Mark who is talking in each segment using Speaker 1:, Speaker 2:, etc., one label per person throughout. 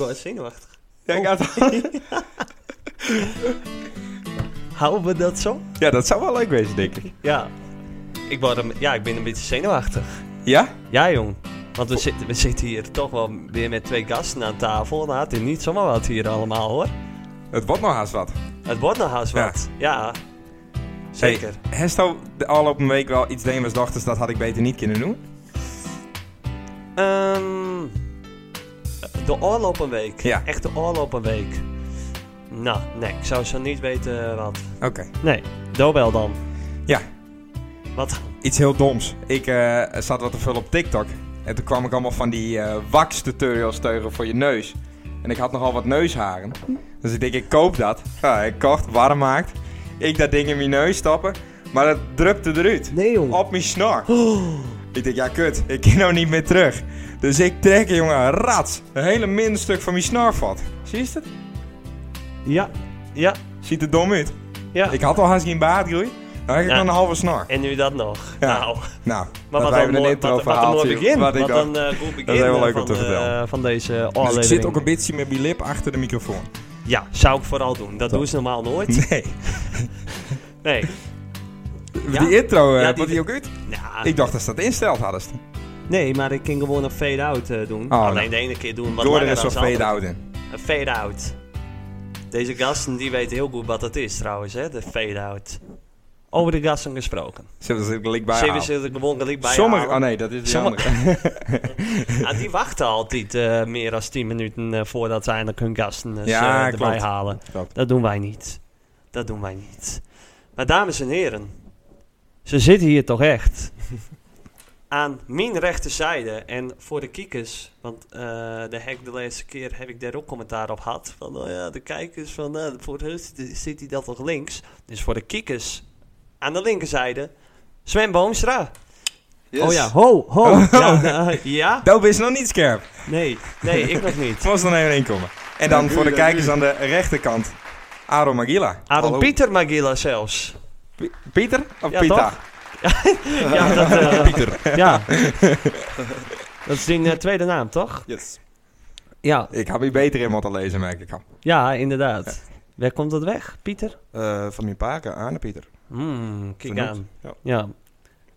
Speaker 1: wel eens zenuwachtig.
Speaker 2: Ja, ik had-
Speaker 1: Houden we dat zo?
Speaker 2: ja, dat zou wel leuk wezen, denk ik.
Speaker 1: Ja. Ik, word een- ja, ik ben een beetje zenuwachtig.
Speaker 2: Ja?
Speaker 1: Ja, jong. Want we, zitten, we zitten hier toch wel weer met twee gasten aan tafel. Nou, het is niet zomaar wat hier allemaal, hoor.
Speaker 2: Het wordt nog haast wat.
Speaker 1: Het wordt nog haast wat. Ja. Zeker.
Speaker 2: Hey, Hesto, de afgelopen week wel iets deemers dochters, dat had ik beter niet kunnen doen.
Speaker 1: Ehm, de oorlopen week.
Speaker 2: Ja.
Speaker 1: Echt de oorlopen week. Nou, nee. Ik zou zo niet weten wat.
Speaker 2: Oké.
Speaker 1: Nee. Dobel dan.
Speaker 2: Ja.
Speaker 1: Wat?
Speaker 2: Iets heel doms. Ik eh, zat wat te vullen op TikTok. En toen kwam ik allemaal van die eh, wax-tutorials teugen voor je neus. En ik had nogal wat neusharen. Dus ik denk, ik koop dat. Ja, ik kocht, warm maakt. Ik dat ding in mijn neus stappen. Maar dat drupte eruit.
Speaker 1: Nee, jong.
Speaker 2: Op mijn snor. Ik denk, ja kut, ik kan nou niet meer terug. Dus ik trek, jongen, rats. Een hele min stuk van mijn snor vat. Zie je het?
Speaker 1: Ja. Ja.
Speaker 2: Ziet er dom uit.
Speaker 1: Ja.
Speaker 2: Ik had al haast geen baardgroei. Nou heb ik
Speaker 1: Ja.
Speaker 2: nog een halve snor.
Speaker 1: En nu dat nog.
Speaker 2: Ja.
Speaker 1: Nou.
Speaker 2: Nou,
Speaker 1: Maar
Speaker 2: dat
Speaker 1: wat een
Speaker 2: hebben
Speaker 1: mooi,
Speaker 2: een intro
Speaker 1: wat, wat een mooi begin.
Speaker 2: Wat ik
Speaker 1: wat
Speaker 2: dacht.
Speaker 1: een eh, goed begin
Speaker 2: is heel
Speaker 1: eh,
Speaker 2: leuk
Speaker 1: van,
Speaker 2: om te
Speaker 1: eh,
Speaker 2: vertellen.
Speaker 1: van deze
Speaker 2: Dus ik
Speaker 1: aflevering.
Speaker 2: zit ook een beetje met mijn lip achter de microfoon.
Speaker 1: Ja, zou ik vooral doen. Dat
Speaker 2: Zo.
Speaker 1: doen ze normaal nooit.
Speaker 2: Nee.
Speaker 1: Nee. Ja.
Speaker 2: Die intro, eh
Speaker 1: Ja, die-
Speaker 2: wordt die ook uit?
Speaker 1: Nou,
Speaker 2: Ik dacht dat ze dat insteld hadden.
Speaker 1: nee, maar ik ging gewoon een fade-out eh, doen.
Speaker 2: Oh,
Speaker 1: Alleen
Speaker 2: nou.
Speaker 1: de ene keer doen wat
Speaker 2: Door
Speaker 1: langer
Speaker 2: er
Speaker 1: dan
Speaker 2: is zo'n
Speaker 1: de andere.
Speaker 2: fade-out in.
Speaker 1: Een fade-out. Deze gasten die weten heel goed wat dat is trouwens, hè, de fade-out. Over de gasten gesproken.
Speaker 2: Zullen ze er een link bij
Speaker 1: Zeven
Speaker 2: halen?
Speaker 1: zitten er gewoon gelijk bij
Speaker 2: Sommige...
Speaker 1: halen.
Speaker 2: Oh nee, dat is die
Speaker 1: Sommige-
Speaker 2: andere.
Speaker 1: Ah, die wachten altijd eh, meer dan 10 minuten eh, voordat ze eindelijk hun gasten eh,
Speaker 2: Ja,
Speaker 1: erbij
Speaker 2: klopt.
Speaker 1: halen.
Speaker 2: Klopt.
Speaker 1: Dat doen wij niet. Dat doen wij niet. Maar dames en heren, ze zitten hier toch echt. Aan mijn rechterzijde en voor de kijkers, want eh, de hek de laatste keer heb ik daar ook commentaar op gehad. Van oh ja, de kijkers, van nou, voor hun zit- zit hij dat toch links. Dus voor de kijkers aan de linkerzijde, Sven Boomstra. Oh ja, ho, ho. Ja, nou, ja?
Speaker 2: Dat is nog niet scherp.
Speaker 1: Nee, nee, ik nog niet.
Speaker 2: Het was er nog even inkomen. En dan
Speaker 3: Dank u,
Speaker 2: voor de
Speaker 3: dank
Speaker 2: kijkers
Speaker 3: u.
Speaker 2: aan de rechterkant. Aaron Magila.
Speaker 1: Aaron
Speaker 3: Hallo.
Speaker 1: Pieter Magilla zelfs.
Speaker 2: P- Pieter of
Speaker 1: Ja,
Speaker 2: Pita?
Speaker 1: Ja, dat, eh,
Speaker 3: Pieter.
Speaker 1: Ja. dat is zijn eh, tweede naam, toch?
Speaker 3: Yes.
Speaker 1: Ja.
Speaker 2: Ik had hier beter in moeten lezen, merk ik al.
Speaker 1: Ja, inderdaad. Waar komt dat weg, Pieter?
Speaker 3: Eh, van mijn paken aan de Pieter.
Speaker 1: Hmm, kijk
Speaker 3: Vernoemd,
Speaker 1: aan. Ja.
Speaker 3: ja.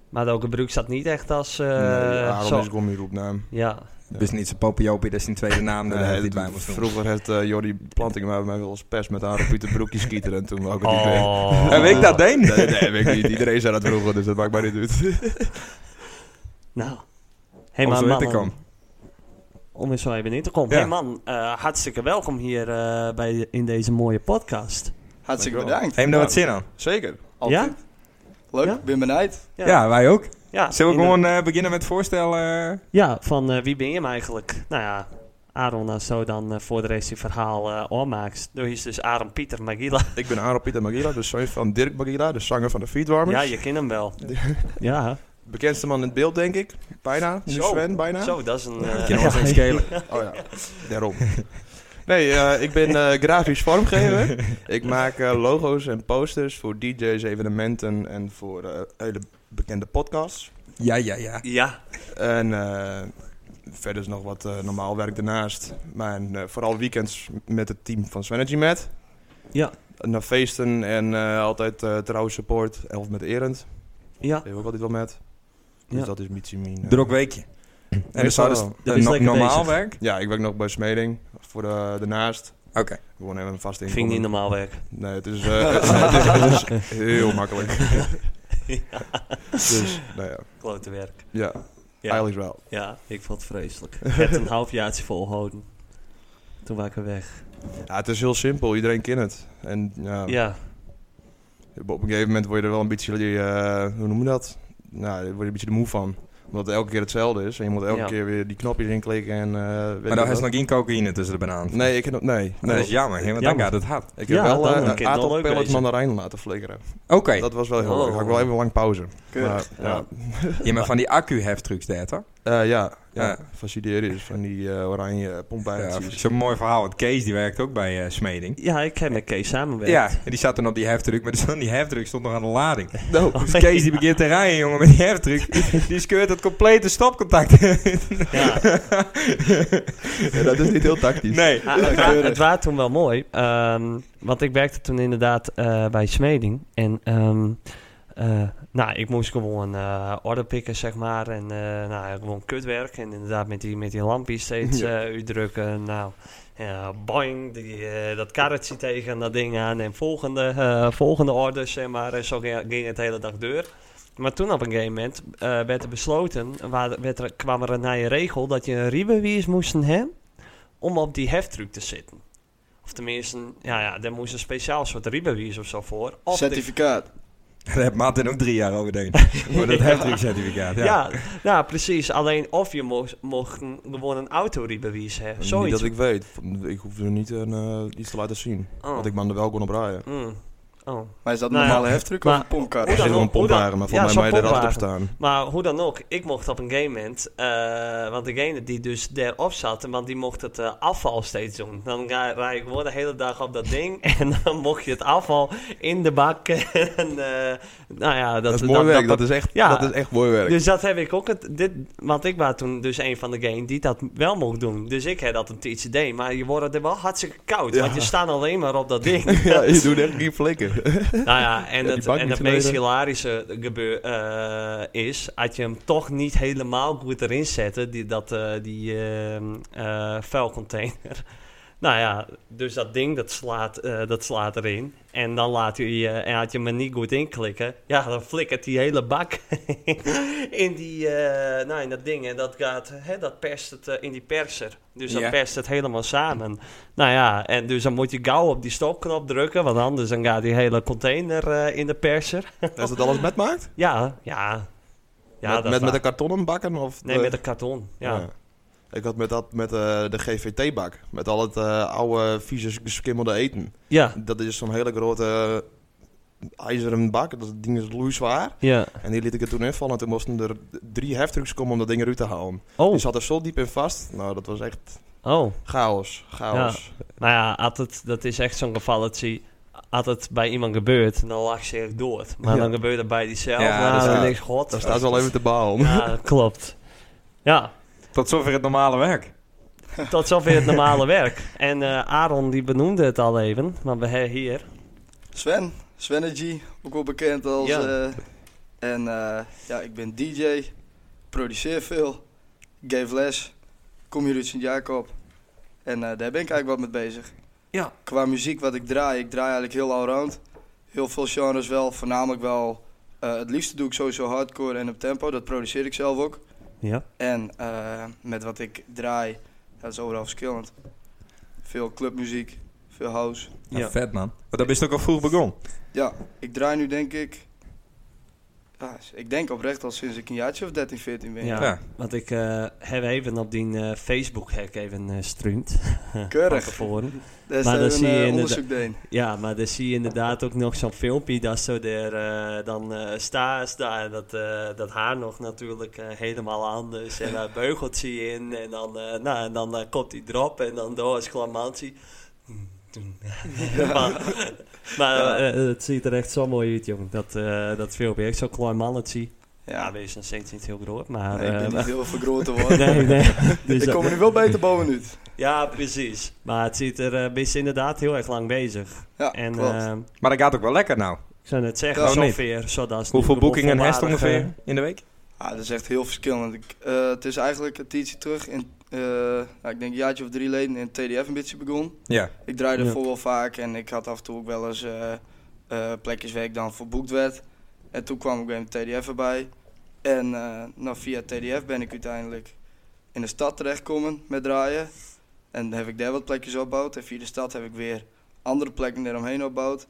Speaker 1: Maar de Okenbroek staat niet echt als... eh,
Speaker 3: nee,
Speaker 1: zo-
Speaker 3: Aaron is gewoon mijn roepnaam.
Speaker 1: Ja.
Speaker 2: Het is niet zijn popiopie, dat is zijn tweede naam. Daar
Speaker 3: Nee,
Speaker 2: heb ik
Speaker 3: het-
Speaker 2: niet bij moest doen.
Speaker 3: vroeger had eh Jordi Planting mij wel eens pers met Aaron Pieter broekjes schieten en toen wou ik het niet meer.
Speaker 1: Oh.
Speaker 2: Heb ik dat deed?
Speaker 3: Nee, nee, heb ik niet. Iedereen zei dat vroeger, dus dat maakt mij niet uit.
Speaker 1: Nou. Hey,
Speaker 2: Om
Speaker 1: maar
Speaker 2: zo in te
Speaker 1: mannen,
Speaker 2: komen.
Speaker 1: Om eens zo even in te komen.
Speaker 2: Ja.
Speaker 1: Hey man, eh, hartstikke welkom hier eh, bij, in deze mooie podcast.
Speaker 4: Hartstikke
Speaker 3: Dankjewel. nou
Speaker 4: bedankt. Nou,
Speaker 2: Heeft er wat zin aan?
Speaker 4: Zeker.
Speaker 1: Ja?
Speaker 4: Altijd. Leuk,
Speaker 1: Ja?
Speaker 4: ben benijd.
Speaker 2: Ja, wij ook.
Speaker 1: ja,
Speaker 2: Zullen we
Speaker 1: inderdaad.
Speaker 2: gewoon eh, beginnen met voorstel? eh?
Speaker 1: Ja, van eh, wie ben je hem eigenlijk? Nou ja, Aaron als zo dan eh, voor de rest die verhaal eh oormaakt. Door is dus Aaron Pieter Magila.
Speaker 3: Ik ben Aaron Pieter Magila, de zoon van Dirk Magila, de zanger van de Feetwarmers.
Speaker 1: Ja, je kent hem wel. ja.
Speaker 3: Bekendste man in het beeld, denk ik. Bijna. Nu
Speaker 1: Zo.
Speaker 3: Sven, bijna.
Speaker 1: Zo, dat is een... eh,
Speaker 2: Kunnen we ons niet schelen.
Speaker 3: Oh ja, daarom. Nee, eh, ik ben eh, grafisch vormgever. Ik maak eh, logo's en posters voor DJ's, evenementen en voor eh, hele bekende podcasts.
Speaker 2: Ja, ja, ja.
Speaker 1: ja,
Speaker 3: En eh, verder is nog wat eh, normaal werk daarnaast. Maar eh, vooral weekends met het team van Swanergy Met.
Speaker 1: Ja.
Speaker 3: Naar feesten en eh, altijd eh trouw support. Elf met Erend.
Speaker 1: ja.
Speaker 3: Daar heb ik altijd wel met. Dus
Speaker 1: Ja.
Speaker 3: dat is Mitsi Mien. eh.
Speaker 2: Druk weekje. En dus
Speaker 3: Meestal
Speaker 2: dat is
Speaker 3: wel.
Speaker 1: Dat
Speaker 2: eh,
Speaker 1: is
Speaker 2: no-
Speaker 1: lekker
Speaker 2: normaal
Speaker 1: bezig.
Speaker 2: werk?
Speaker 3: Ja, ik werk nog bij Smeding. Voor de, eh, daarnaast.
Speaker 2: Oké.
Speaker 3: Gewoon even een vast inkomen.
Speaker 1: Ging niet normaal werk.
Speaker 3: Nee, het is, eh, het is, het is heel makkelijk. Dus, nou ja.
Speaker 1: Klote werk.
Speaker 3: ja.
Speaker 1: Ja.
Speaker 3: Eigenlijk wel.
Speaker 1: Ja, ik vond het vreselijk. Ik heb het een halfjaartje volgehouden. Toen was ik er weg.
Speaker 3: Ja, het is heel simpel. Iedereen kent het. En ja,
Speaker 1: Ja,
Speaker 3: op een gegeven moment word je er wel een beetje, eh, hoe noem je dat? Nou, daar word je een beetje de moe van. Omdat het elke keer hetzelfde is. En je moet elke
Speaker 1: Ja.
Speaker 3: keer weer die knopjes inklikken en... eh, weet
Speaker 2: Maar
Speaker 3: ik
Speaker 2: dan is dus-
Speaker 3: wat.
Speaker 2: nog geen cocaïne tussen de bananen.
Speaker 3: Nee, ik heb... nog- Nee.
Speaker 2: Dat
Speaker 3: nee.
Speaker 2: is jammer, hè, want dan
Speaker 1: Jammer.
Speaker 2: gaat het hard.
Speaker 3: Ik heb
Speaker 1: Ja,
Speaker 3: wel
Speaker 1: dan
Speaker 3: eh,
Speaker 1: een
Speaker 3: een
Speaker 1: keer wel
Speaker 3: aantal
Speaker 1: leuk
Speaker 3: pellets
Speaker 1: wezen.
Speaker 3: mandarijn laten flikkeren.
Speaker 2: Oké,
Speaker 3: Dat was wel heel
Speaker 1: Oh.
Speaker 3: leuk. Had ik wel even lang pauze.
Speaker 4: Keurig.
Speaker 3: Maar, ja.
Speaker 2: je bent van die accu-heftrucs daar, toch?
Speaker 3: Eh, ja, ja.
Speaker 2: Ja.
Speaker 3: Faciliteren is van die eh, oranje
Speaker 2: Ja,
Speaker 3: pompaartjes.
Speaker 2: Zo'n mooi verhaal. Want Kees die werkt ook bij eh, Smeding.
Speaker 1: Ja, ik heb met Kees samenwerkt.
Speaker 2: Ja, en die zat dan op die heftruck, maar dus dan die heftruck stond nog aan de lading.
Speaker 1: Oh,
Speaker 3: Nou,
Speaker 2: Dus Kees die begint te rijden, jongen, met die heftruck. Die scheurt het complete stopcontact.
Speaker 1: Ja.
Speaker 3: ja, dat is niet heel tactisch.
Speaker 2: Nee.
Speaker 1: Ah, het, wa- het was toen wel mooi. ehm, want ik werkte toen inderdaad eh, bij Smeding. En ehm, eh, nou, ik moest gewoon eh orde pikken, zeg maar. En eh, nou, gewoon kutwerk. En inderdaad met die, met die lampjes steeds
Speaker 3: Ja.
Speaker 1: eh, uitdrukken. Nou, ja, boing, die, eh, dat karretje tegen dat ding aan. En volgende, eh, volgende orde, zeg maar. En zo ging ging het de hele dag door. Maar toen op een gegeven moment eh, werd er besloten, waar- werd er, kwam er een nieuwe regel dat je een riebewies moest hebben om op die heftruck te zitten. Of tenminste, ja, ja daar moest een speciaal soort riebewies of zo voor. Of de-
Speaker 4: Certificaat.
Speaker 2: Daar heeft Martin ook drie jaar over gedaan. Voor dat heftruck certificaat. Ja.
Speaker 1: ja. ja, precies. Alleen of je mocht, mocht gewoon een autoriebewies hebben.
Speaker 3: Niet
Speaker 1: Zoiets.
Speaker 3: dat ik weet. Ik hoef er niet een, eh, iets te laten zien.
Speaker 1: Oh.
Speaker 3: Want ik mag er wel kon op rijden.
Speaker 1: Mm. Oh.
Speaker 4: Maar is dat een
Speaker 1: Nou ja,
Speaker 4: normale heftruck
Speaker 1: maar-
Speaker 4: of een pompkar?
Speaker 1: Hoe
Speaker 3: Er
Speaker 1: dan
Speaker 3: zit wel een
Speaker 1: ook, hoe dan-
Speaker 3: pompwagen, maar
Speaker 1: ja,
Speaker 3: volgens mij
Speaker 1: zo'n
Speaker 3: mij er altijd op
Speaker 1: pompwagen.
Speaker 3: staan.
Speaker 1: Maar hoe dan ook, ik mocht op een gegeven moment, eh, want degene die dus daarop zat, want die mocht het eh, afval steeds doen. Dan ga, rij ik gewoon de hele dag op dat ding en dan mocht je het afval in de bak. en, eh, nou ja, dat,
Speaker 3: Dat, is mooi
Speaker 1: dat-
Speaker 3: werk,
Speaker 1: dat-
Speaker 3: dat is echt-
Speaker 1: ja.
Speaker 3: dat is echt mooi werk.
Speaker 1: dus dat heb ik ook. Het, dit, want ik was toen dus een van degenen die dat wel mocht doen. Dus ik had dat een TCD. Maar je wordt er wel hartstikke koud.
Speaker 3: Ja.
Speaker 1: Want je staat alleen maar op dat ding.
Speaker 3: ja, je doet echt geen flikker.
Speaker 1: Nou ja, en
Speaker 3: Ja, die
Speaker 1: het,
Speaker 3: bank
Speaker 1: en
Speaker 3: niet
Speaker 1: het meest
Speaker 3: geleden.
Speaker 1: hilarische gebeur, eh, is, als je hem toch niet helemaal goed erin zette, die, dat, eh, die ehm, eh, vuilcontainer. Nou ja, dus dat ding dat slaat, eh, dat slaat erin. En dan laat je, je- en had je hem er niet goed in klikken. Ja, dan flikkert die hele bak in, die, eh, nou, in dat ding. En dat, gaat, hè, dat perst het eh, in die perser. Dus dat
Speaker 2: Ja.
Speaker 1: perst het helemaal samen. Nou ja, en dus dan moet je gauw op die stopknop drukken, want anders dan gaat die hele container eh, in de perser.
Speaker 3: Als het alles met maakt?
Speaker 1: Ja, ja. ja
Speaker 3: met,
Speaker 1: dat
Speaker 3: met, met
Speaker 1: wa-
Speaker 3: de kartonnen bakken? Of
Speaker 1: Nee,
Speaker 3: de-
Speaker 1: met een karton. Ja.
Speaker 3: Ja. Ik had met, dat, met eh, de GVT-bak, met al het eh, oude, vieze, geskimmelde eten.
Speaker 1: ja,
Speaker 3: Dat is zo'n hele grote eh, ijzeren bak, dat ding is loeizwaar.
Speaker 1: ja.
Speaker 3: En die liet ik er toen invallen en toen moesten er drie heftrucks komen om dat ding eruit te halen.
Speaker 1: Oh,
Speaker 3: Die zat er zo diep in vast, nou dat was echt
Speaker 1: oh.
Speaker 3: chaos, chaos.
Speaker 1: Nou ja, had het, dat is echt zo'n gevalletje. Had het bij iemand gebeurd, dan lag ze echt dood. Maar
Speaker 3: Ja.
Speaker 1: dan gebeurde het bij diezelf.
Speaker 2: Ja,
Speaker 1: nou,
Speaker 3: dat
Speaker 1: dan
Speaker 3: is-
Speaker 1: niks god.
Speaker 3: Daar staat ze al even te baal.
Speaker 1: Ja, dat klopt. Ja,
Speaker 2: Tot zover het normale werk.
Speaker 1: tot zover het normale werk. En eh, Aaron die benoemde het al even, maar we hebben hier
Speaker 4: Sven. Svennergy, ook wel bekend als...
Speaker 1: Ja.
Speaker 4: eh, en eh, ja, ik ben DJ, produceer veel, geef les, kom hier uit Sint-Jacob. En eh, daar ben ik eigenlijk wat mee bezig.
Speaker 1: Ja.
Speaker 4: Qua muziek wat ik draai, ik draai eigenlijk heel allround. Heel veel genres wel, voornamelijk wel... eh, het liefste doe ik sowieso hardcore en op tempo, dat produceer ik zelf ook.
Speaker 1: Ja.
Speaker 4: En eh, met wat ik draai, dat is overal verschillend. Veel clubmuziek, veel house.
Speaker 2: Ja.
Speaker 1: Ja.
Speaker 2: Vet man. Maar dan ben je ook al vroeg begonnen.
Speaker 4: Ja, ik draai nu denk ik... ah, ik denk oprecht al sinds ik een jaartje of 13, 14 ben.
Speaker 1: Ja.
Speaker 2: Ja.
Speaker 1: Want ik eh, heb even op die eh, Facebook-hack even eh streamd. Van
Speaker 4: Keurig.
Speaker 1: tevoren.
Speaker 4: Daar is
Speaker 1: Maar dan
Speaker 4: een
Speaker 1: zie je
Speaker 4: eh,
Speaker 1: inderdaad-
Speaker 4: onderzoek deen.
Speaker 1: Ja, maar dan zie je inderdaad ook nog zo'n filmpje dat zo er eh, dan eh sta, sta dat, eh, dat haar nog natuurlijk eh, helemaal anders en daar beugelt ze in en dan, eh, nou, en dan eh, komt die drop en dan door exclamatie. maar maar eh, het ziet er echt zo mooi uit, jong. Dat, eh, dat filmpje, echt zo'n klein mannetje. Ja,
Speaker 4: Ja,
Speaker 1: wees nog steeds niet heel groot, maar...
Speaker 4: nee, ik ben
Speaker 1: eh,
Speaker 4: niet heel vergroot te worden.
Speaker 1: nee, nee. Dus
Speaker 4: ik
Speaker 1: dat-
Speaker 4: kom er nu wel beter bovenuit.
Speaker 1: Ja, precies. Maar het ziet er eh is inderdaad heel erg lang bezig.
Speaker 4: Ja,
Speaker 1: en
Speaker 4: klopt.
Speaker 1: eh,
Speaker 2: Maar dat gaat ook wel lekker nou.
Speaker 1: ik zou net zeggen,
Speaker 4: Ja,
Speaker 2: zo niet.
Speaker 1: zover. Zodat
Speaker 2: Hoeveel boekingen heeft ongeveer in de week?
Speaker 4: Ah, dat is echt heel verschillend. Ik, eh, het is eigenlijk een tijdje terug, in, eh, nou, ik denk een jaartje of drie geleden, in TDF een beetje begonnen.
Speaker 2: Ja.
Speaker 4: Ik draaide
Speaker 1: Ja.
Speaker 4: voor wel vaak en ik had af en toe ook wel eens eh, eh, plekjes waar ik dan verboekt werd. En toen kwam ik bij mijn TDF erbij. En eh, nou, via TDF ben ik uiteindelijk in de stad terechtgekomen met draaien. En heb ik daar wat plekjes opgebouwd. En via de stad heb ik weer andere plekken eromheen opgebouwd.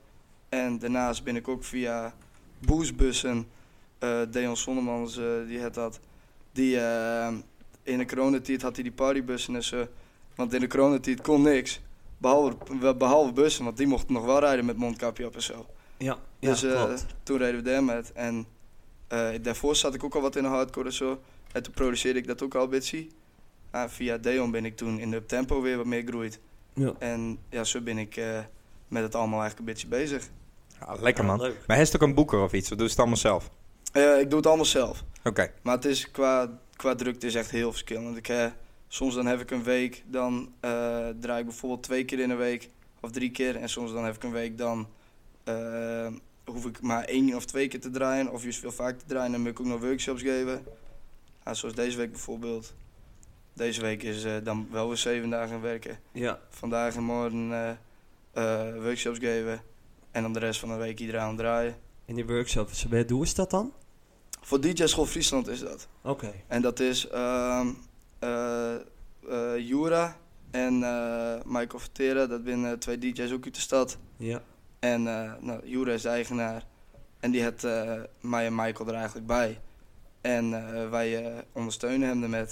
Speaker 4: En daarnaast ben ik ook via boosbussen, eh Deon Sonnemans eh, die had dat, die eh, in de coronatijd had hij die partybussen en zo. Want in de coronatijd kon niks. Behalve, we- behalve bussen, want die mochten nog wel rijden met mondkapje op en zo.
Speaker 1: Ja,
Speaker 4: Dus
Speaker 1: ja,
Speaker 4: eh,
Speaker 1: klopt.
Speaker 4: toen reden we daar met. En eh, daarvoor zat ik ook al wat in de hardcore en zo. En toen produceerde ik dat ook al een beetje. Ah, via Deon ben ik toen in de tempo weer wat meer gegroeid.
Speaker 1: Ja.
Speaker 4: En ja, zo ben ik eh, met het allemaal eigenlijk een beetje bezig.
Speaker 2: Ja, lekker man.
Speaker 1: Leuk.
Speaker 2: Maar hij is ook een boeker of iets? Of doe je het allemaal zelf?
Speaker 4: Eh, ik doe het allemaal zelf.
Speaker 2: Oké.
Speaker 4: Maar het is qua, qua drukte is echt heel verschillend. Ik, eh, soms dan heb ik een week, dan eh, draai ik bijvoorbeeld twee keer in een week of drie keer. En soms dan heb ik een week, dan eh, hoef ik maar één of twee keer te draaien. Of juist veel vaak te draaien. Dan moet ik ook nog workshops geven. Ah, zoals deze week bijvoorbeeld. Deze week is eh, dan wel weer zeven dagen werken.
Speaker 1: Ja.
Speaker 4: Vandaag en morgen eh, eh, workshops geven. En dan de rest van de week iedereen aan het draaien.
Speaker 1: In die workshops, waar doen ze dat dan?
Speaker 4: Voor DJ School Friesland is dat.
Speaker 1: Oké.
Speaker 4: En dat is ehm eh, eh, Jura en eh, Michael Vertera. Dat zijn eh, twee DJ's ook uit de stad.
Speaker 1: Ja.
Speaker 4: En eh, nou, Jura is de eigenaar. En die had eh, mij en Michael er eigenlijk bij. En eh, wij eh, ondersteunen hem ermee.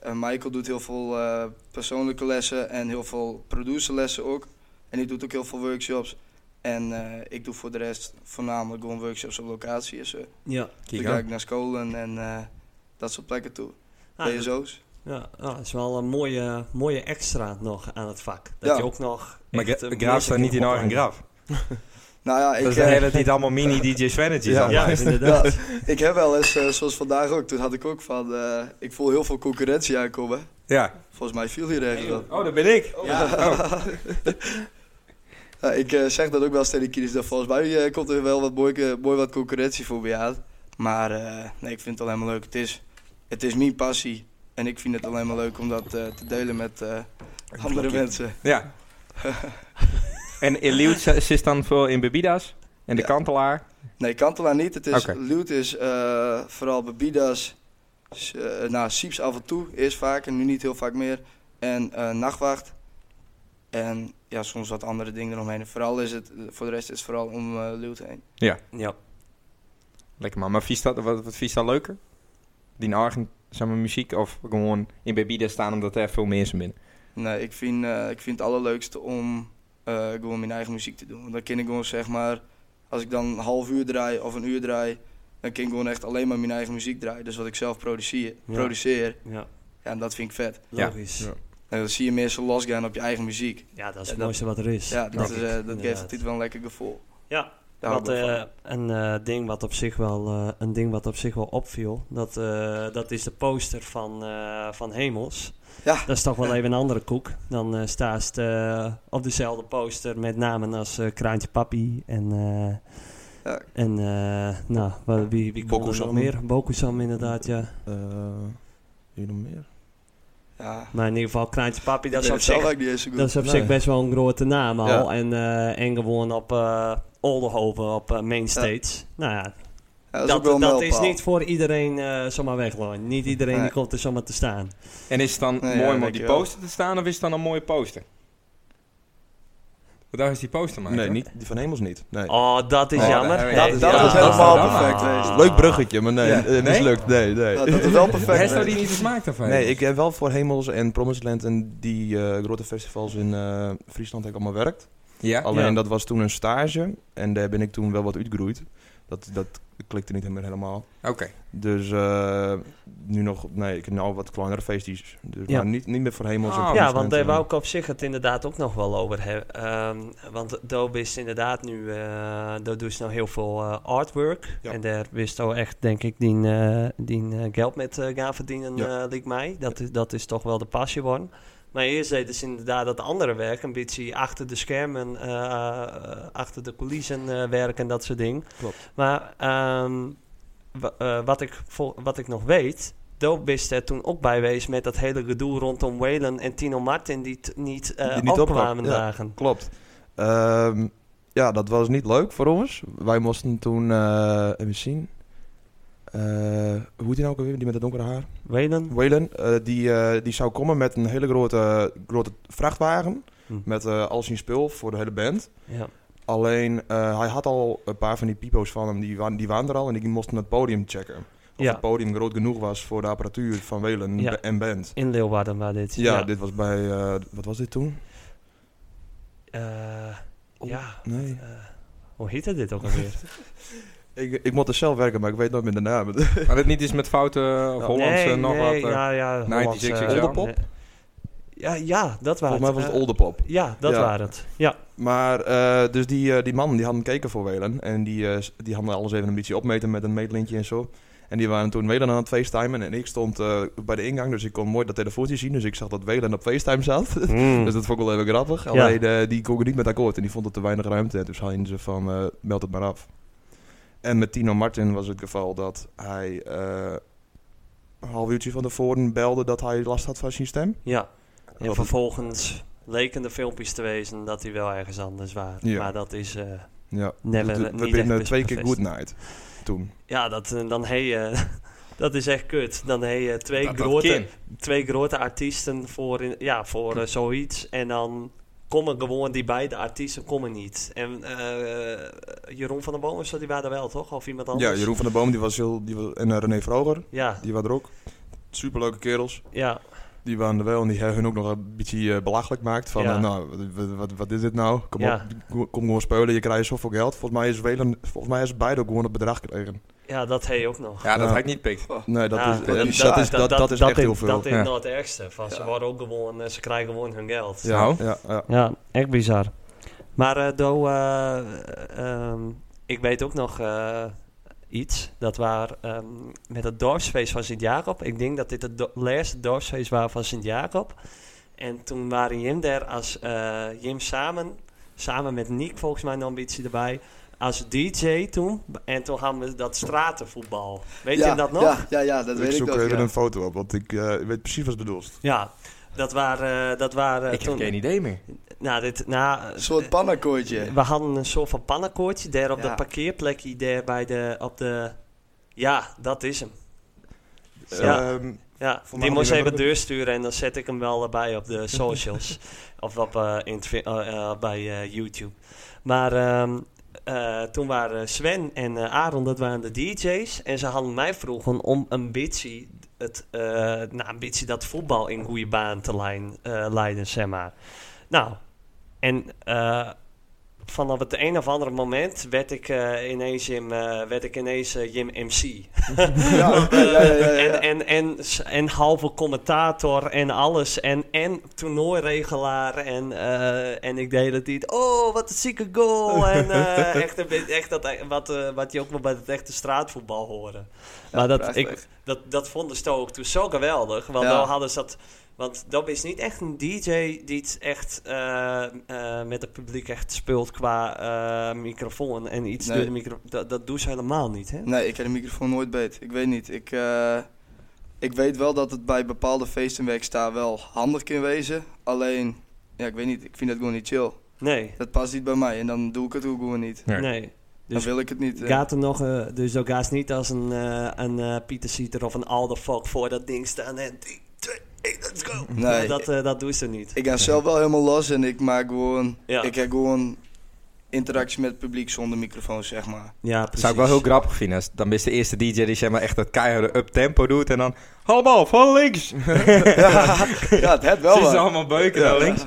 Speaker 4: En Michael doet heel veel eh, persoonlijke lessen en heel veel producerlessen ook. En die doet ook heel veel workshops. En eh, ik doe voor de rest voornamelijk gewoon workshops op locatie. Dus, eh,
Speaker 1: Ja.
Speaker 4: dan
Speaker 2: Kijk
Speaker 4: ga
Speaker 2: aan.
Speaker 4: ik naar scholen en eh, dat soort plekken toe.
Speaker 1: Ah, dat-
Speaker 4: PSO's.
Speaker 1: ja, ah, dat is wel een mooie, mooie extra nog aan het vak. Dat
Speaker 4: Ja.
Speaker 1: je ook nog...
Speaker 2: Maar
Speaker 1: echt een
Speaker 2: Gra- Graaf staat niet in
Speaker 1: muzikaal
Speaker 2: eigen Graaf.
Speaker 4: Nou ja,
Speaker 2: Dat is
Speaker 4: ik,
Speaker 2: de
Speaker 4: eh,
Speaker 2: hele tijd allemaal mini-DJ Svenetjes
Speaker 3: Ja.
Speaker 1: opleiding-
Speaker 2: allemaal.
Speaker 1: Ja, inderdaad.
Speaker 4: ik heb wel eens, eh, zoals vandaag ook, toen had ik ook van, eh, ik voel heel veel concurrentie aankomen.
Speaker 2: Ja.
Speaker 4: Volgens mij viel hier ergens wat.
Speaker 2: Oh, dat ben ik.
Speaker 4: Ja. Ja, ik eh, zeg dat ook wel eens tegen de kids, dat volgens mij eh, komt er wel wat mooi, eh, mooi wat concurrentie voor bij aan. Maar eh, nee, ik vind het alleen maar leuk. Het is, het is mijn passie. En ik vind het alleen maar leuk om dat eh, te delen met eh, andere mensen.
Speaker 2: Ja. en Eliud zit dan veel in Bebida's. En de
Speaker 4: Ja.
Speaker 2: kantelaar.
Speaker 4: Nee, Kantelaar niet. Het is,
Speaker 2: Oké.
Speaker 4: Lute is eh, vooral Babidas. s- eh, nou, Sieps af en toe. Eerst vaak en nu niet heel vaak meer. En eh, Nachtwacht. En ja, soms wat andere dingen eromheen. En Vooral is het, eh, voor de rest is het vooral om eh Lute heen.
Speaker 1: Ja.
Speaker 2: Lekker man. Maar vies dat, wat, wat vies dat leuker? Die in Argen, zeg maar, muziek of gewoon in Bebida's staan omdat er veel mensen binnen.
Speaker 4: Nee, ik vind, eh, ik vind het allerleukste om eh, gewoon mijn eigen muziek te doen. Want dan kan ik gewoon zeg maar, als ik dan een half uur draai of een uur draai, dan kan ik gewoon echt alleen maar mijn eigen muziek draaien. Dus wat ik zelf produceer,
Speaker 1: Ja.
Speaker 4: produceer
Speaker 1: Ja.
Speaker 4: ja, en dat vind ik vet.
Speaker 2: Ja.
Speaker 1: Logisch. Ja,
Speaker 3: Ja.
Speaker 4: En dan zie je mensen losgaan op je eigen muziek.
Speaker 1: dat is
Speaker 4: Ja,
Speaker 1: het
Speaker 4: dat-
Speaker 1: mooiste wat er is.
Speaker 4: Ja, dat,
Speaker 1: denk
Speaker 4: is,
Speaker 1: ik,
Speaker 4: eh, dat geeft
Speaker 1: inderdaad.
Speaker 4: het wel een lekker gevoel.
Speaker 1: Ja,
Speaker 4: Daar
Speaker 1: Wat,
Speaker 4: hou ik wel van.
Speaker 1: eh, een, eh, ding wat op zich wel, eh, een ding wat op zich wel opviel, dat, eh, dat is de poster van, eh, van Hemels.
Speaker 4: Ja.
Speaker 1: Dat is toch wel
Speaker 4: Ja.
Speaker 1: even een andere koek. Dan eh staat het eh, op dezelfde poster met namen als eh, Kraantje Papi en, eh,
Speaker 4: Ja.
Speaker 1: en eh, nou, wat- wie, wie komt er nog
Speaker 3: Bokusam.
Speaker 1: meer? Bokusam inderdaad, ja.
Speaker 3: Eh, wie nog meer?
Speaker 4: ja.
Speaker 1: Maar in ieder geval Kraantje Papi, dat
Speaker 4: Ik
Speaker 1: is
Speaker 4: weet
Speaker 1: op
Speaker 4: het zelf
Speaker 1: zich
Speaker 4: eigenlijk niet eens zo goed.
Speaker 1: dat is op
Speaker 3: Nee.
Speaker 1: zich best wel een grote naam al.
Speaker 3: Ja.
Speaker 1: En, eh, en gewoon op eh Oldenhoven, op eh, Main States. Nou ja,
Speaker 4: Ja, dat is
Speaker 1: Dat,
Speaker 4: ook wel een
Speaker 1: dat is
Speaker 4: mijlpaal.
Speaker 1: niet voor iedereen eh zomaar weglooien. Niet iedereen
Speaker 4: Nee.
Speaker 1: die komt er zomaar te staan.
Speaker 2: En is het dan
Speaker 4: Nee, ja,
Speaker 2: mooi om op
Speaker 4: denk
Speaker 2: die
Speaker 4: je wel.
Speaker 2: poster te staan of is het dan een mooie poster? Want daar is die poster maar.
Speaker 3: Nee, niet, die van Hemels niet. Nee.
Speaker 1: Oh, dat is
Speaker 2: Oh,
Speaker 1: jammer.
Speaker 2: nee,
Speaker 1: dat,
Speaker 2: nee,
Speaker 4: dat
Speaker 1: ja.
Speaker 4: is helemaal
Speaker 2: Ah.
Speaker 4: perfect geweest.
Speaker 3: Leuk bruggetje, maar nee,
Speaker 2: Ja.
Speaker 3: het het
Speaker 2: Nee?
Speaker 3: mislukt. Nee, nee.
Speaker 4: Ja, dat is wel
Speaker 2: Hij
Speaker 4: perfect.
Speaker 2: is nou die niet de smaak daarvan.
Speaker 3: Nee, ik heb wel voor Hemels en Promised Land en die eh, grote festivals in eh, Friesland heb ik allemaal werkt.
Speaker 2: Ja?
Speaker 3: Alleen
Speaker 1: Ja.
Speaker 3: dat was toen een stage en daar ben ik toen wel wat uitgeroeid. Dat, dat klikte niet meer helemaal.
Speaker 2: Oké.
Speaker 3: Dus eh, nu nog, nee, ik heb nou wat kleinere feestjes. Dus
Speaker 1: Ja.
Speaker 3: maar niet, niet meer voor hemels. en
Speaker 2: Ah.
Speaker 1: Ja,
Speaker 3: Promised
Speaker 1: want eh,
Speaker 3: Land eh.
Speaker 1: daar
Speaker 3: en-
Speaker 1: wou ik op zich het inderdaad ook nog wel over hebben. Ehm, want Adobe is inderdaad nu, eh dat doet ze nou heel veel eh, artwork.
Speaker 3: Ja.
Speaker 1: En daar wist al echt, denk ik, die, eh, die eh, geld met eh, gaan verdienen,
Speaker 3: Ja.
Speaker 1: eh, lijkt mij. Dat, is- dat is toch wel de passie worden. Maar eerst deden ze dus inderdaad dat andere werk, een beetje achter de schermen, eh, eh, achter de coulissen eh, werk en dat soort dingen.
Speaker 3: Klopt.
Speaker 1: Maar ehm, wa- eh, wat, ik vol- wat ik nog weet, Dope is er toen ook bij wees met dat hele gedoe rondom Whalen en Tino Martin die t- niet, eh
Speaker 3: Die niet
Speaker 1: opkwamen
Speaker 3: opkwam, ja.
Speaker 1: dagen.
Speaker 3: Klopt. Ehm, ja, dat was niet leuk voor ons. Wij moesten toen, eh even zien. Eh, hoe heet die nou ook alweer, die met het donkere haar?
Speaker 1: Whalen?
Speaker 3: Waylon, eh, die, eh, die zou komen met een hele grote, grote vrachtwagen.
Speaker 1: Hm.
Speaker 3: Met eh, al zijn spul voor de hele band.
Speaker 1: Ja.
Speaker 3: Alleen, eh, hij had al een paar van die pipo's van hem. Die, wa- die waren er al en die moesten het podium checken. Of
Speaker 1: Ja.
Speaker 3: het podium groot genoeg was voor de apparatuur van Waylon
Speaker 1: Ja.
Speaker 3: b- en band.
Speaker 1: In Leeuwarden waar dit.
Speaker 3: Ja, dit was bij... eh, wat was dit toen?
Speaker 1: Eh, ja.
Speaker 3: Nee.
Speaker 1: eh,
Speaker 3: Oh.
Speaker 1: hoe heette dit ook alweer?
Speaker 3: Ik, ik moet er zelf werken, maar ik weet nooit meer de namen.
Speaker 2: Maar het niet iets met foute eh, Hollandse
Speaker 1: Oh, nee,
Speaker 2: nog
Speaker 1: nee, nou,
Speaker 2: wat. eh,
Speaker 1: Ja, ja,
Speaker 2: 96
Speaker 1: Hollandse,
Speaker 2: XXL.
Speaker 3: Olderpop?
Speaker 1: eh, Ja, ja, dat waren
Speaker 3: Volgens mij was het
Speaker 1: eh,
Speaker 3: Olderpop.
Speaker 1: Ja, dat
Speaker 3: Ja.
Speaker 1: waren het. Ja.
Speaker 3: Maar, eh, dus die, eh, die man, die had hem keken voor Welen. En die, eh, s- die hadden alles even een beetje opmeten met een meetlintje en zo. En die waren toen Welen aan het facetimen. En ik stond eh, bij de ingang, dus ik kon mooi dat telefoontje zien. Dus ik zag dat Welen op facetime zat. Dus dat vond ik wel even grappig. Alleen eh, die kon er niet met akkoord en die vond het te weinig ruimte. Dus hij ze van, eh, meld het maar af. En met Tino Martin was het geval dat hij eh, een half uurtje van tevoren belde dat hij last had van zijn stem.
Speaker 1: ja. En
Speaker 3: Dat-
Speaker 1: vervolgens leken de filmpjes te wezen dat hij wel ergens anders waren.
Speaker 3: Ja.
Speaker 1: Maar dat is... eh,
Speaker 3: ja.
Speaker 1: Never-
Speaker 3: Dus
Speaker 1: niet
Speaker 3: we
Speaker 1: echt
Speaker 3: binnen
Speaker 1: bes-
Speaker 3: twee keer
Speaker 1: bevestigd.
Speaker 3: Goodnight toen.
Speaker 1: ja, dat, eh, dan hé... eh, dat is echt kut. Dan hé je twee,
Speaker 2: dat- dat
Speaker 1: grote,
Speaker 2: kind.
Speaker 1: twee grote artiesten voor, in- ja, voor eh, zoiets. En dan komen gewoon die beide artiesten komen niet. En eh, Jeroen van der Boom, of zo, die waren er wel, toch? Of iemand anders?
Speaker 3: Ja, Jeroen van der Boom die was heel, die was, en eh, René Vroger,
Speaker 1: Ja,
Speaker 3: die waren er ook. Superleuke kerels.
Speaker 1: ja.
Speaker 3: Die waren er wel en die hebben hun ook nog een beetje eh, belachelijk gemaakt. Van,
Speaker 1: Ja.
Speaker 3: eh, nou, wat- wat, wat, wat is dit nou? Kom,
Speaker 1: Ja.
Speaker 3: op, kom gewoon spelen, je krijgt zoveel geld. Volgens mij is, Welen, volgens mij is beide ook gewoon het bedrag gekregen.
Speaker 1: ja dat hé ook nog.
Speaker 2: Ja, dat
Speaker 3: Ja.
Speaker 2: had ik niet pikt.
Speaker 3: Nee, dat,
Speaker 1: Ja,
Speaker 3: is, eh,
Speaker 4: dat
Speaker 3: dat,
Speaker 4: is
Speaker 3: is-
Speaker 4: saai.
Speaker 3: dat, is, dat, dat is echt
Speaker 1: in-
Speaker 3: heel veel.
Speaker 1: Dat is
Speaker 2: Ja.
Speaker 1: nou het ergste. Van, Ze,
Speaker 4: Ja.
Speaker 1: worden ook gewoon, eh, ze krijgen gewoon hun geld. Ja,
Speaker 3: ja,
Speaker 2: Nou.
Speaker 3: ja, ja.
Speaker 1: echt bizar. Maar eh Do, eh, ehm, ik weet ook nog eh, iets. Dat waar ehm, met het dorpsfeest van Sint-Jacob. Ik denk dat dit het do- laatste dorpsfeest was van Sint-Jacob. En toen waren Jim daar als eh, Jim samen, samen met Nick volgens mij een ambitie erbij, als DJ toen. En toen hadden we dat stratenvoetbal. Weet
Speaker 4: ja,
Speaker 1: je dat nog?
Speaker 4: Ja, ja, ja, dat
Speaker 3: ik
Speaker 4: weet ik
Speaker 3: zoek
Speaker 4: nog.
Speaker 3: even
Speaker 4: ja.
Speaker 3: een foto op, want ik eh, weet precies wat het bedoelt.
Speaker 1: Ja, dat waren... eh, dat waren
Speaker 2: Ik heb geen idee meer.
Speaker 1: Nou, dit, nou,
Speaker 4: Een soort pannenkoortje.
Speaker 1: we hadden een soort van pannenkoortje daar op
Speaker 4: Ja.
Speaker 1: de parkeerplekje, daar bij de... Op de ja, dat is hem. Ja.
Speaker 3: Ehm,
Speaker 1: Ja,
Speaker 3: Voor mij
Speaker 1: die moest
Speaker 3: hadden we
Speaker 1: even doorsturen en dan zet ik hem wel erbij op de socials. of op, eh, in het vi- eh, eh, bij eh, YouTube. Maar ehm, eh, toen waren Sven en eh, Aaron, dat waren de DJ's. En ze hadden mij vroegen om een beetje, het, eh, nou, een beetje dat voetbal in goede baan te lijn, eh, leiden, zeg maar. Nou, en eh, vanaf het een of andere moment werd ik, eh, ineens, Jim, eh, werd ik ineens eh, Jim MC.
Speaker 4: Ja, ja, ja, ja, ja.
Speaker 1: En, en, en, s- en halve commentator en alles. En, en toernooiregelaar. En, eh, en ik deed het niet. Oh, wat een zieke goal. En eh, echt, een beetje- echt dat, wat, eh, wat je ook wel bij het echte straatvoetbal hoorde. maar dat,
Speaker 4: prachtig.
Speaker 1: ik, dat, dat vonden ze ook toen zo geweldig. Want
Speaker 4: Ja.
Speaker 1: dan hadden ze dat... Want dat is niet echt een DJ die het echt eh, eh, met het publiek echt speelt qua eh, microfoon en iets
Speaker 4: Nee.
Speaker 1: door de micro. Dat, dat doen ze helemaal niet, hè?
Speaker 4: Nee, ik heb de microfoon nooit beet. Ik weet niet. Ik, eh, ik weet wel dat het bij bepaalde feesten waar ik sta wel handig kan wezen. Alleen, ja, ik weet niet. Ik vind dat gewoon niet chill.
Speaker 1: Nee,
Speaker 4: Dat past niet bij mij en dan doe ik het ook gewoon niet.
Speaker 2: Nee.
Speaker 1: nee.
Speaker 4: Dan
Speaker 1: Dus-
Speaker 4: wil ik het niet. eh.
Speaker 1: Gaat er nog, eh, dus ook gaat niet als een, eh, een eh, Pieter Sieter of een Alder Fok voor dat ding staan en 3, 2, 1, let's go.
Speaker 4: Nee.
Speaker 1: Dat, eh, dat doen ze niet.
Speaker 4: Ik ga zelf wel helemaal los en ik maak gewoon.
Speaker 1: Ja.
Speaker 4: Ik heb gewoon interactie met het publiek zonder microfoon, zeg maar.
Speaker 1: Ja, precies.
Speaker 2: Dat zou ik wel heel grappig vinden. als- Dan is de eerste DJ die zeg maar echt dat keiharde up-tempo doet. En dan allemaal van links.
Speaker 4: ja, het heb wel.
Speaker 2: Precies
Speaker 4: wat.
Speaker 2: allemaal beuken naar links.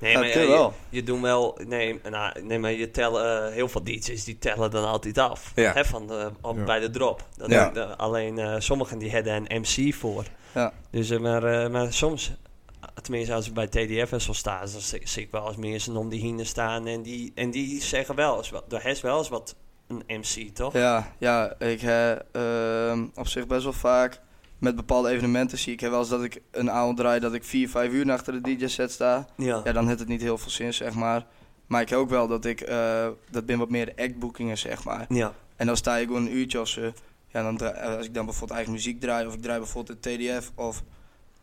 Speaker 1: Nee,
Speaker 4: Ja,
Speaker 1: maar
Speaker 4: dat
Speaker 1: eh,
Speaker 4: kan
Speaker 1: je,
Speaker 4: wel.
Speaker 1: je doet wel... Nee, nou, nee maar je tellen... eh, heel veel DJ's die tellen dan altijd af.
Speaker 2: Ja.
Speaker 1: Hè, van de, op-
Speaker 3: Ja.
Speaker 1: Bij de drop. Dat
Speaker 4: Ja.
Speaker 1: eh, alleen eh, sommigen die hadden een MC voor.
Speaker 4: Ja.
Speaker 1: Dus, eh, maar, eh, maar soms... Tenminste, als ik bij TDF en zo sta, dan zi- zie ik wel eens mensen om die heen staan. En die, en die zeggen wel eens wat. Er is wel eens wat een MC, toch?
Speaker 4: Ja, ja, ik heb ehm, op zich best wel vaak met bepaalde evenementen zie ik heb wel eens dat ik een avond draai dat ik 4, 5 uur achter de DJ-set sta.
Speaker 1: Ja.
Speaker 4: Ja, dan heeft het niet heel veel zin, zeg maar. Maar ik heb ook wel dat ik, eh, dat ben wat meer de actboekingen, zeg maar.
Speaker 1: Ja.
Speaker 4: En dan sta ik gewoon een uurtje als, eh, ja, dan dra- eh, als ik dan bijvoorbeeld eigen muziek draai of ik draai bijvoorbeeld de TDF of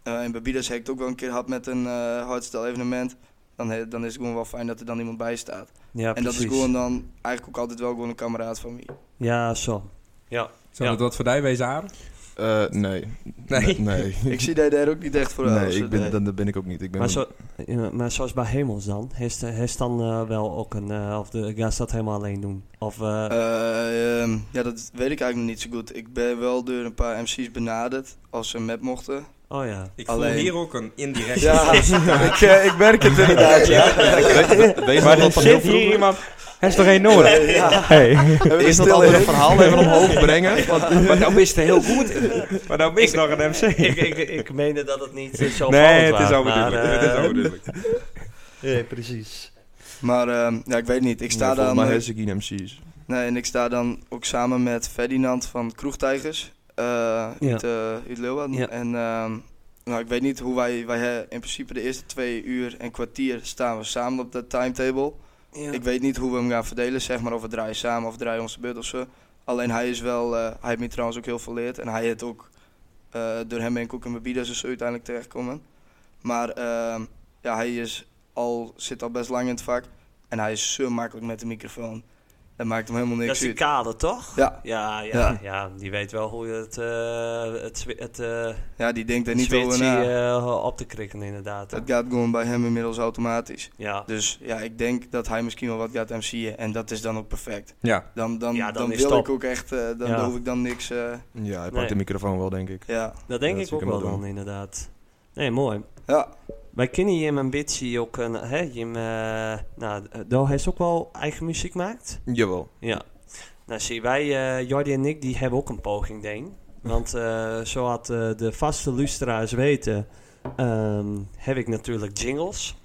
Speaker 4: eh in Barbados heb ik het ook wel een keer gehad met een eh hardstyle evenement. Dan, he- dan is het gewoon wel fijn dat er dan iemand bij staat.
Speaker 1: Ja,
Speaker 4: en dat is
Speaker 1: precies.
Speaker 4: gewoon dan eigenlijk ook altijd wel gewoon een kameraad van mij.
Speaker 1: Ja, zo. Ja.
Speaker 2: Zou dat wat voor die wezen, Aaron?
Speaker 3: eh, nee.
Speaker 2: Nee.
Speaker 3: Nee,
Speaker 4: Ik zie dat daar ook niet echt voor
Speaker 3: nee
Speaker 4: als
Speaker 3: ik
Speaker 4: het,
Speaker 3: ben,
Speaker 4: eh,
Speaker 3: dat, dat ben ik ook niet. Ik ben
Speaker 1: Maar, zo, ja, maar zoals bij Hemels dan, heeft heeft dan eh, wel ook een... eh, of de, gaat ze dat helemaal alleen doen? Of... eh,
Speaker 4: Eh, ehm, ja, dat weet ik eigenlijk nog niet zo goed. Ik ben wel door een paar MC's benaderd als ze met mochten.
Speaker 1: oh ja.
Speaker 2: Ik
Speaker 4: voel Alleen. hier
Speaker 2: ook een indirect.
Speaker 4: ik, eh, ik merk het inderdaad. Ja.
Speaker 3: Weet- weet- weet je nog
Speaker 2: Maar er
Speaker 3: dat van heel
Speaker 2: zit hier
Speaker 3: vroeger?
Speaker 2: iemand Hij is toch geen nodig?
Speaker 4: Ja.
Speaker 2: Hey.
Speaker 3: Is dat altijd een verhaal even omhoog brengen? Want
Speaker 2: maar nou is het heel goed. Maar nou mist nog een MC.
Speaker 1: ik, ik, ik meende dat het niet eh, zo
Speaker 2: nee,
Speaker 1: opvallend
Speaker 2: het is
Speaker 1: was, maar,
Speaker 2: overduidelijk. het is
Speaker 1: eh,
Speaker 2: overduidelijk.
Speaker 1: nee, precies.
Speaker 4: Maar ehm, ja, ik weet niet. Ik sta
Speaker 3: Volgens
Speaker 4: dan...
Speaker 3: mij
Speaker 4: eh,
Speaker 3: Hezekin MC's.
Speaker 4: Nee, en ik sta dan ook samen met Ferdinand van Kroegtijgers eh, uit, eh, uit Leeuwarden.
Speaker 1: Ja.
Speaker 4: En ehm, nou, ik weet niet hoe wij, wij eh, in principe de eerste twee uur en kwartier staan we samen op dat timetable.
Speaker 1: Ja.
Speaker 4: Ik weet niet hoe we hem gaan verdelen, zeg maar of we draaien samen of draaien onze beurt of zo. Alleen hij is wel, eh, hij heeft me trouwens ook heel veel geleerd en hij heeft ook, eh, door hem ben ik ook in mijn bieders en zo uiteindelijk terechtkomen. Maar ehm, ja, hij is al, zit al best lang in het vak en hij is zo makkelijk met de microfoon. Dat maakt hem helemaal
Speaker 1: dat is
Speaker 4: niks
Speaker 1: die
Speaker 4: uit.
Speaker 1: kader, toch?
Speaker 4: Ja.
Speaker 1: Ja, ja, ja.
Speaker 4: Ja.
Speaker 1: die weet wel hoe je het, eh het, zwi- het eh
Speaker 4: Ja, die denkt er
Speaker 1: niet
Speaker 4: niet over
Speaker 1: switchie
Speaker 4: na.
Speaker 1: eh, op te krikken, inderdaad. hè.
Speaker 4: Dat gaat gewoon bij hem inmiddels automatisch.
Speaker 1: Ja.
Speaker 4: Dus ja, ik denk dat hij misschien wel wat gaat MC'en. En dat is dan ook perfect.
Speaker 2: Ja.
Speaker 4: Dan, dan,
Speaker 1: Ja, dan
Speaker 4: dan,
Speaker 1: is
Speaker 4: wil
Speaker 1: top.
Speaker 4: ik ook echt, eh, dan
Speaker 1: Ja.
Speaker 4: hoef ik dan niks. eh,
Speaker 3: Ja, hij pakt
Speaker 1: Nee.
Speaker 3: de microfoon wel, denk ik.
Speaker 4: ja.
Speaker 1: dat denk
Speaker 3: dat
Speaker 1: ik
Speaker 3: zie
Speaker 1: ook
Speaker 3: ik hem
Speaker 1: wel
Speaker 3: wel doen.
Speaker 1: dan, inderdaad. Nee, mooi.
Speaker 4: ja,
Speaker 1: Wij kennen Jim en Bitsy ook, een, hè, Jim, eh nou, eh, Doe heeft ook wel eigen muziek maakt.
Speaker 3: Jawel.
Speaker 1: Ja. Nou, zie, wij, eh, Jordi en ik, die hebben ook een poging, deen. Want eh, zo had eh, de vaste luisteraars weten, ehm, heb ik natuurlijk jingles.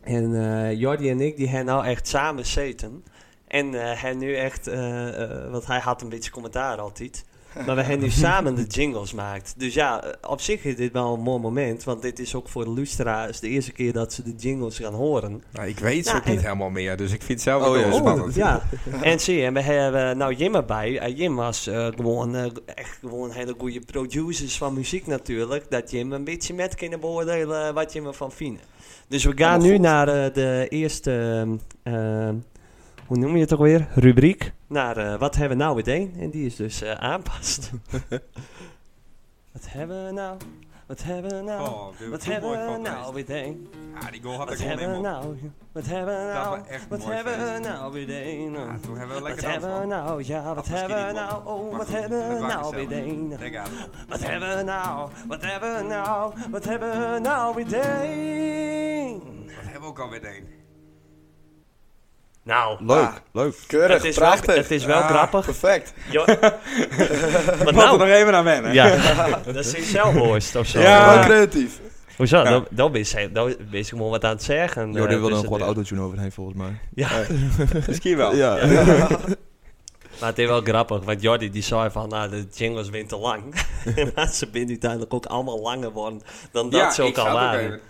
Speaker 1: En eh, Jordi en ik, die hebben nou echt samen zeten. En eh hij nu echt, eh, eh, want hij had een beetje commentaar altijd. Maar we hebben nu samen de jingles maakt. Dus ja, eh, op zich is dit wel een mooi moment. Want dit is ook voor de luisteraars de eerste keer dat ze de jingles gaan horen.
Speaker 2: Nou, ik weet ze
Speaker 1: Ja,
Speaker 2: ook niet
Speaker 1: en-
Speaker 2: helemaal meer, dus ik vind het zelf ook
Speaker 3: Oh,
Speaker 2: wel
Speaker 3: ja.
Speaker 2: spannend.
Speaker 1: Ja, en zie, en we hebben nou Jim erbij. En Jim was eh, gewoon, eh, echt gewoon een hele goede producers van muziek natuurlijk. Dat Jim een beetje met kunnen beoordelen eh, wat Jim ervan vindt. Dus we gaan
Speaker 2: Oh,
Speaker 4: Allemaal
Speaker 1: nu
Speaker 4: goed.
Speaker 1: naar eh, de eerste, ehm, hoe noem je het ook weer, rubriek. Naar eh, wat hebben we nou meteen? En die is dus eh, aanpast. wat hebben we nou? Wat hebben we nou?
Speaker 2: Oh, dit
Speaker 1: wat
Speaker 2: is een
Speaker 1: hebben
Speaker 2: mooi
Speaker 1: we
Speaker 2: van
Speaker 1: nou meteen?
Speaker 2: Ja, die goal had
Speaker 1: Wat
Speaker 2: ik gewoon
Speaker 1: hebben we
Speaker 2: helemaal.
Speaker 1: nou? Wat hebben we
Speaker 2: Dat
Speaker 1: nou?
Speaker 2: was echt
Speaker 1: Wat
Speaker 2: mooi
Speaker 1: hebben we
Speaker 2: feest.
Speaker 1: nou weer deen?
Speaker 2: Ja, toen hebben
Speaker 1: Wat
Speaker 2: we lekker
Speaker 1: hebben we
Speaker 2: gedaan.
Speaker 1: nou? Ja, wat
Speaker 2: Afgeskiet
Speaker 1: hebben we
Speaker 2: die bal.
Speaker 1: nou? Oh,
Speaker 2: Maar
Speaker 1: wat
Speaker 2: goed,
Speaker 1: hebben
Speaker 2: het
Speaker 1: we
Speaker 2: waren
Speaker 1: nou
Speaker 2: zelf.
Speaker 1: weer deen?
Speaker 2: Denk aan.
Speaker 1: Wat hebben we nou? Wat hebben we nou? Wat hebben we nou weer deen?
Speaker 2: Wat hebben we ook alweer één?
Speaker 1: Nou,
Speaker 3: Leuk,
Speaker 4: Ah.
Speaker 3: leuk.
Speaker 4: keurig,
Speaker 1: het is wel,
Speaker 4: prachtig.
Speaker 1: het is wel
Speaker 2: Ah.
Speaker 1: grappig.
Speaker 4: Perfect.
Speaker 1: Jo- wat
Speaker 2: Wat er nog
Speaker 1: nou?
Speaker 2: even aan wennen.
Speaker 1: Ja, dat is in zelfhorst of zo.
Speaker 2: Ja.
Speaker 4: Wel creatief.
Speaker 1: Hoezo?
Speaker 2: Ja.
Speaker 1: Dan- Dan ben je- dan ben je gewoon wat aan het zeggen.
Speaker 3: Jordi
Speaker 1: eh,
Speaker 3: wil er nog
Speaker 1: tussen
Speaker 3: wat
Speaker 1: de-
Speaker 3: autotune overheen, volgens mij.
Speaker 1: Ja,
Speaker 2: Misschien wel.
Speaker 3: Ja.
Speaker 1: Maar het is wel grappig, want Jordi die zei van, nou, de jingles wint te lang. maar ze binnen uiteindelijk ook allemaal langer worden dan dat
Speaker 2: Ja,
Speaker 1: ze ook
Speaker 2: ik
Speaker 1: al
Speaker 2: zat
Speaker 1: waren.
Speaker 2: even.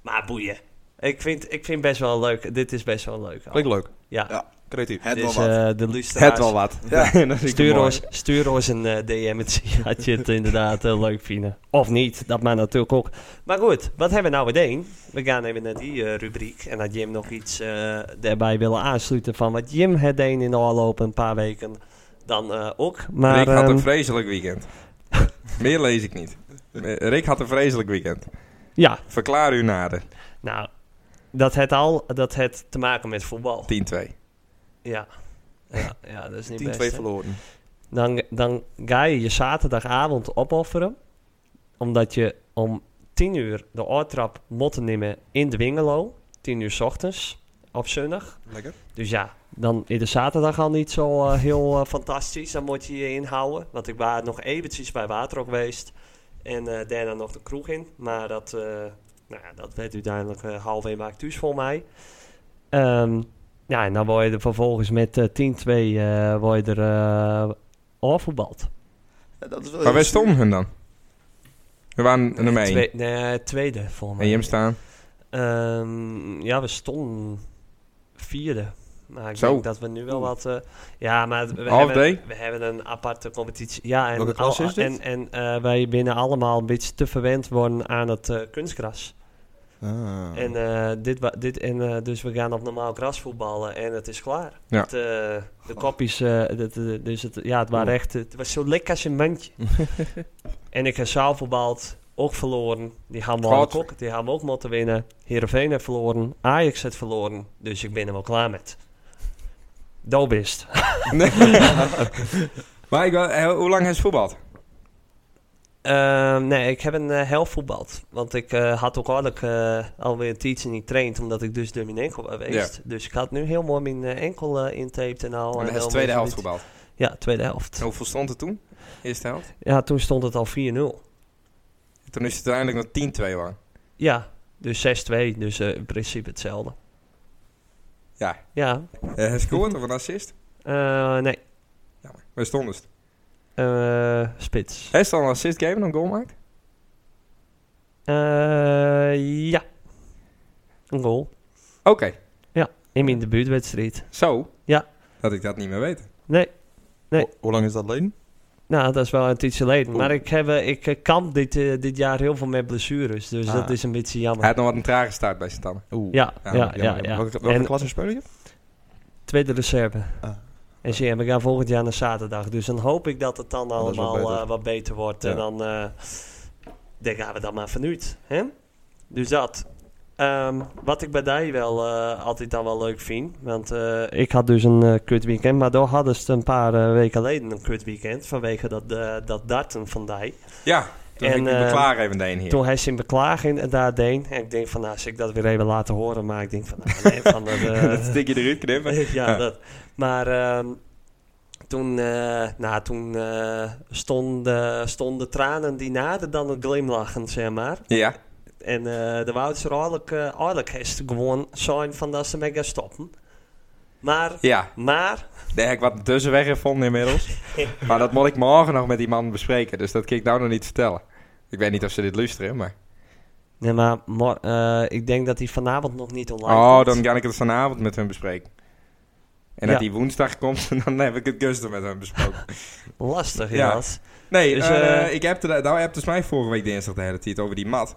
Speaker 1: Maar boeien. Ik vind, ik vind best wel leuk. Dit is best wel leuk.
Speaker 3: Klinkt leuk.
Speaker 1: Ja.
Speaker 4: Ja,
Speaker 3: Creatief.
Speaker 4: Het
Speaker 1: dus
Speaker 4: wel wat.
Speaker 1: eh, de
Speaker 2: Het
Speaker 1: luisteraars.
Speaker 2: wel wat.
Speaker 4: Ja.
Speaker 2: Dat vind ik
Speaker 1: Stuur
Speaker 2: mooi.
Speaker 1: ons, stuur ons een eh, DM en zie dat je het inderdaad eh, leuk vindt. Of niet, dat mag natuurlijk ook. Maar goed, wat hebben we nou meteen? We gaan even naar die eh, rubriek. En dat Jim nog iets eh daarbij willen aansluiten van wat Jim het deed in de afgelopen een paar weken. Dan eh, ook. Maar,
Speaker 2: Rick had
Speaker 1: ehm,
Speaker 2: een vreselijk weekend. Meer lees ik niet. Eh, Rick had een vreselijk weekend.
Speaker 1: ja,
Speaker 2: Verklaar u nader.
Speaker 1: nou, dat het al, dat het te maken met voetbal.
Speaker 2: 10-2.
Speaker 1: Ja. Ja, ja, dat is niet
Speaker 3: 10-2
Speaker 1: best. hè.
Speaker 3: verloren.
Speaker 1: dan, dan ga je je zaterdagavond opofferen. Omdat je om 10 uur de oortrap moet nemen in de Wingelo. 10 uur 's ochtends op zondag.
Speaker 3: Lekker.
Speaker 1: Dus ja, dan is de zaterdag al niet zo eh, heel eh, fantastisch. Dan moet je je inhouden. Want ik was nog eventjes bij Waterok geweest. En eh, daarna nog de kroeg in. Maar dat, eh, nou, ja, dat werd uiteindelijk eh, halverwege maakt thuis voor mij. Ehm, ja, en dan word je er vervolgens met eh, 10-2 eh, word je er eh afgebald.
Speaker 4: Ja, Oh, dat is wel
Speaker 2: Maar
Speaker 4: heel
Speaker 2: wij
Speaker 4: stoer.
Speaker 2: stonden hun dan? We waren nummer 1.
Speaker 1: Twee- nee, tweede voor mij.
Speaker 2: En Jim staan.
Speaker 1: Ehm, ja, we stonden vierde. Maar ik
Speaker 2: Zo.
Speaker 1: denk dat we nu wel wat... eh, ja, maar we
Speaker 2: Half
Speaker 1: hebben,
Speaker 2: day?
Speaker 1: we hebben een aparte competitie. Ja, en,
Speaker 3: Welke klas
Speaker 1: al-
Speaker 3: is dit?
Speaker 1: en, en eh, wij binnen allemaal een beetje te verwend worden aan het eh, kunstgras.
Speaker 3: Ah.
Speaker 1: En, eh, dit wa- dit, en eh, dus we gaan op normaal gras voetballen en het is klaar.
Speaker 2: Ja.
Speaker 1: Het, eh, de kopjes, eh, dat, eh, dus het, ja, het waren echt, het was zo lekker als een mandje. en ik heb zaal voetbald, ook verloren. Die hebben we
Speaker 2: God.
Speaker 1: ook, die hebben we ook moeten winnen. Heerenveen heeft verloren, Ajax heeft verloren, dus ik ben er wel klaar met. Dobist. Oh,
Speaker 2: maar ik, wou- eh, hoe lang is voetbal?
Speaker 1: Ehm, nee, ik heb een eh helft voetbald. Want ik eh, had ook eigenlijk eh, alweer een tijdje niet traind, omdat ik dus door mijn enkel was geweest. Dus ik had nu heel mooi mijn eh, enkel eh intaped en al. en
Speaker 2: Maar dat is
Speaker 1: heel
Speaker 2: de tweede
Speaker 1: mooi
Speaker 2: helft
Speaker 1: gebied.
Speaker 2: gebouwd.
Speaker 1: Ja, tweede helft.
Speaker 2: Hoeveel stond het toen? Eerste helft?
Speaker 1: Ja, toen stond het al 4-0.
Speaker 2: Toen is het uiteindelijk nog 10-2 lang.
Speaker 1: Ja, dus 6-2. Dus eh, in principe hetzelfde.
Speaker 2: Ja.
Speaker 1: Ja,
Speaker 2: Eh, Hij scoort of een assist?
Speaker 1: eh, nee.
Speaker 2: Jammer. Waar stond het?
Speaker 1: Eh, spits.
Speaker 2: Hij is al een assist gegeven, een goal maakt?
Speaker 1: Eh, ja. Een goal.
Speaker 2: Oké,
Speaker 1: In mijn debuutwedstrijd.
Speaker 2: zo.
Speaker 1: Ja.
Speaker 2: Dat ik dat niet meer weet.
Speaker 1: Nee, Nee.
Speaker 3: Ho- hoe lang is dat leen?
Speaker 1: nou, dat is wel een tijdje geleden.
Speaker 2: Oeh.
Speaker 1: Maar ik, heb, eh, ik eh, kamp dit, eh, dit jaar heel veel met blessures. Dus
Speaker 3: Ah.
Speaker 1: dat is een beetje jammer.
Speaker 2: Hij had nog wat een trage start bij Santanne.
Speaker 3: Oeh.
Speaker 1: Ja,
Speaker 2: Ja,
Speaker 1: ja, ja.
Speaker 3: jammer, jammer.
Speaker 1: ja.
Speaker 3: Welke, welke
Speaker 1: En-
Speaker 3: klasse speel je?
Speaker 1: Tweede reserve.
Speaker 3: Ah.
Speaker 1: En zie je, we gaan volgend jaar naar zaterdag. Dus dan hoop ik dat het dan
Speaker 3: is wat
Speaker 1: allemaal eh, wat
Speaker 3: beter.
Speaker 1: beter, wordt.
Speaker 3: Ja.
Speaker 1: En dan eh, daar gaan we dan maar vanuit. Hè? Dus dat. Ehm, wat ik bij Dai wel eh, altijd dan wel leuk vind. Want eh, ik had dus een eh, kut weekend. Maar daar hadden ze het een paar eh, weken geleden een kut weekend. Vanwege dat, eh, dat darten van Dai.
Speaker 2: Ja, toen
Speaker 1: En,
Speaker 2: ging ik
Speaker 1: eh,
Speaker 2: me klaar even heen hier.
Speaker 1: Toen hij zijn beklaging en daar deed. En ik denk van, nou, als ik dat weer even laten horen. Maar ik denk van, nou, nee, van dat, eh,
Speaker 2: dat stik je eruit knippen.
Speaker 1: ja,
Speaker 2: Ja.
Speaker 1: dat. Maar ehm, toen, eh, nou, toen eh, stonden, stonden tranen die nader dan het glimlachen, zeg maar.
Speaker 2: Ja,
Speaker 1: En eh de Wouters er eigenlijk, eh, eigenlijk heeft gewoon zijn van dat ze mee gaan stoppen. Maar,
Speaker 2: ja.
Speaker 1: maar,
Speaker 2: Daar heb ik wat tussenweg gevonden inmiddels. maar dat moet ik morgen nog met die man bespreken. Dus dat kan ik nou nog niet vertellen. Ik weet niet of ze dit luisteren, maar...
Speaker 1: nee, maar mor- eh, ik denk dat hij vanavond nog niet online
Speaker 2: Oh,
Speaker 1: komt.
Speaker 2: dan ga ik het vanavond met hun bespreken. En
Speaker 1: Ja.
Speaker 2: dat die woensdag komt, dan heb ik het guster met hem besproken.
Speaker 1: Lastig,
Speaker 2: Ja.
Speaker 1: ja.
Speaker 2: Nee,
Speaker 1: Dus,
Speaker 2: eh,
Speaker 1: eh,
Speaker 2: ik heb de, nou, hebt dus mij vorige week dinsdag de hele tijd over die mat.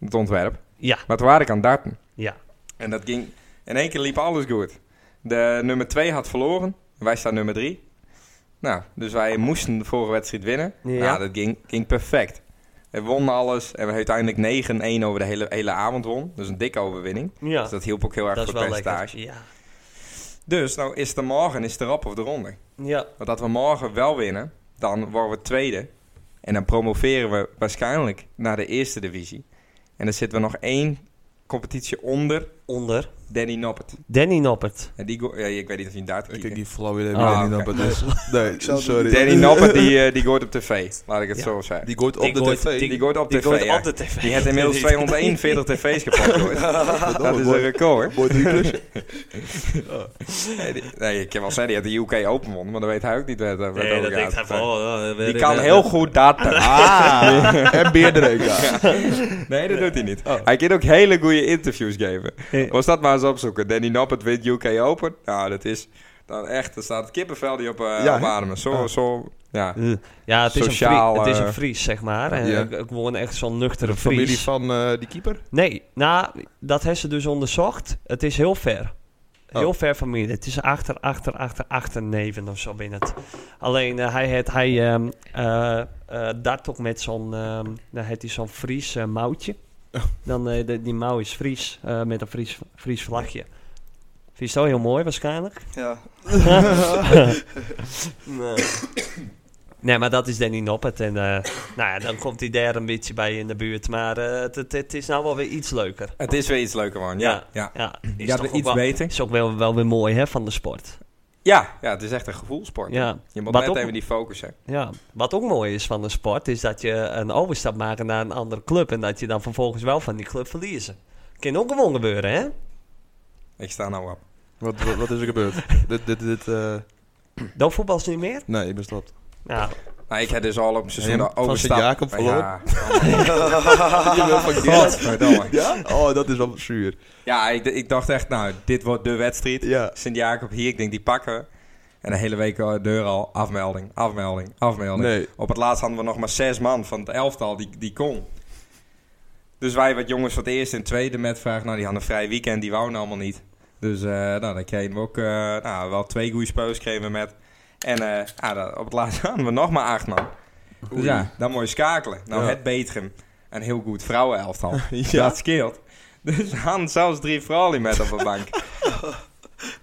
Speaker 2: Het ontwerp.
Speaker 1: Ja,
Speaker 2: Maar toen waren ik aan het darten.
Speaker 1: ja.
Speaker 2: En dat ging... In één keer liep alles goed. De nummer 2 had verloren. Wij staan nummer 3. Nou, dus wij moesten de vorige wedstrijd winnen.
Speaker 1: Ja.
Speaker 2: Nou, dat ging, ging perfect. We wonnen alles. En we hebben uiteindelijk 9-1 over de hele, hele avond won. Dus een dikke overwinning.
Speaker 1: ja.
Speaker 2: Dus dat hielp ook heel erg
Speaker 1: dat is
Speaker 2: voor
Speaker 1: wel
Speaker 2: het percentage.
Speaker 1: lekker. Ja.
Speaker 2: Dus nou is de morgen is de rap of de ronde.
Speaker 1: ja,
Speaker 2: Want als we morgen wel winnen, dan worden we tweede. En dan promoveren we waarschijnlijk naar de eerste divisie. En dan zitten we nog één competitie onder
Speaker 1: onder
Speaker 2: Danny Noppert.
Speaker 1: Danny Noppert.
Speaker 2: En die go- ja, ik weet niet of hij daar te
Speaker 3: Ik
Speaker 2: kijken.
Speaker 3: denk die flauw idee.
Speaker 1: Ah,
Speaker 3: weet niet op het is. Nee,
Speaker 4: zou het
Speaker 3: sorry.
Speaker 2: Danny Noppert die, eh die gooit op tv. Laat ik het
Speaker 1: Ja.
Speaker 2: zo zeggen.
Speaker 3: Die gooit op
Speaker 1: Die
Speaker 3: de
Speaker 1: gooit-
Speaker 3: tv.
Speaker 2: Die, gooit op
Speaker 1: Die
Speaker 2: tv.
Speaker 1: komt
Speaker 2: ja.
Speaker 1: op de tv.
Speaker 2: Die heeft inmiddels 241 tv's gepakt. hoor. Dat is een record.
Speaker 3: Mooi drie plus.
Speaker 2: Nee, die- Nee, ik kan wel zeggen, die had de UK Open won, maar dan weet hij ook niet waar het waar het
Speaker 1: Nee,
Speaker 2: over
Speaker 1: dat denkt hij
Speaker 2: gaat.
Speaker 1: van... oh, eh, we-
Speaker 2: Die
Speaker 1: we-
Speaker 2: kan
Speaker 1: we-
Speaker 2: heel goed daten.
Speaker 3: Ah, en beerdreuk. Ja.
Speaker 2: Nee, dat doet hij niet.
Speaker 1: Oh.
Speaker 2: Hij kan ook hele goede interviews geven.
Speaker 1: Eh.
Speaker 2: Was dat maar eens opzoeken. Danny Noppert wint UK Open. Nou, dat is dan echt... Er staat het kippenvel die op, eh
Speaker 3: Ja,
Speaker 2: op
Speaker 3: hè?
Speaker 2: ademen. Zo,
Speaker 1: Oh.
Speaker 3: Ah.
Speaker 2: zo... Ja.
Speaker 1: Ja, het is,
Speaker 2: Sociaal,
Speaker 1: een Fries, het is
Speaker 2: eh,
Speaker 1: een Fries, zeg maar. En
Speaker 3: ja.
Speaker 1: ik, ik woon echt zo'n nuchtere Fries.
Speaker 3: Familie van eh, die keeper?
Speaker 1: Nee, nou, dat hebben ze dus onderzocht. Het is heel ver. Heel
Speaker 3: Oh.
Speaker 1: ver van mij. Het is achter, achter, achter, achter Neven of zo binnen het. Alleen eh, hij, het, hij ehm eh, eh, dart ook met zo'n... ehm dan heeft hij zo'n Fries eh, mouwtje. Dan, eh, de- die mouw is Fries, eh, met een Fries, Fries vlagje. Vind je zo heel mooi waarschijnlijk?
Speaker 4: Ja,
Speaker 1: nee. nee, maar dat is Danny Noppert. En eh, nou ja, dan komt hij daar een beetje bij in de buurt. Maar eh, het, het, het is nou wel weer iets leuker.
Speaker 2: Het is weer iets leuker, man. Ja,
Speaker 1: Ja.
Speaker 2: ja.
Speaker 1: Ja, is
Speaker 2: Ja,
Speaker 1: toch
Speaker 2: weer
Speaker 1: ook
Speaker 2: iets
Speaker 1: wel,
Speaker 2: beter.
Speaker 1: is ook wel, wel weer mooi hè, van de sport.
Speaker 2: Ja, ja, het is echt een gevoelsport.
Speaker 1: Ja.
Speaker 2: Je moet
Speaker 1: Wat
Speaker 2: net
Speaker 1: ook-
Speaker 2: even die focus hebben.
Speaker 1: Ja. Wat ook mooi is van de sport, is dat je een overstap maakt naar een andere club. En dat je dan vervolgens wel van die club verliezen. Kan ook gewoon gebeuren, hè?
Speaker 2: Ik sta nou op.
Speaker 3: Wat, wat, wat is er gebeurd? dit, dit, dit, eh,
Speaker 1: Dan voetbal is niet meer.
Speaker 3: nee, ik ben stopt.
Speaker 1: Nou,
Speaker 2: Nou, ik heb dus al op een seizoen
Speaker 3: Ja,
Speaker 2: de
Speaker 3: van
Speaker 2: overstap.
Speaker 3: Sint-Jacob
Speaker 2: Maar
Speaker 3: verloren. Ah,
Speaker 2: Ja, godverdomme.
Speaker 3: Ja? Oh, dat is wel zuur.
Speaker 2: Ja, ik, ik dacht echt, nou, dit wordt de wedstrijd.
Speaker 3: Ja.
Speaker 2: Sint-Jacob hier, ik denk die pakken we. En de hele week eh, deur al, afmelding, afmelding, afmelding.
Speaker 3: Nee.
Speaker 2: Op het laatst hadden we nog maar zes man van het elftal die, die kon. Dus wij wat jongens van het eerste en tweede met vraag. Nou, die hadden een vrij weekend, die wouden allemaal niet. Dus eh, nou, dan kregen we ook eh, nou, wel twee goede speus kregen we met. En eh, ah, dat- op het laatst hadden we nog maar acht man. Dus ja, dan moet je schakelen. Nou,
Speaker 3: Ja.
Speaker 2: het Betrum. Een heel goed vrouwenelftal.
Speaker 3: Ja.
Speaker 2: Dat scheelt. Dus we hadden zelfs drie vrouwen met op de bank.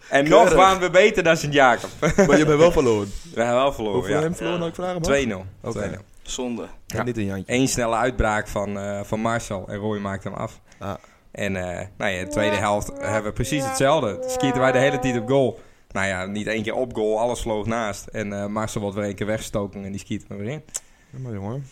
Speaker 2: en nog
Speaker 4: Keurig.
Speaker 2: waren we beter dan Sint-Jacob.
Speaker 3: Maar je bent wel verloren. eh,
Speaker 2: We hebben wel verloren,
Speaker 3: Hoeveel
Speaker 2: ja.
Speaker 3: hem verloren, had ik vragen mag?
Speaker 2: 2-0.
Speaker 3: Oké.
Speaker 2: 2-0.
Speaker 4: Zonde.
Speaker 3: En
Speaker 2: Ja.
Speaker 3: niet een Jantje.
Speaker 2: Eén snelle uitbraak van, eh, van Marcel en Roy maakt hem af.
Speaker 3: Ah.
Speaker 2: En eh, nou ja, de tweede helft hebben we precies hetzelfde. Skieten wij de hele tijd op goal. Nou ja, niet één keer op goal, alles vloog naast. En eh, Marcel wordt weer één keer weggestoken en die skiet hem weer in.
Speaker 3: Ja, maar jongen.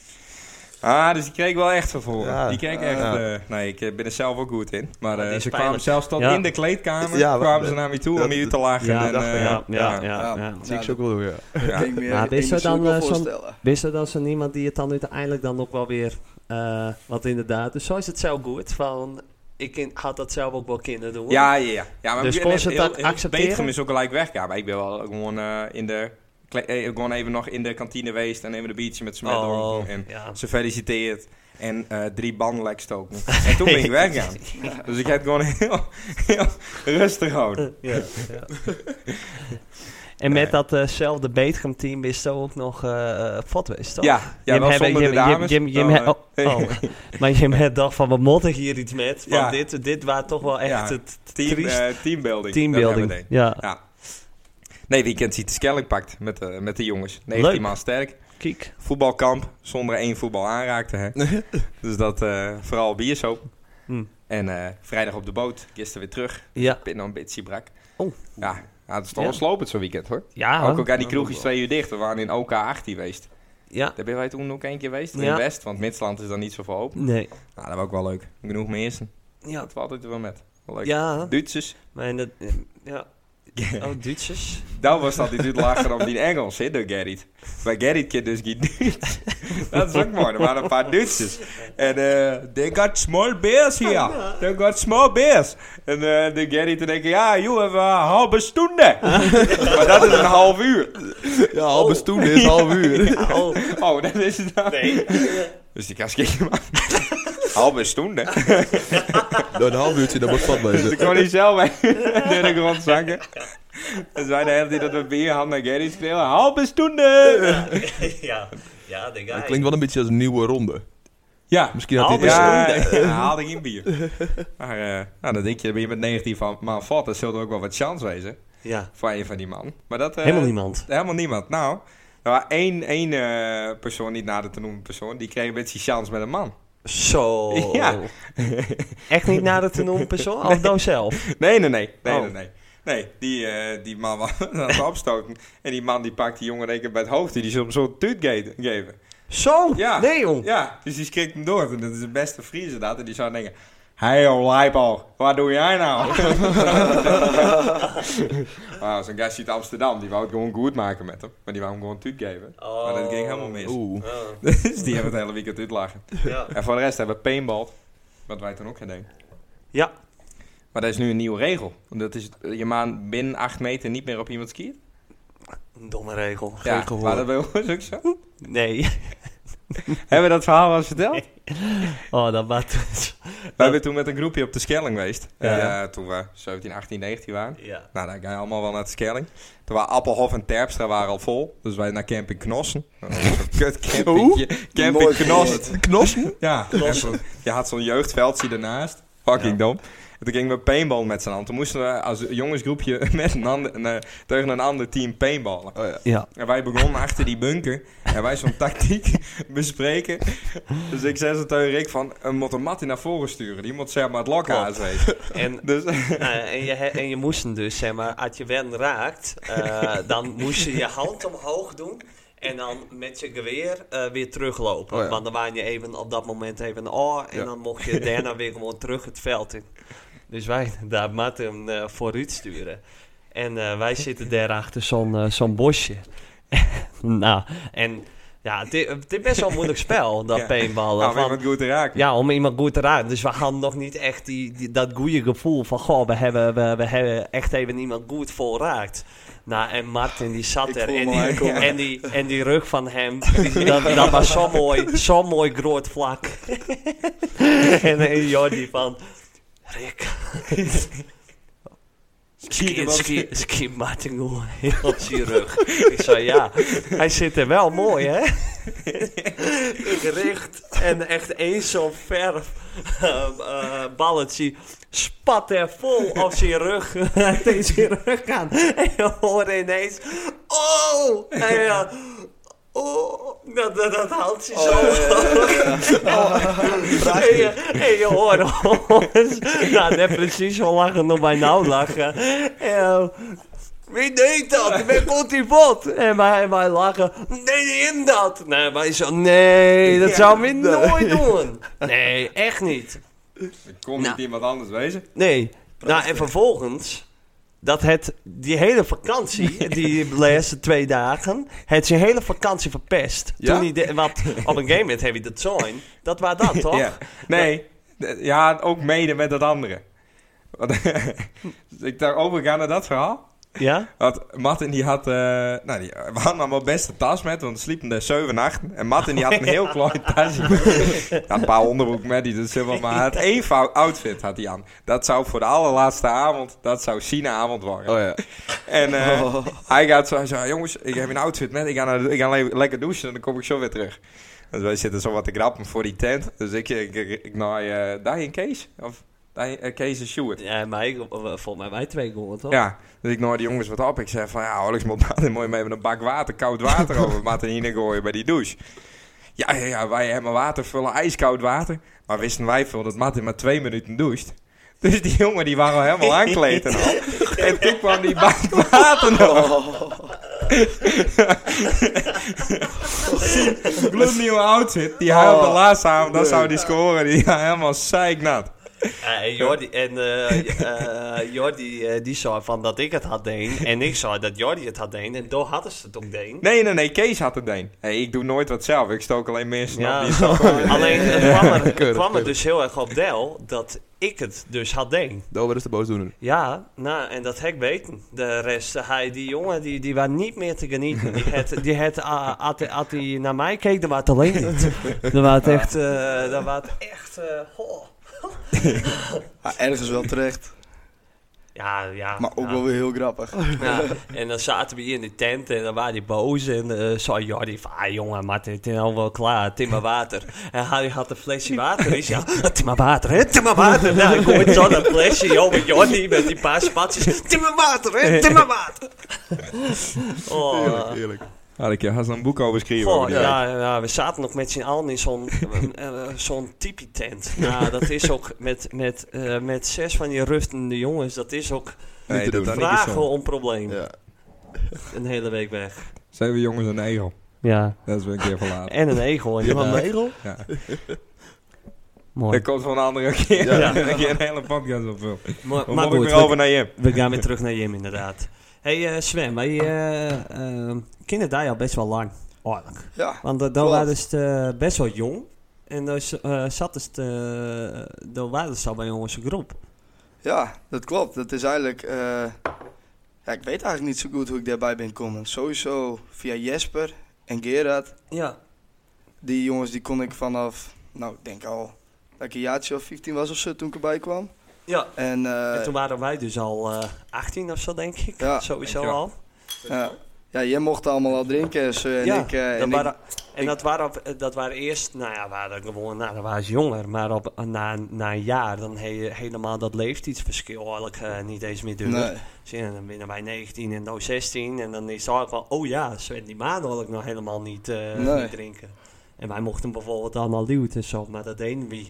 Speaker 2: Ah, dus die kreeg wel echt vervolgens.
Speaker 3: Ja.
Speaker 2: Die kreeg echt...
Speaker 3: Ja.
Speaker 2: eh, nee, ik eh, ben er zelf ook goed in. Maar
Speaker 1: Maar
Speaker 2: eh,
Speaker 1: die
Speaker 2: ze
Speaker 1: is
Speaker 2: kwamen
Speaker 1: pijnlijk.
Speaker 2: zelfs tot
Speaker 1: Ja.
Speaker 2: in de kleedkamer.
Speaker 3: Ja, maar-
Speaker 2: kwamen ze naar me toe om
Speaker 3: dat-
Speaker 2: hier te lachen.
Speaker 1: Ja,
Speaker 2: en,
Speaker 3: dacht
Speaker 2: eh,
Speaker 3: ik,
Speaker 1: Ja, ja, ja.
Speaker 4: Ja.
Speaker 1: ja.
Speaker 3: Zie ik ze ook wel doen, ja.
Speaker 2: Ja.
Speaker 4: Ik denk meer
Speaker 1: Maar
Speaker 4: ik
Speaker 1: ben je
Speaker 4: moet
Speaker 1: dan,
Speaker 4: me ook wel
Speaker 1: eh, zo'n-
Speaker 4: voorstellen.
Speaker 1: Wist dat als er niemand die het dan uiteindelijk dan ook wel weer eh, wat inderdaad. Dus zo is het zo goed. Van, ik in- had dat zelf ook wel kinderen doen.
Speaker 2: Ja, ja, ja. ja maar
Speaker 1: Dus
Speaker 2: ik-
Speaker 1: kon ze
Speaker 2: heel-
Speaker 1: dat
Speaker 2: heel- heel
Speaker 1: accepteren?
Speaker 2: Petegem is ook gelijk weg. Ja, maar ik ben wel gewoon eh, in de... kle- eh, Gewoon even nog in de kantine geweest en even een biertje met z'n met
Speaker 1: oh,
Speaker 2: En
Speaker 1: ja.
Speaker 2: ze feliciteert. En eh, drie banden lek stoken. En toen ben ik weggegaan. Dus ik heb gewoon heel, heel rustig houden.
Speaker 1: Ja, ja. En met datzelfde Beetgem team is zo ook nog eh eh, Fot geweest, toch?
Speaker 2: Ja, ja
Speaker 1: Jim
Speaker 2: wel
Speaker 1: hebben-
Speaker 2: zonder de
Speaker 1: Jim- Jim-
Speaker 2: dames.
Speaker 1: Jim- Jim
Speaker 2: Dan,
Speaker 1: he-
Speaker 2: eh,
Speaker 1: oh, oh. Maar je hebt dacht van, we moeten hier iets met. Want
Speaker 2: Ja.
Speaker 1: dit, dit waren toch wel echt
Speaker 2: Ja.
Speaker 1: het
Speaker 2: Team,
Speaker 1: triest
Speaker 2: eh, teambuilding. Dat
Speaker 1: teambuilding.
Speaker 2: hebben we
Speaker 1: Ja,
Speaker 2: deed. nee, weekend ziet de Skelling pakt met, de- met de jongens. 19
Speaker 1: Leuk.
Speaker 2: man sterk.
Speaker 1: kiek.
Speaker 2: Voetbalkamp zonder één voetbal aanraakte. Hè. dus dat eh, vooral biersoop.
Speaker 1: Hm.
Speaker 2: En eh, vrijdag op de boot. Gisteren weer terug.
Speaker 1: Ja,
Speaker 2: Pin een beetje brak.
Speaker 1: Oh.
Speaker 2: Ja, ja, het is toch wel
Speaker 1: Ja.
Speaker 2: slopend zo'n weekend hoor.
Speaker 1: ja.
Speaker 2: ook, ook aan die
Speaker 1: Ja,
Speaker 2: kroegjes
Speaker 1: ook
Speaker 2: twee uur dicht. We waren in OK18 geweest.
Speaker 1: ja.
Speaker 2: Daar ben wij toen ook één keer geweest. In
Speaker 1: Ja.
Speaker 2: West, want Midsland is dan niet zoveel open.
Speaker 1: Nee.
Speaker 2: Nou, dat was ook wel leuk. Genoeg mensen.
Speaker 1: Ja,
Speaker 2: Dat valt altijd wel met. Wel leuk.
Speaker 1: ja.
Speaker 2: Duitsers.
Speaker 1: Maar in de- ja. Oh, Duitsers.
Speaker 2: Daar was dat die doet lachen dan die Engels, hè, door Gerrit. Bij Gerrit kan dus geen Duits. dat is ook mooi, er waren een paar Duitsers. En eh, they got small beers here. They got small beers. En eh, de Gerrit te denken, ja, you have a halve stunde. maar dat is een half uur.
Speaker 3: Ja, half bestoen is half uur.
Speaker 1: Ja, oh.
Speaker 2: Oh, dat is het dan. Nee. Dus ik ga schikken, man. halve stunde.
Speaker 3: Door een half uurtje, dan wordt het vat
Speaker 2: Dus ik kon niet zelf bij door de grond zakken. Dus wij de hele tijd dat we bierhand naar Gerrit spelen. Halve stunde.
Speaker 1: ja. Ja, de guy.
Speaker 3: Dat klinkt wel een beetje als een nieuwe ronde.
Speaker 2: Ja,
Speaker 3: Misschien had hij...
Speaker 1: Halve stunde.
Speaker 2: ja, ja, dan haalde geen bier. Maar eh, nou, dan denk je, dan ben je met 19 van, man valt. Dan zullen er ook wel wat chance wezen
Speaker 1: Ja,
Speaker 2: voor een van die man. Maar dat, eh,
Speaker 1: helemaal niemand.
Speaker 2: Helemaal niemand. Nou, er was één, één eh, persoon, niet nader te noemen persoon, die kreeg een beetje chance met een man.
Speaker 1: Zo.
Speaker 2: Ja.
Speaker 1: Echt niet nader te noemen persoon? Of dan zelf?
Speaker 2: Nee, nee, nee. Nee,
Speaker 1: Oh.
Speaker 2: nee, nee. Nee, die, eh, die man was aan het opstoten. En die man die pakt die jongen in één keer bij het hoofd. En die zult hem zo'n tuut ge- geven.
Speaker 1: Zo?
Speaker 2: Ja.
Speaker 1: Nee, jong.
Speaker 2: Ja, dus die schrikt hem door. En dat is de beste Friese dat. En die zou denken... Hey, joh, Leipo, wat doe jij nou? maar zo'n gast uit Amsterdam, die wou het gewoon goed maken met hem. Maar die wou hem gewoon tuut geven.
Speaker 1: Oh.
Speaker 2: Maar dat ging helemaal mis.
Speaker 3: Oeh.
Speaker 2: dus die hebben het hele weekend uitlachen.
Speaker 1: Ja.
Speaker 2: En voor de rest hebben we paintball. Wat wij toen ook gaan doen.
Speaker 1: Ja.
Speaker 2: Maar dat is nu een nieuwe regel. Dat is eh, je maan binnen 8 meter niet meer op iemand skiet.
Speaker 1: Een Domme regel. Geen
Speaker 2: Ja,
Speaker 1: gehoor.
Speaker 2: maar dat bij ons ook zo.
Speaker 1: Nee.
Speaker 2: Hebben we dat verhaal wel eens verteld?
Speaker 1: Oh, dat maakt
Speaker 2: We hebben toen met een groepje op de Skelling geweest.
Speaker 1: Ja.
Speaker 2: Eh, toen we 17, 18, 19 waren.
Speaker 1: Ja.
Speaker 2: Nou, dan ga je allemaal wel naar de Skelling. Toen waren Appelhof en Terpstra waren al vol. Dus wij naar Camping Knossen. Dat was Zo'n kut campingje. Camping
Speaker 4: Nooit
Speaker 2: Knossen.
Speaker 3: Knossen?
Speaker 2: Ja, en zo- je had zo'n jeugdveldje daarnaast. Fucking dom. En toen gingen we paintballen met z'n allen. Toen moesten we als jongensgroepje met een ander, een, eh, tegen een ander team paintballen.
Speaker 3: Oh ja.
Speaker 1: Ja.
Speaker 2: En wij begonnen achter die bunker. En wij zo'n tactiek bespreken. Dus ik zei zo tegen Rick van... "Eh, We moeten Matty naar voren sturen. Die moet zeg maar het lokhuis weten.
Speaker 1: En,
Speaker 2: Dus
Speaker 1: nou, en, je, he- en je moest hem dus, zeg maar, als je wen raakt, eh, dan moest je je hand omhoog doen. En dan met je geweer eh, weer teruglopen.
Speaker 3: Oh ja.
Speaker 1: Want dan waren je even op dat moment even oh. En
Speaker 3: Ja.
Speaker 1: dan mocht je daarna weer gewoon terug het veld in. Dus wij daar matten hem eh, vooruit sturen. En eh, wij zitten daar achter zo'n eh, zo'n bosje. nou, en ja, het is, het is best wel een moeilijk spel, dat
Speaker 2: Ja.
Speaker 1: paintballen.
Speaker 2: nou,
Speaker 1: want-
Speaker 2: weer wat goed te raken.
Speaker 1: ja, om iemand goed te raken. Dus we hadden nog niet echt die, die- dat goede gevoel van... Goh, we hebben, we, we hebben echt even iemand goed volraakt. Nou, en Martin die zat
Speaker 4: Ik
Speaker 1: er.
Speaker 4: voel
Speaker 1: En
Speaker 4: me
Speaker 1: die,
Speaker 4: aankomen.
Speaker 1: en, die, en die rug van hem, die- dat, dat was zo mooi, zo mooi groot vlak. en, en Jordi van... Rick, ski, ski, ski Martin goed heel op zijn rug. Ik zei, ja, hij zit er wel mooi, hè? Ik richt en echt één zo'n verf eh, eh, balletje spat er vol op zijn rug, tegen zijn rug aan. En je hoorde ineens, oh! En, ja, oh! Dat, dat, dat haalt ze
Speaker 4: Oh,
Speaker 1: zo.
Speaker 4: ja, ja,
Speaker 1: Hé, hey, eh, hey, je hoorde ons. Nou, net precies zo lachen nog bij nou lachen. Eh, wie deed dat? Waar komt die bot? En wij, en wij lachen. Deed hem dat? Nee, wij zo. Nee, dat zou we nooit doen. Nee, echt niet.
Speaker 2: Ik kon
Speaker 1: Nou.
Speaker 2: niet iemand anders wezen.
Speaker 1: Nee. Nou, en vervolgens, dat het die hele vakantie, die laatste twee dagen, het zijn hele vakantie verpest.
Speaker 3: Ja?
Speaker 1: Toen hij de, wat op een game met Heavy the Join, dat was dat toch?
Speaker 2: Ja. Nee, d- ja, ook mede met dat andere. Want, dus ik daar overgaan naar dat verhaal.
Speaker 1: ja?
Speaker 2: Want Martin die had, eh, nou die, we hadden allemaal best een tas met, want we sliepen er 7 nachten. En Martin die had een heel klein tasje. Ja, een paar onderbroek met die, dus helemaal, maar hij had één vou- outfit had hij aan. Dat zou voor de allerlaatste avond, dat zou China-avond worden.
Speaker 3: Oh ja.
Speaker 2: En eh,
Speaker 4: Oh.
Speaker 2: hij gaat zo, hij zei, jongens, ik heb een outfit met, ik ga, naar de- ik ga le- lekker douchen en dan kom ik zo weer terug. Dus wij zitten zo wat te grappen voor die tent. Dus ik, ik, ik, ik naar eh daar in Kees, of daar in- eh, Kees en Stuart.
Speaker 1: Ja, mij, eh, volgens mij wij twee gewonnen, toch?
Speaker 2: Ja, dus ik nooi die jongens wat op. Ik zei van, ja, Alex moet Martin mooi mee met een bak water, koud water over Martin heen gooien bij die douche. Ja, ja, ja, wij hebben water vullen, ijskoud water. Maar wisten wij veel dat Martin maar twee minuten doucht. Dus die jongen die waren al helemaal aankleed en al. En toen kwam die bak water nog. Gloednieuwe outfit, die hij op de laatste avond, dan zou die scoren. Die hij helemaal zeiknat.
Speaker 1: Eh, en Jordi, en, eh, eh, Jordi eh, die zei van dat ik het had deed. En ik zei dat Jordi het had deed. En door hadden ze het ook deed.
Speaker 2: Nee, nee, nee, Kees had het een. Hey, ik doe nooit wat zelf, ik stook alleen mensen op.
Speaker 1: Ja.
Speaker 2: Die stoken weer.
Speaker 1: Alleen het kwam, er, het
Speaker 3: Keurig,
Speaker 1: kwam er
Speaker 3: keurig.
Speaker 1: dus heel erg op del dat ik het dus had deed.
Speaker 3: Doe, wat is de boosdoener?
Speaker 1: Ja, nou, en dat hek weten. De rest, eh, hij, die jongen, die, die was niet meer te genieten. Die had, die had, ah, had, had hij naar mij keek, dan was het alleen niet. Dan was het echt, eh dan was het echt, eh, goh.
Speaker 4: Maar ergens wel terecht.
Speaker 1: Ja, ja.
Speaker 4: Maar ook
Speaker 1: ja.
Speaker 4: wel weer heel grappig.
Speaker 1: Ja, en dan zaten we hier in die tent en dan waren die boos. En eh zei Jordi van, ah jongen, Martin, het is al wel klaar, tim maar water. En Harry had een flesje water. Ik zei, ja, tim maar water, hè, tim maar water. Nou, dan komt zo dat flesje, joh, met Jordi met die paar spatjes. Tim maar water, hè, tim maar water. Oh, eh,
Speaker 3: Eerlijk.
Speaker 2: Had ik je haast een boek over geschreven.
Speaker 1: goh,
Speaker 2: over die tijd.
Speaker 1: ja, ja, we zaten nog met z'n allen in zo'n eh, eh, zo'n tipi-tent. Nou, dat is ook met, met, eh, met zes van die rustende jongens, dat is ook
Speaker 2: Nee,
Speaker 3: Niet te
Speaker 2: doe
Speaker 3: doen.
Speaker 2: het niet.
Speaker 1: vragen om probleem.
Speaker 3: Ja.
Speaker 1: Een hele week weg.
Speaker 2: Zijn we jongens een egel?
Speaker 1: Ja,
Speaker 2: Dat is weer een keer verlaten.
Speaker 1: Oh. en een egel
Speaker 3: Je had een
Speaker 1: inderdaad.
Speaker 3: egel?
Speaker 2: Ja.
Speaker 1: Mooi.
Speaker 2: Dat komt van een andere keer.
Speaker 1: Ja.
Speaker 2: Ja. een keer een hele podcast op wil.
Speaker 1: Mooi,
Speaker 2: Dan
Speaker 1: maar
Speaker 2: moet ik
Speaker 1: goed,
Speaker 2: weer over
Speaker 1: we,
Speaker 2: naar Jim.
Speaker 1: we gaan weer terug naar Jim inderdaad. Hé hey, Sven, wij eh eh kennen daar al best wel lang. Oorlijk.
Speaker 4: Ja,
Speaker 1: Want eh, daar
Speaker 4: Klopt.
Speaker 1: waren dus eh, best wel jong. En daar is, eh, zat dus de, daar waren dus al bij onze groep.
Speaker 4: ja dat klopt. Dat is eigenlijk... eh, ja, ik weet eigenlijk niet zo goed hoe ik daarbij ben komen. Sowieso via Jesper en Gerard.
Speaker 1: Ja.
Speaker 4: Die jongens die kon ik vanaf... Nou, ik denk al dat ik een jaartje of 15 was of zo toen ik erbij kwam.
Speaker 1: ja.
Speaker 4: En, eh,
Speaker 1: en toen waren wij dus al eh 18 of zo, denk ik.
Speaker 4: Ja.
Speaker 1: Sowieso
Speaker 2: Dankjewel.
Speaker 1: al.
Speaker 4: ja, ja, jij mocht allemaal al drinken. en zo. en
Speaker 1: Ja,
Speaker 4: ik, eh,
Speaker 1: Dat
Speaker 4: en ik-
Speaker 1: waren, en
Speaker 4: ik-
Speaker 1: dat waren, op- eh, dat waren eerst, nou ja, waren gewoon, nou, dan waren ze jonger. Maar op, na, na een jaar, dan he, helemaal dat leeftijdsverschil eigenlijk eh, niet eens meer duur.
Speaker 4: Nee.
Speaker 1: Dus ja, dan winnen wij 19 en dan 16. En dan is het eigenlijk wel, oh ja, Sven die Maan wil ik nog helemaal niet, eh,
Speaker 4: Nee.
Speaker 1: niet drinken. En wij mochten bijvoorbeeld allemaal Liewt en zo, maar dat deden we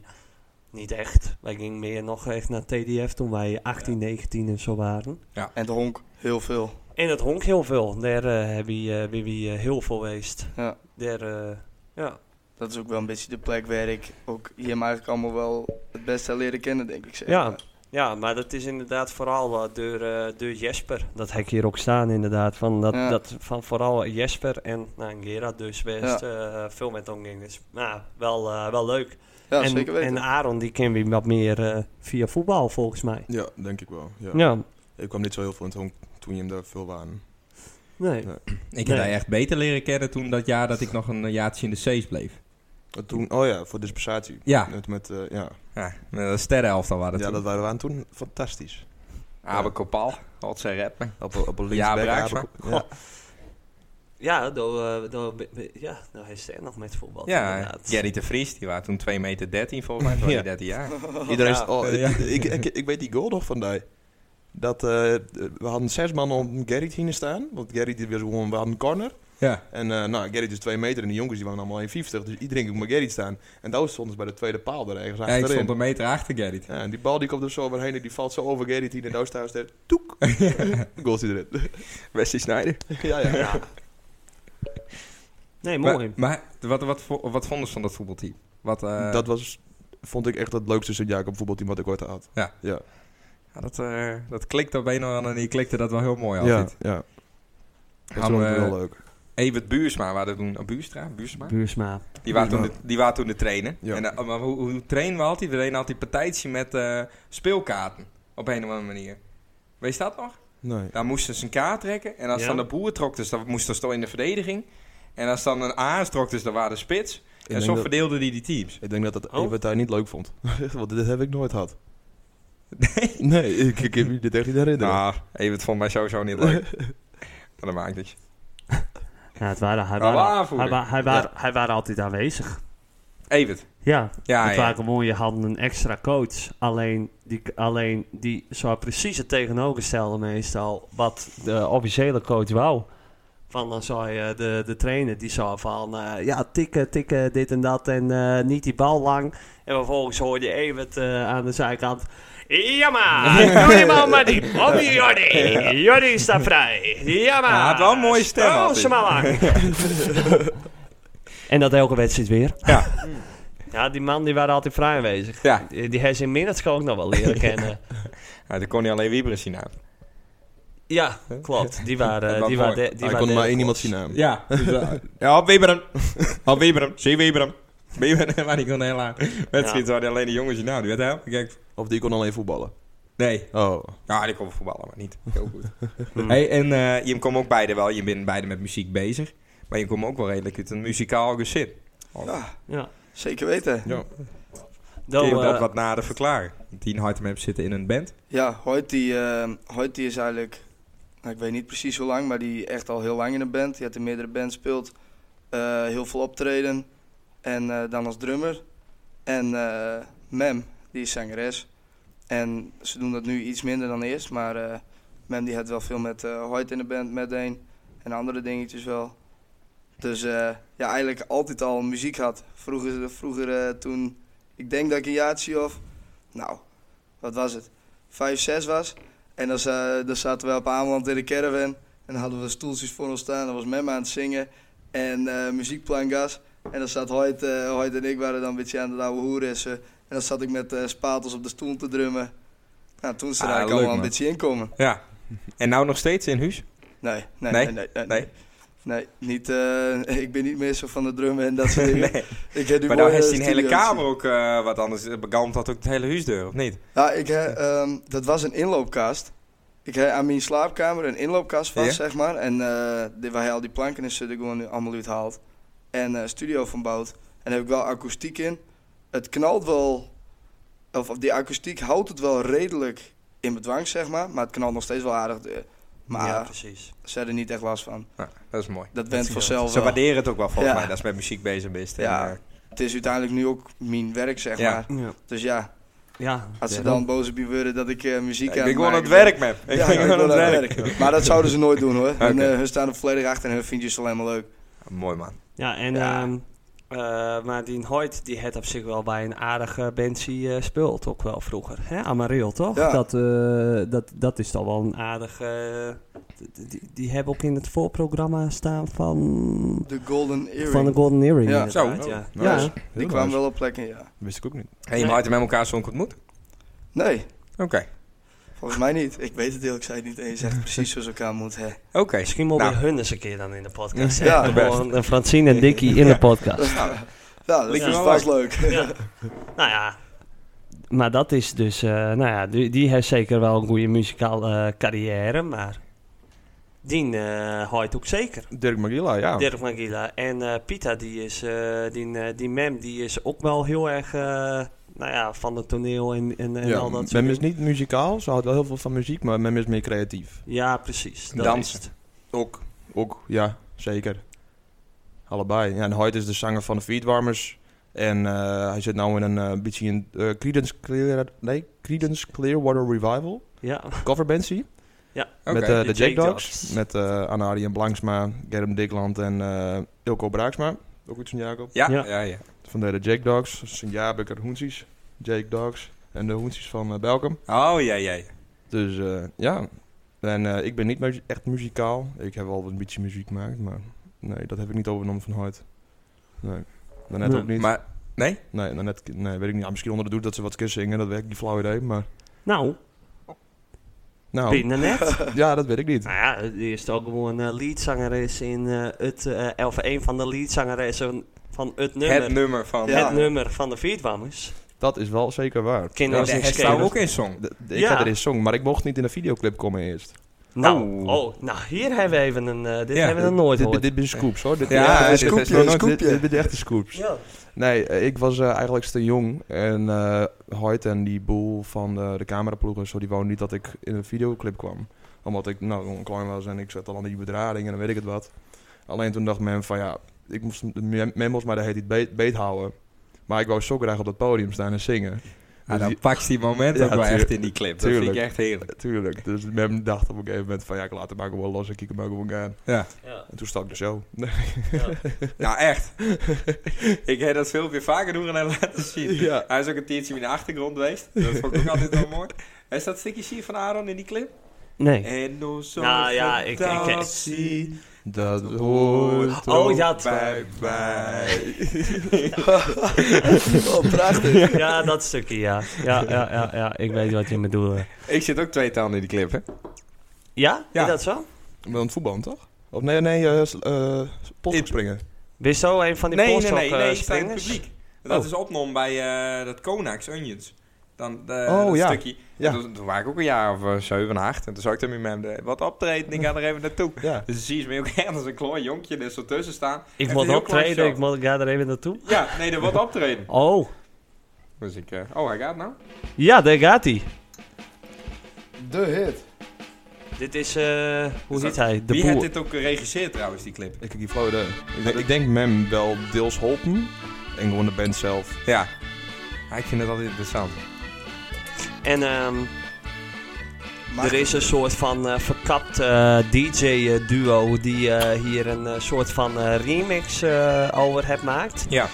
Speaker 1: niet echt. Wij gingen meer nog echt naar TDF toen wij 18, 19 en zo waren.
Speaker 4: En het honk heel veel.
Speaker 1: En het honk heel veel. Daar eh heb je, eh, ben je, eh, heel veel geweest.
Speaker 4: Ja.
Speaker 1: Daar, eh, ja.
Speaker 4: Dat is ook wel een beetje de plek waar ik ook hier maar eigenlijk allemaal wel het beste leren kennen, denk ik. Zeg.
Speaker 1: Ja. Ja, maar dat is inderdaad vooral eh, door, eh, door Jesper. Dat heb ik hier ook staan inderdaad. Van, dat,
Speaker 4: Ja.
Speaker 1: dat, van vooral Jesper en nou, Gerard dus best eh, veel met omging. Dus nou, wel, eh, wel leuk.
Speaker 4: Ja,
Speaker 1: en,
Speaker 4: zeker weten.
Speaker 1: en Aaron die ken we wat meer eh, via voetbal volgens mij.
Speaker 3: Ja, denk ik wel. Ja.
Speaker 1: Ja,
Speaker 3: Ik kwam niet zo heel veel in het honk toen je hem daar veel waren.
Speaker 1: nee.
Speaker 3: Ja.
Speaker 2: Ik
Speaker 1: Nee.
Speaker 2: heb hij echt beter leren kennen toen dat jaar dat ik nog een jaartje in de C's bleef.
Speaker 3: Maar Toen, oh ja, voor dispensatie.
Speaker 2: Ja.
Speaker 3: Met, met, eh, ja.
Speaker 2: Ja, met Ah. een sterrenelftal waren
Speaker 3: ja,
Speaker 2: dat
Speaker 3: dat
Speaker 2: toen.
Speaker 3: waren we aan toen fantastisch.
Speaker 2: Abe Kopal, had zijn rappen.
Speaker 3: Op, op een
Speaker 2: Ja,
Speaker 3: linksback.
Speaker 2: Braaksma.
Speaker 3: Abe- ja.
Speaker 1: Ja, door, eh, door, be- be- ja, nou hij is er nog met voetbal
Speaker 2: Ja,
Speaker 1: inderdaad.
Speaker 2: Jerry de Vries, die waren toen 2 meter 13 volgens mij, toen was
Speaker 3: Ja.
Speaker 2: hij 13 jaar.
Speaker 3: Iedereen
Speaker 1: Ja.
Speaker 3: is, oh,
Speaker 2: Ja.
Speaker 3: ik, ik, ik, ik weet die goal nog van die. Dat, eh, we hadden zes man om Gerrit heen staan. Want Gerrit die was gewoon, we hadden een corner.
Speaker 2: Ja.
Speaker 3: En eh, nou, Gerrit is 2 meter en die jongens die waren allemaal 1,50. Dus iedereen ging maar Gerrit staan. En daar stond dus bij de tweede paal daar ergens
Speaker 2: Ja, ik stond
Speaker 3: achterin.
Speaker 2: een meter achter Gerrit.
Speaker 3: Ja, en die bal die komt er zo overheen en die valt zo over Gerrit hier en daar staat er toek. Goals erin.
Speaker 2: Wesley Sneijder.
Speaker 3: ja, ja.
Speaker 1: Ja. Nee, mooi.
Speaker 2: Maar, maar wat, wat, vo- wat vonden ze van dat voetbalteam? Wat, eh,
Speaker 3: dat was, vond ik echt het leukste Sint-Jacob voetbalteam wat ik ooit had.
Speaker 2: Ja.
Speaker 3: Ja.
Speaker 2: ja, dat, eh, dat klikte op een of andere manier, klikte dat wel heel mooi
Speaker 3: Ja.
Speaker 2: altijd.
Speaker 3: ja. Dat was
Speaker 2: Gaan we-
Speaker 3: heel leuk.
Speaker 2: Evert Buursma, waar dat toen, oh, Buurstra, Buursma?
Speaker 1: Buursma.
Speaker 2: Die waren toen de, die waren toen de trainer.
Speaker 3: Ja.
Speaker 2: En, eh, maar hoe, hoe trainen we altijd? We deden altijd partijtje met eh, speelkaarten. Op een of andere manier. Weet je dat nog?
Speaker 3: Nee.
Speaker 2: Daar moesten ze een kaart trekken. En als
Speaker 1: Ja.
Speaker 2: dan de boer trok, dus dan moest dat in de verdediging. En als dan een A's trok, dus dan waren de spits.
Speaker 3: Ik
Speaker 2: en
Speaker 3: denk
Speaker 2: zo
Speaker 3: dat-
Speaker 2: verdeelden die die teams.
Speaker 3: Ik denk dat dat
Speaker 1: Oh.
Speaker 3: Evert daar niet leuk vond. Want dit heb ik nooit gehad. Nee? Nee, ik, ik heb me dit echt niet herinneren.
Speaker 2: Nou, even het vond mij sowieso niet leuk. maar dat maakt niet.
Speaker 1: Ja, het waren, hij,
Speaker 2: Maar
Speaker 1: waren,
Speaker 2: waarvoor?
Speaker 1: hij, wa- hij, waren, hij waren altijd aanwezig.
Speaker 2: Evert.
Speaker 1: Ja,
Speaker 2: Ja,
Speaker 1: het
Speaker 2: ja.
Speaker 1: waren gewoon, je had een extra coach. Alleen die, alleen die zou precies het tegenovergestelde meestal wat de officiële coach wou. Van dan zou je de, de trainer, die zou van eh, ja, tikken, tikken, dit en dat en eh, niet die bal lang. En vervolgens hoorde je Evert eh, aan de zijkant. Ja maar, doe die bal maar diep. Op die Jordi. Jordi staat vrij. Ja maar.
Speaker 2: Hij had wel een mooie stem,
Speaker 1: Stroos
Speaker 2: had hij.
Speaker 1: ze maar lang. en dat elke wedstrijd weer.
Speaker 2: Ja.
Speaker 1: Ja, die man die waren altijd vrij aanwezig.
Speaker 2: ja.
Speaker 1: Die die heeft zijn minutes ook nog nou wel leren kennen.
Speaker 2: ja dan kon hij alleen Wieberen zien aan.
Speaker 1: ja, klopt. Die
Speaker 2: Dat
Speaker 1: waren...
Speaker 2: was
Speaker 1: Die
Speaker 2: mooi.
Speaker 1: waren de- die
Speaker 3: Hij
Speaker 1: waren
Speaker 3: kon maar
Speaker 1: de-
Speaker 3: één iemand zien aan.
Speaker 2: Ja. dus, eh, ja, op Wieberen. Op Wieberen. Zie Wieberen. Wieberen, maar die kon heel aan. Wedstrijd waren alleen de jongens nou. Die werd helemaal gek.
Speaker 3: Of die kon alleen voetballen.
Speaker 2: Nee.
Speaker 3: Oh.
Speaker 2: Ja, die kon wel voetballen, maar niet. Heel goed.
Speaker 1: Hmm.
Speaker 2: Hey, en eh, je komt ook beide wel, je bent beide met muziek bezig. Maar je komt ook wel redelijk uit een muzikaal gezin.
Speaker 4: Ja,
Speaker 1: Ja.
Speaker 4: zeker weten.
Speaker 2: Ja.
Speaker 1: Dan,
Speaker 2: Kun je dat
Speaker 1: eh,
Speaker 2: wat nader verklaren? Die in Hartem hebben zitten in een band.
Speaker 4: Ja, Hoyt die, eh, Hoyt die is eigenlijk, nou, ik weet niet precies hoe lang, maar die echt al heel lang in de band. Die had in meerdere bands speelt, eh, heel veel optreden en eh, dan als drummer. En eh, Mem, die is zangeres. En ze doen dat nu iets minder dan eerst, maar eh, Mem die had wel veel met eh Hoyt in de band, met een en andere dingetjes wel. Dus eh, ja, eigenlijk altijd al muziek had. Vroeger, vroeger eh, toen, ik denk dat ik een jaartje of, nou, wat was het? vijf, zes was. En dan, za- dan zaten wij op Ameland in de caravan. En dan hadden we stoeltjes voor ons staan. Dan was Memma aan het zingen. En eh muziekplangas. En dan zat Hoyt, eh, Hoyt en ik waren dan een beetje aan het oude hoeressen. En dan zat ik met eh, spatels op de stoel te drummen. Nou, toen is er
Speaker 2: Ah,
Speaker 4: eigenlijk
Speaker 2: leuk, man.
Speaker 4: allemaal een beetje inkomen.
Speaker 2: Ja. En nou nog steeds in huis?
Speaker 4: Nee, nee,
Speaker 2: Nee?
Speaker 4: nee, nee. Nee,
Speaker 2: Nee.
Speaker 4: Nee, niet, eh, ik ben niet meer zo van de drummen en dat soort dingen. Ik heb nu
Speaker 2: Maar nou
Speaker 4: mooie
Speaker 2: heeft hij een hele
Speaker 4: studio's.
Speaker 2: kamer ook eh, wat anders. Begant had ook het hele huisdeur, of niet?
Speaker 4: Ja, ik, he- ehm, dat was een inloopkast. Ik heb aan mijn slaapkamer een inloopkast vast,
Speaker 2: Ja.
Speaker 4: zeg maar. En eh, die, waar hij al die planken in zit, gewoon nu allemaal uithaalt. En eh, studio van bouwt. En daar heb ik wel akoestiek in. Het knalt wel, of, of die akoestiek houdt het wel redelijk in bedwang, zeg maar. Maar het knalt nog steeds wel aardig. eh, maar
Speaker 1: ja, precies.
Speaker 4: ze hebben er niet echt last van.
Speaker 2: Nou, dat is mooi.
Speaker 4: Dat went
Speaker 1: is
Speaker 4: vanzelf
Speaker 2: Ze
Speaker 4: wel. eh,
Speaker 2: waarderen het ook wel volgens
Speaker 4: Ja.
Speaker 2: mij, dat ze met muziek bezig bent. En,
Speaker 4: Ja.
Speaker 2: eh,
Speaker 4: Het is uiteindelijk nu ook mijn werk, zeg
Speaker 2: Ja.
Speaker 4: maar.
Speaker 1: Ja.
Speaker 4: Dus ja,
Speaker 1: ja.
Speaker 4: als ze
Speaker 1: Ja.
Speaker 4: dan boos op je worden dat ik eh, muziek aan
Speaker 2: ik ben
Speaker 4: het
Speaker 2: gewoon aan
Speaker 4: maken
Speaker 2: het werk,
Speaker 4: ben.
Speaker 2: man. Ik
Speaker 4: Ja,
Speaker 2: ben
Speaker 4: ik
Speaker 2: gewoon aan het werk.
Speaker 4: Maar dat zouden ze nooit doen hoor. Hun,
Speaker 2: Oké.
Speaker 4: eh, hun staan er volledig achter en hun vinden het alleen maar leuk.
Speaker 2: Mooi, man.
Speaker 1: Ja, en...
Speaker 2: Ja.
Speaker 1: ehm, eh, maar die Hoyt, die had op zich wel bij een aardige Bensie eh speelt ook wel vroeger. Hè? Amaril, toch?
Speaker 4: Ja.
Speaker 1: Dat, eh, dat, dat is dan wel een aardige... eh, die- die, die hebben ook in het voorprogramma staan van...
Speaker 4: De Golden Earring.
Speaker 1: Van de Golden Earring.
Speaker 4: Ja.
Speaker 1: inderdaad,
Speaker 2: Zo.
Speaker 1: ja.
Speaker 3: Oh,
Speaker 1: ja.
Speaker 3: nice.
Speaker 4: die
Speaker 3: Heel
Speaker 4: kwamen
Speaker 3: nice.
Speaker 4: wel op plekken, ja.
Speaker 3: Wist ik ook niet.
Speaker 2: Hé, hey, maar hadden met elkaar zo ontmoet?
Speaker 4: Nee,
Speaker 2: Oké.
Speaker 4: volgens mij niet. Ik weet het eerlijk gezegd niet eens echt precies zoals elkaar moet. Hè.
Speaker 2: Oké.
Speaker 1: Misschien mogen
Speaker 2: Nou.
Speaker 1: we hun eens een keer dan in de podcast.
Speaker 4: Ja,
Speaker 1: Ja,
Speaker 2: best.
Speaker 1: gewoon eh, Francine en Dickie in de podcast.
Speaker 4: Ja, Nou, dat
Speaker 2: Lijkt
Speaker 4: is
Speaker 2: me
Speaker 4: vast leuk.
Speaker 1: Ja. nou ja. Maar dat is dus, eh, nou ja, die, die heeft zeker wel een goede muzikale eh, carrière, maar die eh houdt ook zeker.
Speaker 3: Dirk Magilla, ja.
Speaker 1: Dirk Magila. En eh Pita, die is, eh, die, eh, die mem, die is ook wel heel erg, eh, nou ja, van het toneel en, en, en
Speaker 3: Ja,
Speaker 1: al dat soort
Speaker 3: Mem is
Speaker 1: dingen.
Speaker 3: niet muzikaal, ze houdt wel heel veel van muziek, maar Mem is meer creatief.
Speaker 1: Ja, precies. Dat
Speaker 2: Dansen.
Speaker 1: is het.
Speaker 3: Ook. Ook, ja, zeker. Allebei. Ja, en Hoyt is de zanger van de Feedwarmers. En eh, hij zit nu in een eh, beetje een eh, Creedence, Clear, nee, Creedence Clearwater Revival
Speaker 1: Ja,
Speaker 3: coverband zie.
Speaker 1: Ja.
Speaker 2: Oké.
Speaker 3: met eh,
Speaker 1: de
Speaker 3: de Jake
Speaker 1: Jake
Speaker 3: Dogs.
Speaker 1: Dogs.
Speaker 3: Met eh Anari en Blanksma, Germ Dikland en eh, Ilko Braaksma. Ook uit Sint-Jacob.
Speaker 2: ja, ja,
Speaker 1: Ja.
Speaker 2: ja,
Speaker 3: Van de, de Jake Dogs, Sint-Jabeker Hoensies. Jake Dogs en de Hoensies van eh, Belkum.
Speaker 2: Oh, ja, ja. ja.
Speaker 3: Dus eh, ja, en eh, ik ben niet mu- echt muzikaal. Ik heb wel een beetje muziek gemaakt, maar nee, dat heb ik niet overgenomen van Hart. Nee, daarnet
Speaker 1: Nee.
Speaker 3: ook niet.
Speaker 2: Maar, nee?
Speaker 3: Nee, daarnet, nee, weet ik niet. Ja, misschien onder de doet dat ze wat keer zingen, dat weet ik niet, flauw idee, maar...
Speaker 1: Nou,
Speaker 3: Nou,
Speaker 1: binnen net.
Speaker 3: ja, dat weet ik niet.
Speaker 1: nou ja, die is ook gewoon eh, leadzangeres in eh, het... eh, of een van de leadzangeressen van het nummer.
Speaker 2: Het nummer van...
Speaker 4: Ja.
Speaker 1: Het nummer van de Vietwammers.
Speaker 3: Dat is wel zeker waar.
Speaker 2: Ja,
Speaker 1: Kinderen
Speaker 2: de
Speaker 1: zijn
Speaker 2: het
Speaker 1: skelen.
Speaker 2: zou ook in song.
Speaker 3: De- de- ik
Speaker 1: Ja.
Speaker 3: had er eens zong, maar ik mocht niet in de videoclip komen eerst.
Speaker 1: Nou,
Speaker 2: Oh.
Speaker 1: oh, nou, hier hebben we even een... eh, dit
Speaker 2: Ja,
Speaker 1: hebben we nog nooit
Speaker 3: dit,
Speaker 1: gehoord.
Speaker 3: dit, dit ben scoops hoor. Dit,
Speaker 2: Ja,
Speaker 3: dit-
Speaker 2: dit
Speaker 3: dit,
Speaker 2: is
Speaker 3: scoopje,
Speaker 4: scoopje,
Speaker 3: nog-
Speaker 4: scoopje.
Speaker 3: Dit, dit ben echt een scoops.
Speaker 1: Ja.
Speaker 3: Nee, eh, ik was eh, eigenlijk te jong. En eh Hoyt en die boel van de, de cameraploeg en zo, die wou niet dat ik in een videoclip kwam. Omdat ik nou gewoon klein was en ik zat al aan die bedrading en dan weet ik het wat. Alleen toen dacht men van ja, ik moest, men, men moest maar de hele tijd beet, beet houden. Maar ik wou zo graag op dat podium staan en zingen.
Speaker 2: Ah,
Speaker 3: Dus
Speaker 2: dan
Speaker 3: die-
Speaker 2: pakt die moment
Speaker 3: Ja,
Speaker 2: ook wel echt
Speaker 3: tuurlijk.
Speaker 2: in die clip. Dat
Speaker 3: Tuurlijk.
Speaker 2: vind ik echt heerlijk.
Speaker 3: Tuurlijk. Dus men dacht op een gegeven moment van ja, ik laat hem maar gewoon los en kijk hem maar gewoon gaan.
Speaker 2: Ja,
Speaker 1: Ja.
Speaker 3: En toen stak de show.
Speaker 2: nou echt. ik heb dat filmpje vaker doen en laten zien.
Speaker 3: Ja.
Speaker 2: Hij is ook een tiertje in de achtergrond geweest. Dat vond ik ook altijd wel mooi. Is dat stukje hier van Aaron in die clip?
Speaker 1: Nee.
Speaker 2: En nog zo
Speaker 1: Nou ja, ik- ik- ik-
Speaker 2: fantasie
Speaker 3: Dat hoort
Speaker 1: Oh, dat.
Speaker 2: bij mij.
Speaker 4: Oh, prachtig.
Speaker 1: Ja, dat stukje, ja. Ja, ja, ja, ja. Ik weet wat je bedoelt.
Speaker 2: Ik zit ook twee tanden in die clip, hè?
Speaker 1: Ja?
Speaker 2: Ja.
Speaker 1: Is dat zo?
Speaker 3: Wel het voetbal, toch? Of nee, nee, eh s- eh,
Speaker 2: In-
Speaker 3: pot springen.
Speaker 1: Ben je zo een van die
Speaker 2: nee, nee,
Speaker 1: polstok,
Speaker 2: nee,
Speaker 1: eh,
Speaker 2: nee, ik sta in het
Speaker 1: springers?
Speaker 2: publiek. Dat
Speaker 1: Oh.
Speaker 2: is opgenomen bij eh, dat Konax Onions. Dan eh,
Speaker 3: Oh,
Speaker 2: dat
Speaker 3: ja.
Speaker 2: stukje.
Speaker 3: Ja.
Speaker 2: En Toen, toen was ik ook een jaar of eh, zeven, acht. En toen zag ik hem met hem wat optreden. En ik ga er even naartoe.
Speaker 3: Ja.
Speaker 2: Dus dan zie je me ook ergens een klein jonkje er zo tussen staan.
Speaker 1: Ik
Speaker 2: Echt
Speaker 1: moet
Speaker 2: een heel
Speaker 1: optreden,
Speaker 2: klein
Speaker 1: ik moet, ga er even naartoe.
Speaker 2: shot. Ja, nee, er wordt optreden.
Speaker 1: Oh,
Speaker 2: Dus ik, eh, oh, hij gaat nou?
Speaker 1: ja, daar gaat hij.
Speaker 4: De hit.
Speaker 1: Dit is, eh, hoe
Speaker 2: Is
Speaker 1: heet
Speaker 2: dat-
Speaker 1: hij? De
Speaker 2: Wie
Speaker 1: boer.
Speaker 2: heeft dit ook geregisseerd trouwens, die clip?
Speaker 3: Ik heb die flauw idee. Ik, denk- ik denk mem wel deels holpen. En gewoon de band zelf.
Speaker 2: Ja. Ah, ik vind het altijd interessant.
Speaker 1: En ehm,
Speaker 4: Maar
Speaker 1: er is een soort van eh, verkapt DJ-duo die eh, hier een eh, soort van eh, remix eh, over hebt gemaakt.
Speaker 2: Ja.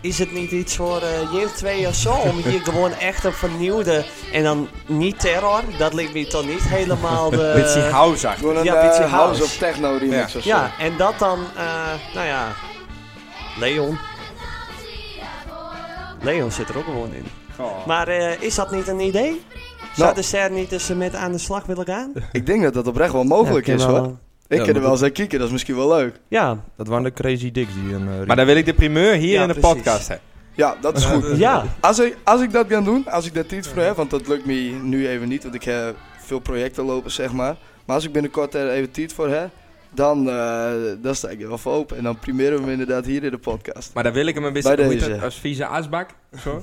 Speaker 1: Is het niet iets voor eh Jim 2 of zo? Om hier gewoon echt een vernieuwde... En dan niet terror, dat lijkt me toch niet helemaal
Speaker 4: Eh,
Speaker 1: de...
Speaker 2: Bitsy House achter.
Speaker 4: gewoon een
Speaker 1: Ja, Beats
Speaker 4: eh,
Speaker 1: in
Speaker 4: house
Speaker 1: House.
Speaker 4: of techno remix of zo.
Speaker 1: Ja, en dat dan, eh, nou ja, Leon. Leon zit er ook gewoon in.
Speaker 2: Oh.
Speaker 1: Maar eh, is dat niet een idee?
Speaker 4: Nou.
Speaker 1: Zou de ster niet eens met aan de slag willen gaan?
Speaker 4: Ik denk dat dat oprecht wel mogelijk
Speaker 1: Ja,
Speaker 4: is
Speaker 1: wel-
Speaker 4: hoor. Ik
Speaker 3: Ja,
Speaker 4: kan er
Speaker 3: maar
Speaker 4: wel eens naar kijken, dat is misschien wel leuk.
Speaker 1: Ja,
Speaker 3: Dat waren de Crazy Dicks die een... eh,
Speaker 2: Maar dan wil ik de primeur hier
Speaker 1: Ja,
Speaker 2: in de
Speaker 1: precies.
Speaker 2: podcast hebben.
Speaker 4: Ja, dat is goed.
Speaker 1: ja.
Speaker 4: Als ik, als ik dat ga doen, als ik daar tijd voor heb, want dat lukt me nu even niet, want ik heb veel projecten lopen, zeg maar. Maar als ik binnenkort er even tijd voor heb, dan, eh, dan sta ik er wel voor open. En dan primeren we hem inderdaad hier in de podcast.
Speaker 2: Maar dan wil ik hem een beetje
Speaker 4: Bij
Speaker 2: hoe heet dat,
Speaker 4: deze.
Speaker 2: als vieze asbak. Zo.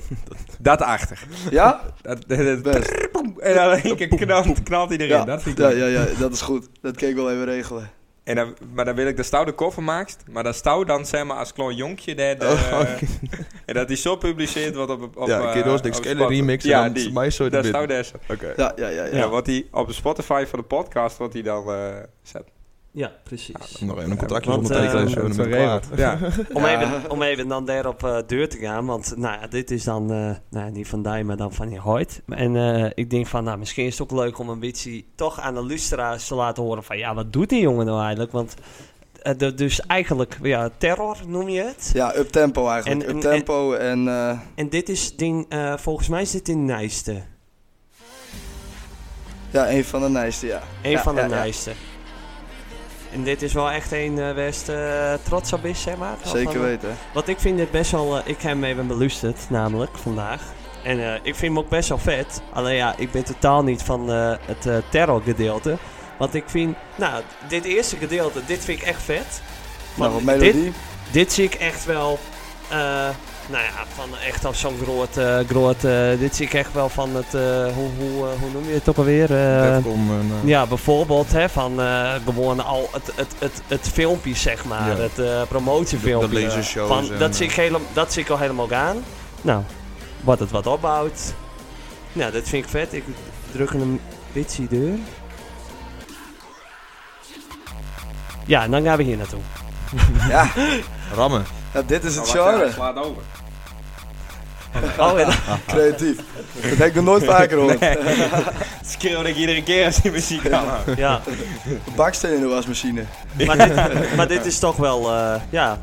Speaker 2: dat achter.
Speaker 4: Ja?
Speaker 2: Dat, dat- dat-
Speaker 4: Best.
Speaker 2: en dan in één keer knalt, knalt iedereen.
Speaker 4: Ja.
Speaker 2: Dat vind ik
Speaker 4: Ja,
Speaker 2: leuk.
Speaker 4: ja, ja, dat is goed. Dat kan ik wel even regelen.
Speaker 2: En dan, maar dan wil ik de stout de koffer maakt. Maar dat stout dan zeg maar als klein jonkje. daar de,
Speaker 3: Oh,
Speaker 2: En dat die zo publiceert wat op... op op,
Speaker 3: ja,
Speaker 2: eh,
Speaker 3: een keer door de
Speaker 2: op
Speaker 3: Scaler
Speaker 2: Spotify.
Speaker 3: remix.
Speaker 2: Ja,
Speaker 3: en dan
Speaker 2: die.
Speaker 3: mij zo de
Speaker 2: Dat
Speaker 3: bit.
Speaker 2: stout
Speaker 3: Oké.
Speaker 2: daar zo.
Speaker 4: Ja, ja, ja. ja.
Speaker 2: Ja, wat die op de Spotify van de podcast, wat hij dan eh, zet.
Speaker 1: Ja, precies.
Speaker 3: Nog even een contractje dus
Speaker 1: want,
Speaker 3: ondertekenen en
Speaker 1: eh,
Speaker 3: zo.
Speaker 2: dat
Speaker 3: Dan
Speaker 2: is
Speaker 3: ben ik
Speaker 2: geregeld.
Speaker 3: klaar.
Speaker 2: Ja.
Speaker 1: Om,
Speaker 4: Ja.
Speaker 1: even, om even dan daar op eh, deur te gaan, want nou ja, dit is dan eh, nou, ja, niet van Dij, maar dan van je Hoyt. En eh, ik denk van, nou, misschien is het ook leuk om een beetje toch aan de luisteraars te laten horen van, ja, wat doet die jongen nou eigenlijk? Want eh, dat- dus eigenlijk, ja, terror noem je het.
Speaker 4: Ja, uptempo eigenlijk.
Speaker 1: En- en-
Speaker 4: Uptempo en... eh,
Speaker 1: En dit is ding, eh, volgens mij is dit in Nijste.
Speaker 4: ja, een van de nijste, ja.
Speaker 1: Een
Speaker 4: Ja,
Speaker 1: van de
Speaker 4: ja, ja.
Speaker 1: Nijste. En dit is wel echt een eh West eh, trots op is, zeg maar.
Speaker 4: Zeker
Speaker 1: Van-
Speaker 4: weten.
Speaker 1: Want ik vind dit best wel... eh, ik heb hem even beluisterd, namelijk, vandaag. En eh, ik vind hem ook best wel vet. Alleen ja, ik ben totaal niet van eh, het eh, terror gedeelte. Want ik vind... Nou, dit eerste gedeelte, dit vind ik echt vet.
Speaker 4: Nou,
Speaker 1: Want
Speaker 4: wat
Speaker 1: dit,
Speaker 4: melodie.
Speaker 1: dit zie ik echt wel... eh, nou ja, van echt als zo'n groot... eh, groot eh, dit zie ik echt wel van het... eh, hoe, hoe, eh, hoe noem je het ook alweer? Eh,
Speaker 3: Defcon en, eh,
Speaker 1: ja, bijvoorbeeld hè, van eh, gewoon al het, het, het, het filmpje, zeg maar.
Speaker 3: Ja.
Speaker 1: Het eh, promotiefilmpje.
Speaker 3: De- de lasershows
Speaker 1: Van,
Speaker 3: en,
Speaker 1: dat,
Speaker 3: eh.
Speaker 1: zie ik hele, dat zie ik al helemaal aan. Nou, wat het wat opbouwt. Nou, dat vind ik vet. Ik druk een beetje deur. Ja, en dan gaan we hier naartoe.
Speaker 4: Ja,
Speaker 3: Rammen.
Speaker 4: nou, dit is het
Speaker 2: Sorry.
Speaker 4: genre.
Speaker 2: Slaat over.
Speaker 1: Oh, en,
Speaker 4: Creatief. Dat heb ik nog nooit vaker gehoord.
Speaker 2: Schreeuw ik iedere keer als die muziek aan.
Speaker 1: ja.
Speaker 4: Baksteen in de wasmachine.
Speaker 1: Maar, dit, maar dit is toch wel, eh, ja.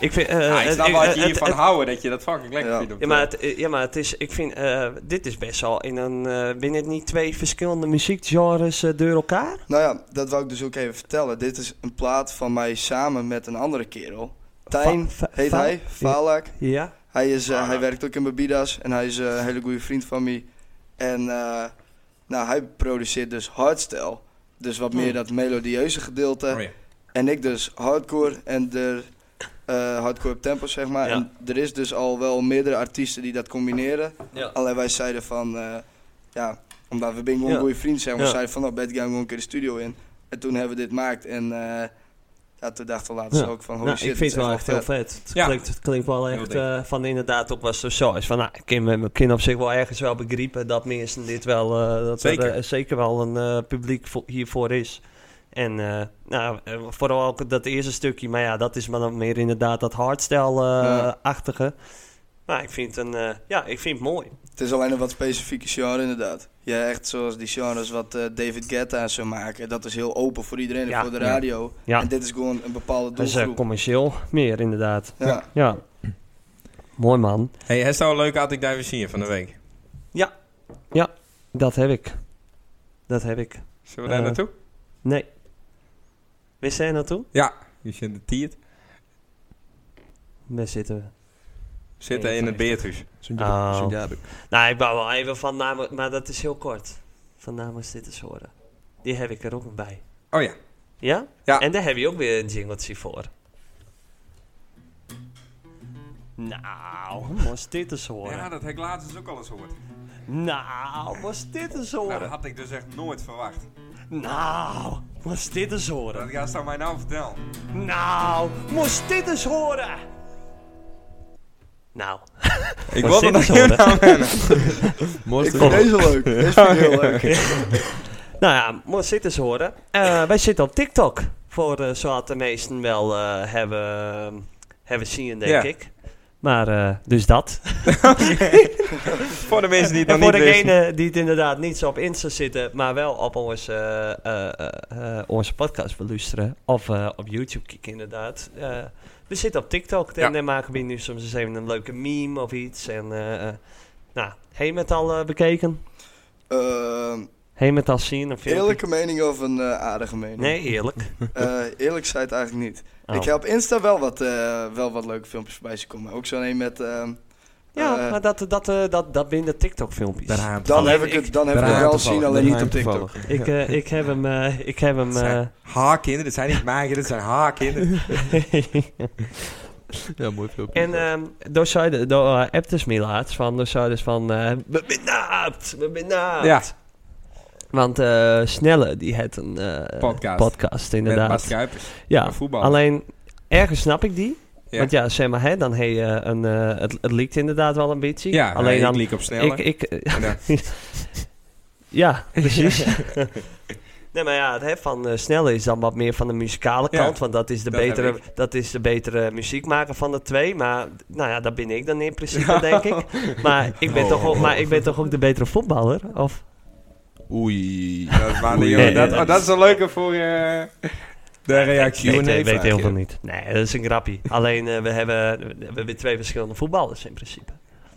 Speaker 1: Ik vind. eh,
Speaker 2: Ja, ik snap wel
Speaker 1: eh,
Speaker 2: dat je
Speaker 1: het-
Speaker 2: hiervan
Speaker 1: het-
Speaker 2: houden dat je dat fucking lekker
Speaker 4: Ja.
Speaker 2: vindt. op
Speaker 1: ja, maar het,
Speaker 2: de-
Speaker 1: eh, ja, maar het is, ik vind, eh, dit is best wel in een, eh, binnen niet twee verschillende muziekgenres eh, door elkaar.
Speaker 4: Nou ja, dat wou ik dus ook even vertellen. Dit is een plaat van mij samen met een andere kerel. Tijn
Speaker 1: Va- va-
Speaker 4: heet
Speaker 1: va-
Speaker 4: hij, Valak.
Speaker 1: Ja.
Speaker 4: Hij, is, eh,
Speaker 2: Ah,
Speaker 4: hij
Speaker 2: ja.
Speaker 4: werkt ook in Babidas en hij is eh, een hele goede vriend van mij. En eh, nou, hij produceert dus hardstyle. Dus wat meer dat melodieuze gedeelte.
Speaker 2: Oh ja.
Speaker 4: En ik dus hardcore en de eh, hardcore op tempo, zeg maar.
Speaker 1: Ja.
Speaker 4: En er is dus al wel meerdere artiesten die dat combineren.
Speaker 1: Ja.
Speaker 4: Alleen wij zeiden van, eh, ja, omdat we Bing gewoon
Speaker 1: Ja.
Speaker 4: goede vrienden zijn. We
Speaker 1: Ja.
Speaker 4: zeiden van, nou, Bad Gang gewoon een keer de studio in. En toen hebben we dit gemaakt. En eh, ja, toen dachten we later
Speaker 1: Ja.
Speaker 4: ook van, holy
Speaker 1: Nou,
Speaker 4: shit,
Speaker 1: ik
Speaker 4: dit
Speaker 1: vind
Speaker 4: is
Speaker 1: het wel echt
Speaker 4: echt
Speaker 1: heel
Speaker 4: vet.
Speaker 1: vet. Het,
Speaker 2: Ja.
Speaker 1: klinkt, het klinkt wel
Speaker 2: Heel
Speaker 1: echt
Speaker 2: dik.
Speaker 1: eh, van inderdaad op was zo is van nou, ik kan, me- ik kan op zich wel ergens wel begrijpen dat mensen dit wel eh, dat er
Speaker 2: Zeker.
Speaker 1: eh, zeker wel een eh, publiek vo- hiervoor is. En eh, nou, eh, vooral ook dat eerste stukje, maar ja, dat is maar dan meer inderdaad dat
Speaker 4: Ja.
Speaker 1: hardstyle-achtige. Maar ik vind, een, eh, ja, ik vind het mooi.
Speaker 4: Het is alleen een wat specifieke genre inderdaad. Ja, echt zoals die genres wat eh, David Guetta en zo maken. Dat is heel open voor iedereen en
Speaker 1: Ja.
Speaker 4: voor de
Speaker 2: Ja.
Speaker 4: radio.
Speaker 1: Ja.
Speaker 4: En dit is gewoon een bepaalde
Speaker 1: Dus eh,
Speaker 4: doelgroep.
Speaker 1: commercieel meer inderdaad.
Speaker 4: ja.
Speaker 1: Ja, mooi man.
Speaker 2: Hey, hij is nou leuk had ik daar weer zien van de week.
Speaker 1: Dat heb ik. Dat heb ik.
Speaker 2: Zullen we daar
Speaker 1: Eh.
Speaker 2: naartoe?
Speaker 1: Nee. Wist jij naartoe?
Speaker 2: Je zit in de tiert.
Speaker 1: Waar zitten we?
Speaker 2: Zitten in het Beerthuis.
Speaker 3: Zo'n
Speaker 1: Oh.
Speaker 3: zo'n jab ik.
Speaker 1: Nou, ik wou wel even van namens, maar dat is heel kort. Van namens dit is horen. Die heb ik er ook nog bij.
Speaker 2: Oh ja.
Speaker 1: Ja?
Speaker 2: Ja.
Speaker 1: En daar heb je ook weer een jingletje voor. Nou, moest dit eens horen.
Speaker 2: Ja, dat heb ik laatst dus ook al eens gehoord.
Speaker 1: Nou, moest dit eens
Speaker 2: Nou, dat
Speaker 1: horen.
Speaker 2: had ik dus echt nooit verwacht.
Speaker 1: Nou, moest dit eens
Speaker 2: Dat
Speaker 1: horen.
Speaker 2: gaat ze mij nou vertellen.
Speaker 1: Nou, moest dit eens horen. Nou,
Speaker 2: Ik
Speaker 1: moest dit eens horen.
Speaker 4: Ik
Speaker 3: Moest
Speaker 4: vind deze leuk. Deze vind ik heel leuk.
Speaker 1: Nou ja, moest dit eens horen. Eh, wij zitten op TikTok. Voor eh zoals de meesten wel eh, hebben, hebben zien, denk
Speaker 2: Ja.
Speaker 1: ik. Maar, eh, dus dat.
Speaker 2: Voor de mensen die het
Speaker 1: en
Speaker 2: nog
Speaker 1: voor
Speaker 2: Nou, niet wisten.
Speaker 1: degenen die het inderdaad niet zo op Insta zitten, maar wel op onze, eh, eh, eh, eh, onze podcast beluisteren. Of eh, op YouTube kijken, inderdaad. Eh, we zitten op TikTok. En
Speaker 2: Ja.
Speaker 1: dan maken we nu soms eens even een leuke meme of iets. En, eh, eh, nou, heen met al eh, bekeken.
Speaker 4: Ehm,
Speaker 1: Heen met al zien. Een filmpje.
Speaker 4: eerlijke mening of een eh, aardige mening?
Speaker 1: Nee, eerlijk.
Speaker 4: Eh, eerlijk zei het eigenlijk niet.
Speaker 1: Oh.
Speaker 4: Ik heb op Insta wel wat, eh, wel wat leuke filmpjes voorbij zien komen. Ook zo'n een met... ehm,
Speaker 1: Ja,
Speaker 4: eh,
Speaker 1: maar dat, dat, eh, dat, dat binnen TikTok-filmpjes.
Speaker 4: dan
Speaker 1: Alleen
Speaker 4: heb ik het, dan heb ik het
Speaker 2: Daaraan
Speaker 4: wel
Speaker 2: toevallig.
Speaker 4: zien, alleen niet op TikTok.
Speaker 1: Ik, eh, ik heb hem... eh, ik heb hem eh,
Speaker 2: Haar kinderen, dat zijn niet mijn kinderen, dat zijn haar kinderen.
Speaker 1: eh,
Speaker 2: eh,
Speaker 3: Ja, mooi filmpje.
Speaker 1: en ehm door zeiden... Door eh, appte ze mij laatst van... Door zeiden ze van... eh, we benaapt! We benaapt!
Speaker 2: Ja.
Speaker 1: Want eh, Snelle, die had een eh,
Speaker 2: Podcast.
Speaker 1: podcast,
Speaker 2: Met Bas
Speaker 1: inderdaad.
Speaker 2: Kuipers.
Speaker 1: Ja,
Speaker 2: Een voetballer.
Speaker 1: alleen... Ergens snap ik die.
Speaker 2: Ja.
Speaker 1: Want ja, zeg maar, hè, dan hey, eh, een, eh, het, het liekt inderdaad wel een beetje.
Speaker 2: Ja,
Speaker 1: alleen
Speaker 2: alleen
Speaker 1: dan...
Speaker 2: ik liep op sneller.
Speaker 1: Ik, ik,
Speaker 2: En dan-
Speaker 1: Ja, precies. nee, maar ja, het hef van eh Snelle is dan wat meer van de muzikale
Speaker 2: Ja,
Speaker 1: kant. want dat is, de
Speaker 2: dat heb
Speaker 1: betere, dat is de betere muziekmaker van de twee. Maar nou ja, dat ben ik dan in principe, denk ik. Maar ik ben, toch ook, maar ik ben toch ook de betere voetballer? Of?
Speaker 3: Oei.
Speaker 2: Dat, waren de
Speaker 3: Oei.
Speaker 2: jongen-
Speaker 1: Nee,
Speaker 2: dat, oh, dat is een leuke voor eh, de reactie.
Speaker 1: weet, eh, weet heel veel niet. Nee, dat is een grappie. Alleen eh, we, hebben, we hebben twee verschillende voetballers in principe.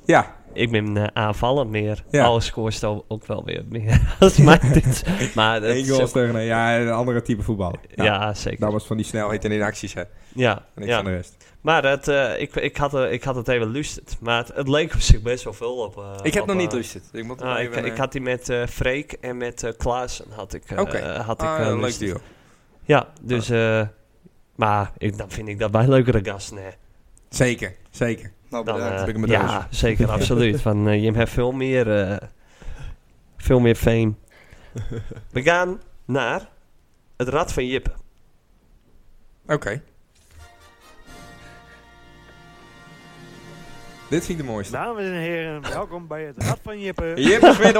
Speaker 2: Ja,
Speaker 1: Ik ben eh aanvallend meer.
Speaker 2: Ja.
Speaker 1: Alles scoort ook wel weer meer. als mij dit. Maar dat
Speaker 2: één
Speaker 1: is
Speaker 2: goal nou,
Speaker 1: ook-
Speaker 2: tegen een, ja, een andere type voetbal.
Speaker 1: ja, zeker.
Speaker 2: Dat was van die snelheid en in acties. Hè.
Speaker 1: Ja,
Speaker 2: En ik
Speaker 1: ja.
Speaker 2: van de rest.
Speaker 1: Maar het, eh, ik, ik, had, eh, ik had het even lusterd. Maar het, het leek op zich best wel veel op. eh,
Speaker 2: ik heb
Speaker 1: op,
Speaker 2: nog
Speaker 1: eh,
Speaker 2: niet lust. Ik moet
Speaker 1: ah, ik, ik had die met eh Freek en met eh Klaassen had ik, eh,
Speaker 2: Oké.
Speaker 1: eh, had ik
Speaker 2: ah,
Speaker 1: eh,
Speaker 2: een leuk
Speaker 1: lusterd.
Speaker 2: duo.
Speaker 1: Ja, dus... eh, maar ik, dan vind ik dat wij leukere gasten hebben.
Speaker 2: Zeker, zeker.
Speaker 4: Nou,
Speaker 1: Dan,
Speaker 4: bedankt.
Speaker 1: eh,
Speaker 3: ik hem met
Speaker 1: ja, zeker, absoluut. Van, eh, je hebt veel meer, eh, veel meer fame. We gaan naar het Rad van Jippe.
Speaker 2: Oké. Dit vind ik de mooiste.
Speaker 5: Dames en heren, welkom bij het Rad van Jippen.
Speaker 2: Jip is weer de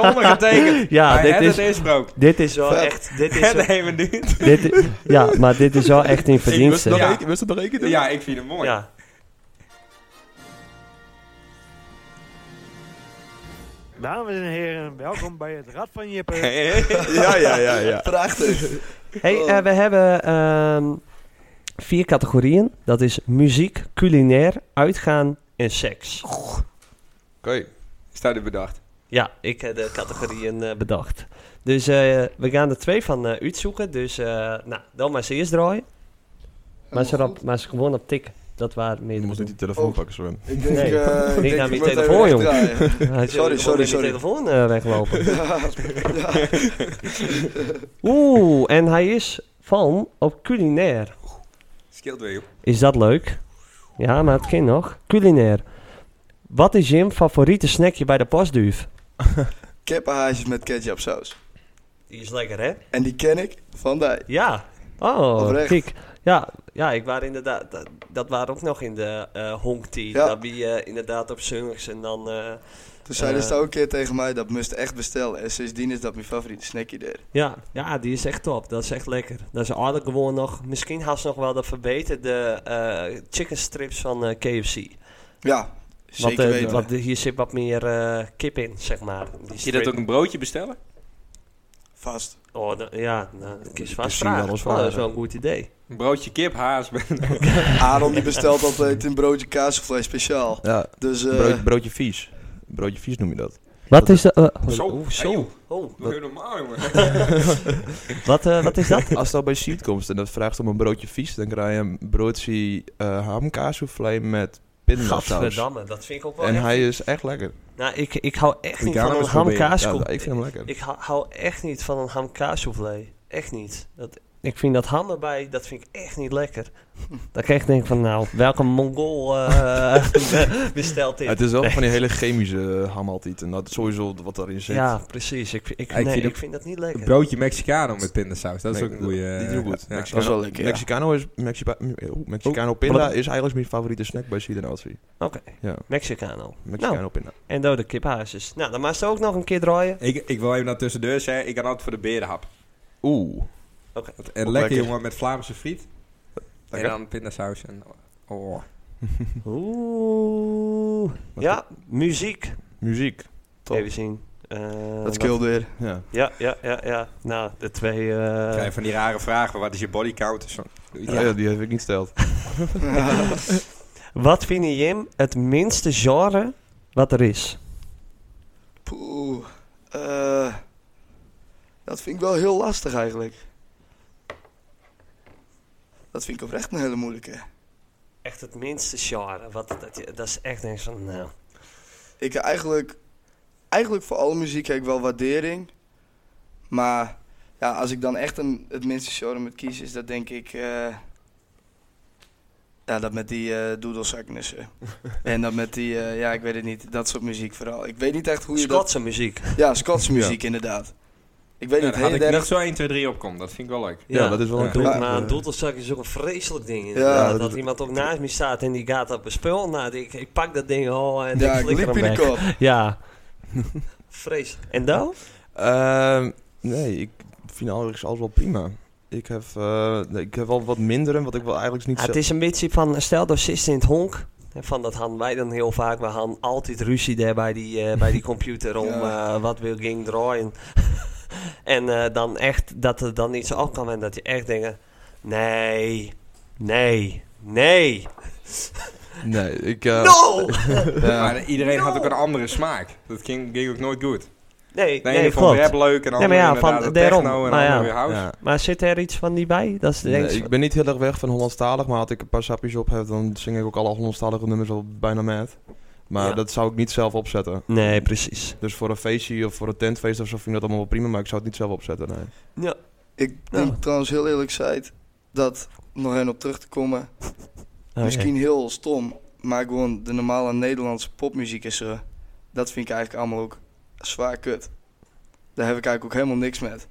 Speaker 2: ondergetekend.
Speaker 1: Ja,
Speaker 2: Hij
Speaker 1: dit
Speaker 2: had
Speaker 1: is-
Speaker 2: het eerst brood.
Speaker 1: Dit is wel
Speaker 3: Vet.
Speaker 1: echt... Dit is
Speaker 2: En
Speaker 1: wel-
Speaker 2: nee, nu.
Speaker 1: dit i- ja, maar dit is wel echt in
Speaker 3: Wist
Speaker 1: verdienste.
Speaker 3: het nog
Speaker 2: Ja.
Speaker 3: één keer- wist het nog één keer?
Speaker 2: Ja, ik vind hem mooi.
Speaker 1: Ja.
Speaker 5: Dames en heren, welkom bij het Rad van Jippen.
Speaker 1: eh,
Speaker 3: ja, ja, ja. ja.
Speaker 4: Prachtig.
Speaker 1: Hey, eh, we hebben ehm, vier categorieën. Dat is muziek, culinair, uitgaan en seks.
Speaker 3: Oké.
Speaker 2: Staat u bedacht.
Speaker 1: Ja, ik heb de categorieën eh, bedacht. Dus eh, we gaan er twee van eh, uitzoeken. Dus eh, nou, dan maar eens eerst draaien. Maar ze, erop- maar ze gewoon op tikken. Dat waren
Speaker 3: Je
Speaker 1: meer.
Speaker 3: moest niet die telefoon
Speaker 2: Oh.
Speaker 4: telefoon
Speaker 3: pakken, Sven.
Speaker 4: Ik denk,
Speaker 1: Nee.
Speaker 4: eh,
Speaker 1: Niet
Speaker 4: ik denk
Speaker 1: naar mijn
Speaker 4: ik moet even
Speaker 1: telefoon, jongen.
Speaker 4: wegdraaien.
Speaker 1: sorry,
Speaker 4: sorry, sorry.
Speaker 1: telefoon eh, weglopen.
Speaker 4: Ja, ja.
Speaker 1: Oeh, en hij is van op culinair.
Speaker 2: Scheelt weer, joh.
Speaker 1: Is dat leuk? Ja, maar het kind nog. Culinair. Wat is Jim favoriete snackje bij de postduif?
Speaker 4: Kippenhaasjes met ketchupsaus.
Speaker 1: Die is lekker, hè?
Speaker 4: En die ken ik van die.
Speaker 1: Ja. Oh,
Speaker 4: Oprecht.
Speaker 1: kijk. Ja, ja, ik was inderdaad... Dat, dat waren ook nog in de eh honktie.
Speaker 4: Ja.
Speaker 1: Dat we eh, inderdaad op zondags en dan... eh,
Speaker 4: Toen zeiden
Speaker 1: Eh.
Speaker 4: ze ook een keer tegen mij dat moest echt bestellen. En sindsdien is dat mijn favoriete snackje daar.
Speaker 1: ja, ja, die is echt top. Dat is echt lekker. Dat is eigenlijk gewoon nog... Misschien had ze nog wel de verbeterde eh, chicken strips van eh, KFC.
Speaker 4: Ja,
Speaker 1: Want,
Speaker 4: zeker
Speaker 1: eh,
Speaker 4: weten.
Speaker 1: want hier zit wat meer eh, kip in, zeg maar. Die
Speaker 2: Zie je dat
Speaker 1: strip-
Speaker 2: ook een broodje bestellen?
Speaker 4: Vast.
Speaker 1: Oh, da- ja, nou, dat is vast
Speaker 3: zie
Speaker 1: vragen.
Speaker 3: wel eens
Speaker 1: Oh, dat is
Speaker 3: vragen.
Speaker 1: wel een goed idee.
Speaker 2: Een broodje kip, haas.
Speaker 4: Aaron die bestelt altijd een broodje kaasvlees speciaal.
Speaker 3: Ja,
Speaker 4: Dus eh,
Speaker 3: brood- broodje vies. Broodje vies noem je dat.
Speaker 1: Wat is dat?
Speaker 2: Zo, hey, joh.
Speaker 1: Oh,
Speaker 2: Doe heel normaal, jongen.
Speaker 1: wat, eh, wat is dat?
Speaker 3: Als het al bij Seed komt en dat vraagt om een broodje vies, dan krijg je een broodje eh hamkaasoufflé met pindakaas.
Speaker 1: Gadverdamme, dat vind ik ook wel
Speaker 3: En
Speaker 1: echt-
Speaker 3: hij is echt lekker.
Speaker 1: Nou, ik, ik hou echt
Speaker 2: Ik
Speaker 1: niet
Speaker 2: ga
Speaker 1: van
Speaker 2: hem
Speaker 1: een
Speaker 2: eens
Speaker 1: hamkaas.
Speaker 3: Ja, ik vind hem lekker.
Speaker 1: Ik hou, hou echt niet van een hamkaassoufflé. Echt niet. Dat, ik vind dat ham erbij, dat vind ik echt niet lekker. Dan krijg ik denk van, nou, welke mongool eh, bestelt dit?
Speaker 3: Het is wel van die hele chemische eh, ham altijd. En dat is sowieso wat daarin zit.
Speaker 1: Ja, precies. Ik, ik,
Speaker 2: Ja, ik
Speaker 1: nee,
Speaker 2: vind
Speaker 1: ik
Speaker 2: ook-
Speaker 1: vind dat niet lekker.
Speaker 2: Een broodje Mexicano met pindasaus. Dat is
Speaker 3: Nee,
Speaker 2: ook een goeie. eh,
Speaker 3: Die is ook goed.
Speaker 2: Ja.
Speaker 3: Mexicano,
Speaker 4: dat is wel lekker, ja.
Speaker 3: Mexicano is... Mexica- oeh, Mexicano
Speaker 1: Oh,
Speaker 3: pinda is eigenlijk mijn favoriete snack bij Seed en Outfit.
Speaker 1: Oké,
Speaker 3: Ja,
Speaker 1: Mexicano.
Speaker 3: Mexicano
Speaker 1: Nou,
Speaker 3: pinda.
Speaker 1: en dode kiphaasjes. Nou, dan mag ze ook nog een keer draaien.
Speaker 2: Ik, ik wil even naar tussendoor zeggen, ik ga altijd voor de berenhap.
Speaker 3: Oeh.
Speaker 2: En
Speaker 3: Ook
Speaker 2: lekker,
Speaker 3: lekker.
Speaker 2: jongen, met Vlaamse friet. En
Speaker 3: Lekker.
Speaker 2: dan pindasaus en... Oh.
Speaker 1: Oeh.
Speaker 3: Wat
Speaker 1: Ja, muziek.
Speaker 3: Muziek. Top.
Speaker 1: Even zien. Eh,
Speaker 4: dat scheelt weer.
Speaker 3: Ja.
Speaker 1: Ja, ja, ja, ja. Nou, de twee. eh,
Speaker 2: Krijg je van die rare vragen, wat is je bodycount? Zo.
Speaker 3: Ja.
Speaker 2: Ja.
Speaker 3: die heb ik niet gesteld.
Speaker 1: Wat vind je Jim het minste genre wat er is?
Speaker 4: Poeh. Eh, dat vind ik wel heel lastig eigenlijk. Dat vind ik oprecht een hele moeilijke.
Speaker 1: Echt het minste genre. Wat, dat, je- dat is echt niks van. Nou.
Speaker 4: Ik heb eigenlijk, eigenlijk voor alle muziek heb ik wel waardering. Maar ja, als ik dan echt een, het minste genre moet kiezen, is dat denk ik. eh, ja, dat met die eh doedelzaknussen. en dat met die, eh, ja, ik weet het niet, dat soort muziek vooral. Ik weet niet echt hoe je
Speaker 1: Schotse muziek.
Speaker 4: dat. Ja, Scots muziek inderdaad. Ik weet
Speaker 2: Ja,
Speaker 4: niet,
Speaker 2: daar had
Speaker 4: heel
Speaker 2: ik
Speaker 4: erg.
Speaker 2: niet zo 1, 2, 3 op kom. Dat vind ik wel leuk.
Speaker 3: Ja, dat is wel een
Speaker 2: Ja.
Speaker 3: doel.
Speaker 1: Maar een doedelzak is ook een vreselijk ding.
Speaker 4: Ja,
Speaker 1: inderdaad. dat,
Speaker 3: dat-
Speaker 1: iemand ook naast me staat en die gaat op een spul. Nou, ik, ik pak dat ding al en
Speaker 4: Ja,
Speaker 1: ik
Speaker 4: ik
Speaker 1: flikker
Speaker 4: liep
Speaker 1: hem
Speaker 4: in de
Speaker 1: weg.
Speaker 4: kop.
Speaker 1: Ja. vreselijk. En dan?
Speaker 3: Ehm, nee, ik vind alles, alles wel prima. Ik heb, eh, nee, ik heb wel wat minder en wat ik wel eigenlijk niet
Speaker 1: Ja, het
Speaker 3: zo-
Speaker 1: is een beetje van, stel dat zit in het honk. En Van dat hadden wij dan heel vaak. We hadden altijd ruzie daar bij die, eh, bij die computer om
Speaker 4: Ja.
Speaker 1: eh, wat wil ging draaien. en eh, dan echt dat er dan iets op kan en dat je echt denkt: nee, nee, nee,
Speaker 3: Nee, ik... eh,
Speaker 1: no!
Speaker 3: ja,
Speaker 2: Maar iedereen had
Speaker 1: No.
Speaker 2: ook een andere smaak. Dat ging, ging ook nooit goed.
Speaker 1: Nee,
Speaker 2: De
Speaker 1: nee,
Speaker 2: ene vond
Speaker 1: klopt.
Speaker 2: rap leuk en de
Speaker 1: Nee, maar
Speaker 2: andere
Speaker 1: ja,
Speaker 2: inderdaad
Speaker 1: van-
Speaker 2: de
Speaker 1: daarom.
Speaker 2: techno en de
Speaker 1: Maar
Speaker 2: andere
Speaker 1: ja.
Speaker 2: weer house.
Speaker 3: ja.
Speaker 1: Maar zit er iets van die bij? Dat is de
Speaker 3: Nee,
Speaker 1: enige-
Speaker 3: ik ben niet heel erg weg van Hollandstalig, maar als ik een paar sapjes op heb, dan zing ik ook alle Hollandstalige nummers al bijna met. Maar
Speaker 1: Ja.
Speaker 3: dat zou ik niet zelf opzetten.
Speaker 1: nee, precies.
Speaker 3: Dus voor een feestje of voor een tentfeest of zo vind ik dat allemaal wel prima, maar ik zou het niet zelf opzetten, nee.
Speaker 1: Ja.
Speaker 4: Ik
Speaker 1: Ja.
Speaker 4: denk trouwens heel eerlijk zei dat nog even op terug te komen.
Speaker 3: Oh,
Speaker 1: Oké.
Speaker 4: Misschien heel stom, maar gewoon de normale Nederlandse popmuziek is er. Dat vind ik eigenlijk allemaal ook zwaar kut. Daar heb ik eigenlijk ook helemaal niks met.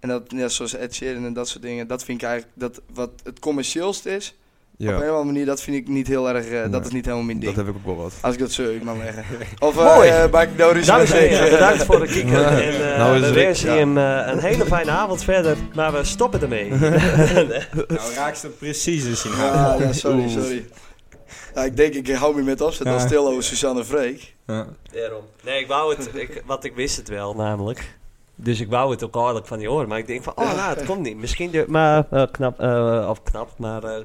Speaker 4: En dat, net zoals Ed Sheeran en dat soort dingen, dat vind ik eigenlijk dat wat het commercieelst is, Op een
Speaker 3: Ja,
Speaker 4: of andere manier, dat vind ik niet heel erg, eh,
Speaker 3: Nee.
Speaker 4: dat is niet helemaal mijn ding.
Speaker 3: dat heb ik ook wel wat.
Speaker 4: Als ik dat zo mag leggen. Of
Speaker 1: Mooi.
Speaker 4: eh eh bij Knodus
Speaker 1: Dames en heren, bedankt voor het kijken.
Speaker 3: Ja.
Speaker 1: En eh,
Speaker 3: Nou is
Speaker 1: we
Speaker 3: Rick,
Speaker 1: wensen
Speaker 3: ja.
Speaker 1: je een, eh, een hele fijne avond verder. Maar we stoppen ermee.
Speaker 2: Nou, raak ze precies in zien.
Speaker 4: Ja, ja, sorry, sorry. Ja, ik denk, ik hou me met opzet dan
Speaker 2: Ja.
Speaker 4: stil over Suzanne Vreek.
Speaker 2: Ja.
Speaker 1: Daarom. Nee, ik wou het, ik, want ik wist het wel namelijk. Dus ik wou het ook aardig van die oren. Maar ik denk van, oh nou, het komt niet. Misschien, de, maar eh, knap, eh, of knap, maar eh,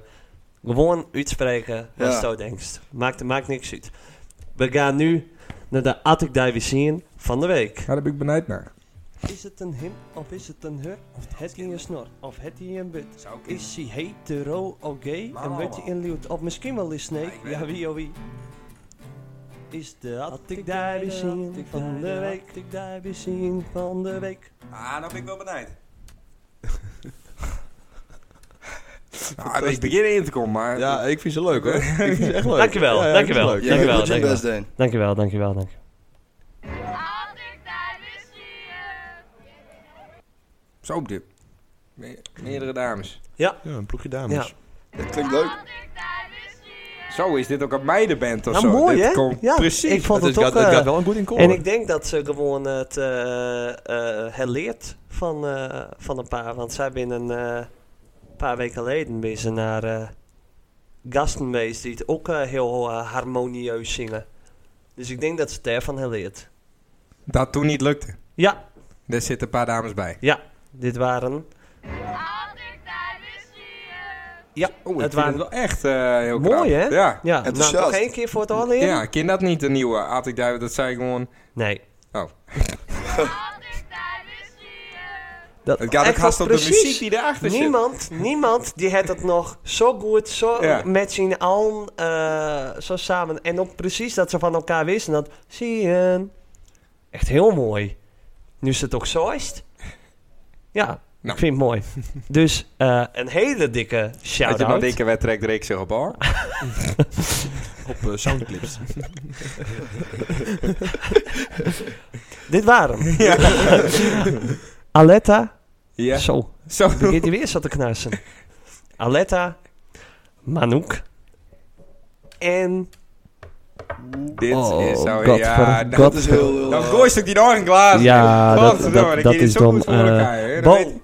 Speaker 1: gewoon uitspreken wat
Speaker 4: Ja.
Speaker 1: je zo denkt. Maakt, maakt niks uit. We gaan nu naar de Attic Division van de week.
Speaker 2: Daar ben ik benijd naar.
Speaker 1: Is het een him of is het een her? Het hij een snor of het hij een but?
Speaker 2: Zou ik
Speaker 1: Is hij hetero of gay?
Speaker 2: Maar
Speaker 1: En wordt hij
Speaker 2: allemaal.
Speaker 1: een luwt? Of misschien wel een snake?
Speaker 2: ik weet
Speaker 1: Ja,
Speaker 2: het
Speaker 1: wie oh wie? Is de Attic Diving van de week? Attic Diving van de week.
Speaker 2: Ah, nou ben ik wel benijd. nou, ik begin in te komen, maar...
Speaker 3: Ja, ik vind ze leuk hoor. ik vind ze echt leuk.
Speaker 1: Dankjewel,
Speaker 3: Ja, ja, ik vind ze
Speaker 1: dankjewel.
Speaker 3: leuk.
Speaker 4: Jij
Speaker 1: Dankjewel,
Speaker 4: moet je
Speaker 1: dankjewel.
Speaker 4: best doen.
Speaker 1: Dankjewel, dankjewel, dankjewel.
Speaker 2: Zo, dit. Me- meerdere dames.
Speaker 3: Ja, een ploegje dames.
Speaker 1: Ja.
Speaker 4: Dat klinkt leuk.
Speaker 2: Zo is dit ook een meidenband of
Speaker 1: Nou,
Speaker 2: zo.
Speaker 1: mooi,
Speaker 2: Dit
Speaker 1: hè?
Speaker 2: komt
Speaker 1: Ja,
Speaker 2: precies.
Speaker 1: ik vond
Speaker 3: Het
Speaker 1: het
Speaker 3: is,
Speaker 1: ook...
Speaker 3: gaat, het
Speaker 1: eh,
Speaker 3: gaat wel een goed in komen.
Speaker 1: en ik denk dat ze gewoon het eh, eh, herleert van, eh, van een paar. Want zij binnen een eh, paar weken geleden ben ze naar eh, gasten geweest die het ook eh, heel eh, harmonieus zingen. Dus ik denk dat ze het daarvan herleert.
Speaker 2: Dat toen niet lukte.
Speaker 1: Ja,
Speaker 2: Er zitten een paar dames bij.
Speaker 1: ja, dit waren... Ja,
Speaker 2: Oh, ik
Speaker 1: het
Speaker 2: het
Speaker 1: waren...
Speaker 2: het wel echt eh, heel
Speaker 1: Mooi,
Speaker 2: knap.
Speaker 1: hè?
Speaker 2: Ja.
Speaker 1: Ja, nou,
Speaker 4: Enthousiast.
Speaker 1: nog één keer voor het oorleren?
Speaker 2: Ja, ken dat niet, de nieuwe Attic Duiven? Dat zei ik gewoon...
Speaker 1: Nee.
Speaker 2: Oh.
Speaker 1: Dat
Speaker 2: Het gaat ook
Speaker 1: echt
Speaker 2: haast
Speaker 1: wel
Speaker 2: op de
Speaker 1: precies
Speaker 2: muziek die erachter zit.
Speaker 1: Niemand, niemand die het het nog zo goed, zo
Speaker 2: Ja.
Speaker 1: met z'n allen, eh, zo samen. En ook precies dat ze van elkaar wisten dat, zie je, echt heel mooi. Nu is het ook zoist. Ja,
Speaker 2: Nou.
Speaker 1: ik vind het mooi. Dus eh, een hele dikke
Speaker 2: Had je nog
Speaker 1: shout-out.
Speaker 2: dikke wedstrijd Rick zich op hoor.
Speaker 3: Op eh, soundclips.
Speaker 1: Dit waren Aletta,
Speaker 2: Ja.
Speaker 1: zo,
Speaker 2: Zo.
Speaker 1: begint hij weer zo te knarsen. Aletta, Manouk en...
Speaker 2: Dit is zo...
Speaker 1: God,
Speaker 2: ja,
Speaker 1: ver-
Speaker 2: nou,
Speaker 1: God.
Speaker 4: Dat is heel, heel
Speaker 2: Dan
Speaker 4: eh,
Speaker 2: gooit ik die nog een glaas.
Speaker 1: Ja,
Speaker 2: joh.
Speaker 1: dat-
Speaker 2: Godverdomme,
Speaker 1: dat- dat
Speaker 2: kun je
Speaker 1: is
Speaker 2: zo
Speaker 1: dan,
Speaker 2: goed voor
Speaker 1: eh,
Speaker 2: elkaar, hè.
Speaker 1: Bo.
Speaker 2: Dat weet-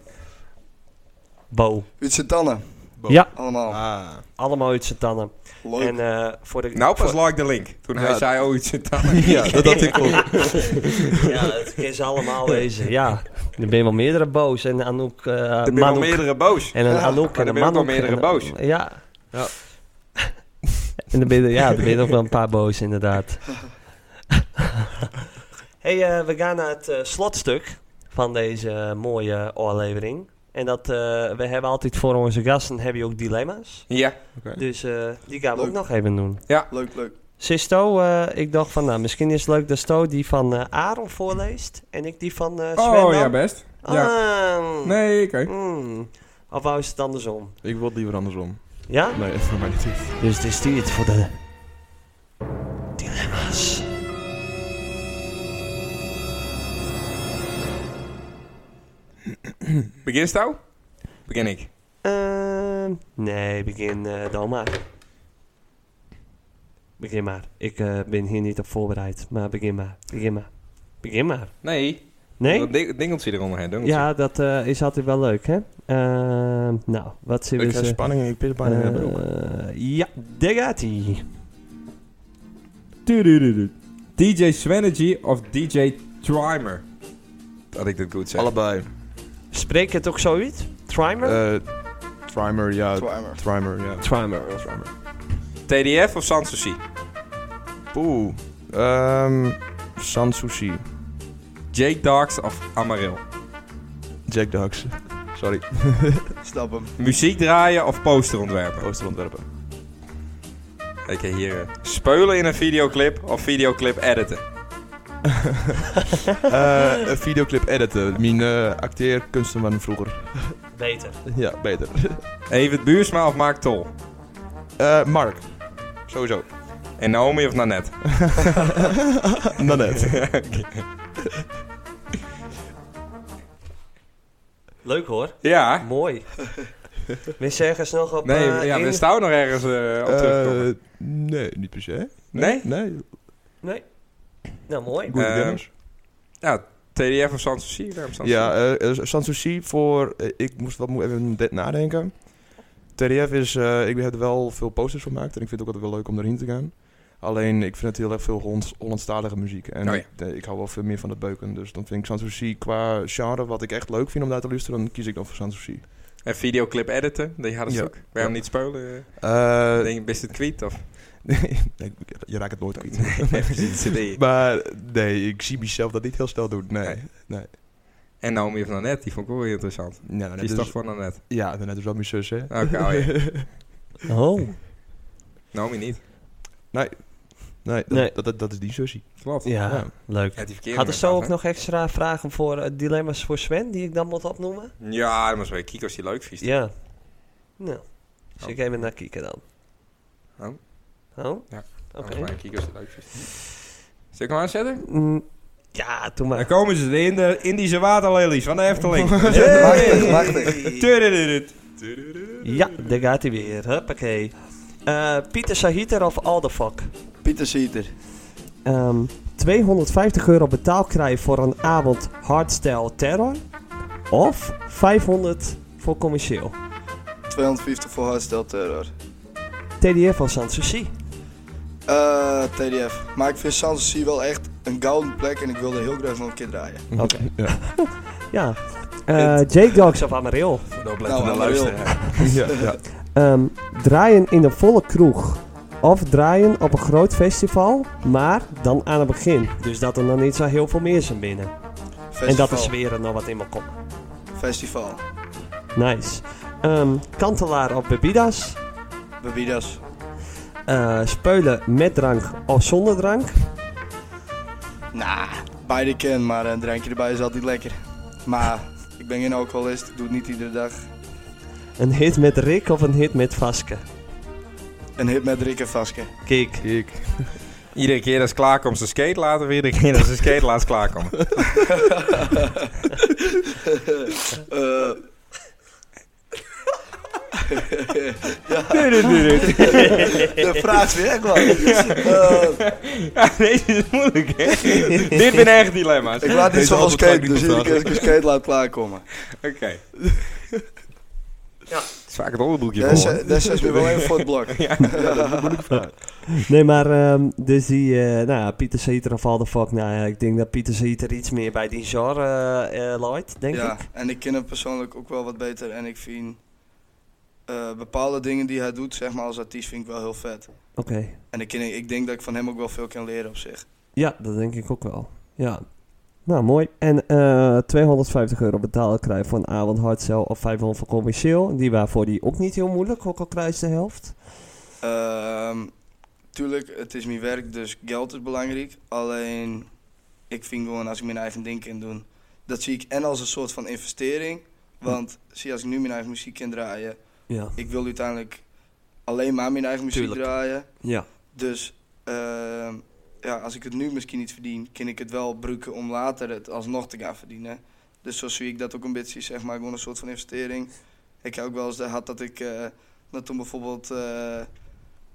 Speaker 1: Bo.
Speaker 4: Uit zijn tanden.
Speaker 3: Bo.
Speaker 1: Ja,
Speaker 4: Allemaal.
Speaker 3: Ah.
Speaker 1: allemaal uit zijn tanden.
Speaker 4: Leuk.
Speaker 1: En eh, voor de...
Speaker 2: Nou pas
Speaker 1: voor-
Speaker 2: like de link. Toen hij
Speaker 3: Ja.
Speaker 2: zei, oh, iets zit aan.
Speaker 3: Ja, dat had ik ook.
Speaker 1: Ja, dat kun ze allemaal wezen. Ja, er ben wel meerdere boos. En Anouk... eh
Speaker 2: Er ben al
Speaker 1: Manouk.
Speaker 2: meerdere boos.
Speaker 1: En een
Speaker 4: Ja,
Speaker 1: Anouk
Speaker 2: Ah, maar
Speaker 1: en
Speaker 2: er
Speaker 1: een
Speaker 2: ben ook wel
Speaker 1: Manouk.
Speaker 2: meerdere
Speaker 1: en-
Speaker 2: boos.
Speaker 1: Ja.
Speaker 3: Ja.
Speaker 1: en er ben je, ja, er ben je nog wel een paar boos, inderdaad. hey, eh, we gaan naar het eh, slotstuk van deze eh, mooie oorlevering. En dat, eh, we hebben altijd voor onze gasten hebben je ook dilemma's.
Speaker 2: Ja.
Speaker 1: Dus eh, die gaan we ook
Speaker 4: Leuk.
Speaker 1: nog even doen.
Speaker 4: Leuk, leuk.
Speaker 1: Sisto, eh, ik dacht van, nou, misschien is het leuk dat Sto die van eh Aaron voorleest en ik die van eh Sven.
Speaker 2: Oh,
Speaker 1: dan.
Speaker 2: ja, best. Ja.
Speaker 1: Ah,
Speaker 2: Nee, oké.
Speaker 1: mm. Of wou is het andersom?
Speaker 3: Ik wil het liever andersom.
Speaker 1: Ja?
Speaker 3: Nee, voor mij niet.
Speaker 1: Dus dit is die het voor de dilemma's.
Speaker 2: Begin Stouw? Begin ik.
Speaker 1: Ehm, nee, begin eh, dan maar. Begin maar. Ik eh, ben hier niet op voorbereid, maar begin maar. Begin maar. Begin maar.
Speaker 2: Nee.
Speaker 1: Nee?
Speaker 2: Dat ding- dingeltje eronder, hè? Dingeltje.
Speaker 1: Ja, dat eh, is altijd wel leuk, hè? Ehm, nou, wat zullen we
Speaker 3: Ik ga
Speaker 1: ze-
Speaker 3: spanning en ik pit bijna hebben ook.
Speaker 1: Eh, ja, daar gaat hij.
Speaker 2: Tudududu. DJ Swanergy of DJ Trimer? Dat ik dit goed
Speaker 1: eh,
Speaker 2: zeg.
Speaker 3: Allebei.
Speaker 1: Spreek het ook zo uit? Trimer?
Speaker 3: Eh Trimer, ja.
Speaker 4: Twymer.
Speaker 3: Trimer, ja.
Speaker 1: Trimer.
Speaker 3: Trimer.
Speaker 2: TDF of Sanssouci?
Speaker 3: Poeh. Ehm Sanssouci.
Speaker 2: Jake Darks of Amaril?
Speaker 3: Jack Dogs. Sorry,
Speaker 4: Snap hem.
Speaker 2: Muziek draaien of poster ontwerpen?
Speaker 3: posterontwerpen.
Speaker 2: Ik heb hier eh, speulen in een videoclip of videoclip editen.
Speaker 3: Eh een videoclip editen. Mijn eh, acteerkunsten waren vroeger.
Speaker 1: Beter.
Speaker 3: ja, beter.
Speaker 2: Evert Buursma of Mark Tol?
Speaker 3: Eh Mark. Sowieso.
Speaker 2: En Naomi of Nanette?
Speaker 3: Nanette.
Speaker 1: Leuk hoor.
Speaker 2: Ja,
Speaker 1: Mooi. Wist je ergens nog op
Speaker 2: Nee,
Speaker 1: eh,
Speaker 2: ja,
Speaker 1: in?
Speaker 2: we staan nog ergens eh, op terugkomen.
Speaker 3: Eh, nee, niet per se.
Speaker 2: Nee?
Speaker 3: Nee,
Speaker 1: Nee. Nou, mooi.
Speaker 3: goede
Speaker 2: Eh,
Speaker 3: kennis.
Speaker 2: Ja, TDF of Sans Souci. daarom Sans
Speaker 3: Ja,
Speaker 2: Souci.
Speaker 3: eh eh, Sanssouci voor... eh, ik moest wel mo- even net nadenken. TDF is... eh, ik heb er wel veel posters van gemaakt. En ik vind het ook altijd wel leuk om erin te gaan. Alleen, ik vind het heel erg veel Hollands, Hollandstalige muziek. En
Speaker 2: Oh ja.
Speaker 3: eh, ik hou wel veel meer van het beuken. Dus dan vind ik Sanssouci qua genre, wat ik echt leuk vind om daar te luisteren, dan kies ik dan voor Sanssouci.
Speaker 2: En videoclip editen, die hadden ze
Speaker 3: Ja.
Speaker 2: ook. Waarom niet spelen?
Speaker 3: Eh
Speaker 2: eh, Denk je, best het kwiet of?
Speaker 3: nee, je raakt het nooit kwijt.
Speaker 2: Nee, precies, CD.
Speaker 3: Maar nee, ik zie mezelf dat niet heel snel doen. Nee.
Speaker 2: Nee.
Speaker 3: nee.
Speaker 2: En Naomi van Annette, die vond ik ook heel interessant.
Speaker 3: Ja, nou,
Speaker 2: Die is toch van Annette?
Speaker 3: ja, net is wel mijn zus, hè?
Speaker 2: Oké, oh ja.
Speaker 1: Oh.
Speaker 2: Naomi niet.
Speaker 3: Nee, dat,
Speaker 1: Nee.
Speaker 3: Dat, dat, dat is die zusje.
Speaker 2: Klopt.
Speaker 1: Ja,
Speaker 3: Ja.
Speaker 1: leuk.
Speaker 2: Ja, die verkeerde
Speaker 1: Had er
Speaker 2: met
Speaker 1: zo
Speaker 2: af,
Speaker 1: ook nog extra vragen voor eh, dilemma's voor Sven, die ik dan moet opnoemen?
Speaker 2: hè? Ja, dat was bij Kiko's die leuk vies.
Speaker 1: Ja. Nou, dus
Speaker 2: Oh.
Speaker 1: ik even naar kijken dan.
Speaker 2: Oh.
Speaker 1: Oh?
Speaker 2: Ja.
Speaker 1: Oké.
Speaker 2: Dat was bij Kiko's die leuk vies. Zal ik hem aanzetten?
Speaker 1: Mm, ja, doe
Speaker 2: Dan
Speaker 1: maar.
Speaker 2: komen ze, de Inde- Indische waterlelies van de Efteling.
Speaker 4: Machtig,
Speaker 2: Hey!
Speaker 4: machtig.
Speaker 2: Tudurudurud.
Speaker 1: Ja, daar gaat hij weer. Huppakee. Eh, Pieter Sahiter of Aldefok?
Speaker 4: Pieter Sieter.
Speaker 1: Ehm 250 euro betaalkrijg voor een avond hardstyle terror? Of 500 voor commercieel?
Speaker 4: 250 voor hardstel terror.
Speaker 1: TDF van Sanssouci.
Speaker 4: Eh, TDF. Maar ik vind Sanssouci wel echt een gouden plek en ik wil er heel graag nog een keer draaien.
Speaker 1: Oké.
Speaker 3: Ja.
Speaker 1: Ja. Eh J-Dogs of Amaril?
Speaker 2: De oplettende
Speaker 4: Nou, Amaril.
Speaker 2: luisteraar.
Speaker 3: ja, ja.
Speaker 1: Ehm, draaien in een volle kroeg. Of draaien op een groot festival, maar dan aan het begin. Dus dat er dan niet zo heel veel meer zijn binnen.
Speaker 4: Festival.
Speaker 1: En dat de sfeer er nog wat in me komt.
Speaker 4: Festival.
Speaker 1: Nice. Ehm, kantelaar op bebidas.
Speaker 4: Babidas.
Speaker 1: Eh, speulen met drank of zonder drank.
Speaker 4: Nou, beide ken, maar een drankje erbij is altijd lekker. Maar ik ben geen alcoholist, ik doe het niet iedere dag.
Speaker 1: Een hit met Rick of een hit met Vaske.
Speaker 4: Een hit met Rick en Vaske.
Speaker 1: Kijk.
Speaker 3: Ik.
Speaker 2: Iedere keer als ze klaarkomt, ze skate laten. Weer iedere keer als ze skate laat, ze klaarkomen.
Speaker 4: Eh,
Speaker 2: Tudurudurud.
Speaker 4: de vraag is weer echt wel. Eh,
Speaker 2: Ja, deze is moeilijk, hè? Dit zijn echt dilemma's.
Speaker 4: ik laat niet
Speaker 2: Deze
Speaker 4: zoveel
Speaker 2: antwoord kan ik
Speaker 4: skaten,
Speaker 2: niet
Speaker 4: dus iedere keer als ik een skate laat klaarkomen.
Speaker 2: Oké. Het is vaak het onderbroekje
Speaker 4: Dat is-
Speaker 2: vol, hè?
Speaker 4: dat is weer wel even voor het blok.
Speaker 1: Nee, maar ehm, dus die, eh, nou ja, Pieter Zeter of all the fuck. Nou ja, ik denk dat Pieter Zeter iets meer bij die genre eh, eh, looit, denk
Speaker 4: ja,
Speaker 1: ik.
Speaker 4: en ik ken hem persoonlijk ook wel wat beter. En ik vind eh, bepaalde dingen die hij doet, zeg maar als artiest, vind ik wel heel vet.
Speaker 1: Oké.
Speaker 4: En ik, ken, ik denk dat ik van hem ook wel veel kan leren op zich.
Speaker 1: Ja, dat denk ik ook wel. Ja. Nou, mooi. En eh 250 euro betalen krijg voor een avond hardcel of 500 voor commercieel. Die waren voor die ook niet heel moeilijk, ook al krijg je de helft.
Speaker 4: Ehm, tuurlijk, het is mijn werk, dus geld is belangrijk. Alleen, ik vind gewoon als ik mijn eigen ding kan doen, dat zie ik en als een soort van investering. Want zie, als ik nu mijn eigen muziek kan draaien,
Speaker 1: Ja.
Speaker 4: ik wil uiteindelijk alleen maar mijn eigen muziek
Speaker 1: Tuurlijk.
Speaker 4: draaien.
Speaker 1: Ja.
Speaker 4: Dus ehm, ja, als ik het nu misschien niet verdien, kan ik het wel gebruiken om later het alsnog te gaan verdienen. Dus zo zie ik dat ook een beetje, zeg maar, gewoon een soort van investering. Ik heb ook wel eens gehad dat ik, eh dat toen bijvoorbeeld, eh,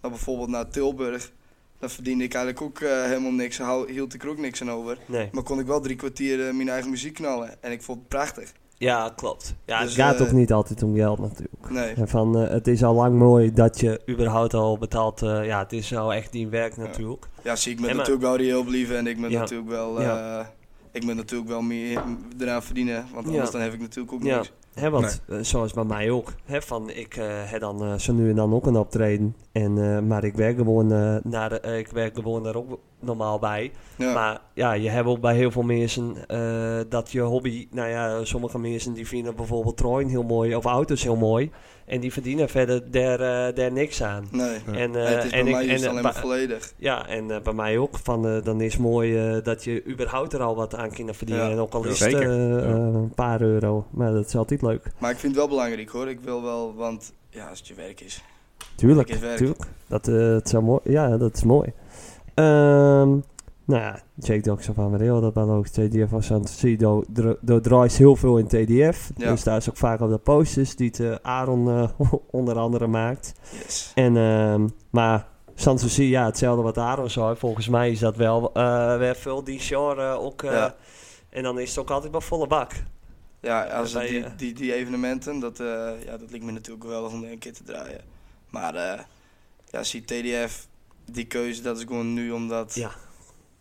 Speaker 4: nou bijvoorbeeld naar Tilburg, dan verdiende ik eigenlijk ook eh, helemaal niks, hou- hield ik er ook niks aan over.
Speaker 1: Nee.
Speaker 4: Maar kon ik wel drie kwartier eh, mijn eigen muziek knallen en ik vond het prachtig.
Speaker 1: Ja, klopt. Ja,
Speaker 4: Dus,
Speaker 1: het gaat
Speaker 4: eh,
Speaker 1: ook niet altijd om geld natuurlijk.
Speaker 4: Nee,
Speaker 1: En van, eh, het is al lang mooi dat je überhaupt al betaalt. eh, ja, het is al echt die werk natuurlijk.
Speaker 4: ja, zie ik me
Speaker 1: Emma.
Speaker 4: natuurlijk wel reëel blijven en ik moet
Speaker 1: Ja.
Speaker 4: natuurlijk wel,
Speaker 1: Ja.
Speaker 4: eh, ik moet natuurlijk wel meer eraan verdienen, want
Speaker 1: Ja.
Speaker 4: anders dan heb ik natuurlijk ook
Speaker 1: Ja.
Speaker 4: niks.
Speaker 1: Hè, want eh, zoals bij mij ook. Hè, van, ik eh, heb dan eh, zo nu en dan ook een optreden. En, eh, maar ik werk, gewoon, eh, naar, de- eh, ik werk gewoon daar ook normaal bij.
Speaker 4: Ja.
Speaker 1: Maar ja, je hebt ook bij heel veel mensen eh, dat je hobby... Nou ja, sommige mensen die vinden bijvoorbeeld trein heel mooi of auto's heel mooi. En die verdienen verder daar, eh, daar niks aan.
Speaker 4: Nee.
Speaker 3: Ja.
Speaker 1: En,
Speaker 4: Nee,
Speaker 1: eh,
Speaker 4: het is
Speaker 1: en
Speaker 4: bij mij
Speaker 1: ik,
Speaker 4: juist
Speaker 1: en,
Speaker 4: alleen
Speaker 1: ba-
Speaker 4: maar volledig.
Speaker 1: ja, en eh, bij mij ook. Van, eh, dan is mooi eh, dat je überhaupt er al wat aan kan verdienen.
Speaker 4: Ja,
Speaker 1: en ook al
Speaker 2: ja,
Speaker 1: is het
Speaker 2: zeker.
Speaker 1: eh, eh, een paar euro. Maar dat is altijd leuk.
Speaker 4: Maar ik vind het wel belangrijk hoor. Ik wil wel, want ja, als het je werk is.
Speaker 1: Tuurlijk,
Speaker 4: Werk is werk.
Speaker 1: tuurlijk. Dat, eh, het zou mooi, ja, dat is mooi. Ehm, Nou ja, Jake Doxon van Mereel, dat wel ook. TDF als aan het zien, door dra- door draait heel veel in TDF.
Speaker 4: Ja.
Speaker 1: Dus daar is ook vaak op de posters die het, eh, Aaron eh, onder andere maakt.
Speaker 4: Yes.
Speaker 1: En, ehm, maar Sanssouci, ja, hetzelfde wat Aaron zei. Volgens mij is dat wel eh, weer veel die genre ook. eh,
Speaker 4: Ja.
Speaker 1: En dan is het ook altijd wel volle bak.
Speaker 4: Ja, als
Speaker 1: Bij,
Speaker 4: het die,
Speaker 1: eh,
Speaker 4: die, die evenementen, dat, eh, ja, dat lijkt me natuurlijk wel om een keer te draaien. Maar eh ja, zie TDF, die keuze, dat is gewoon nu omdat
Speaker 1: Ja.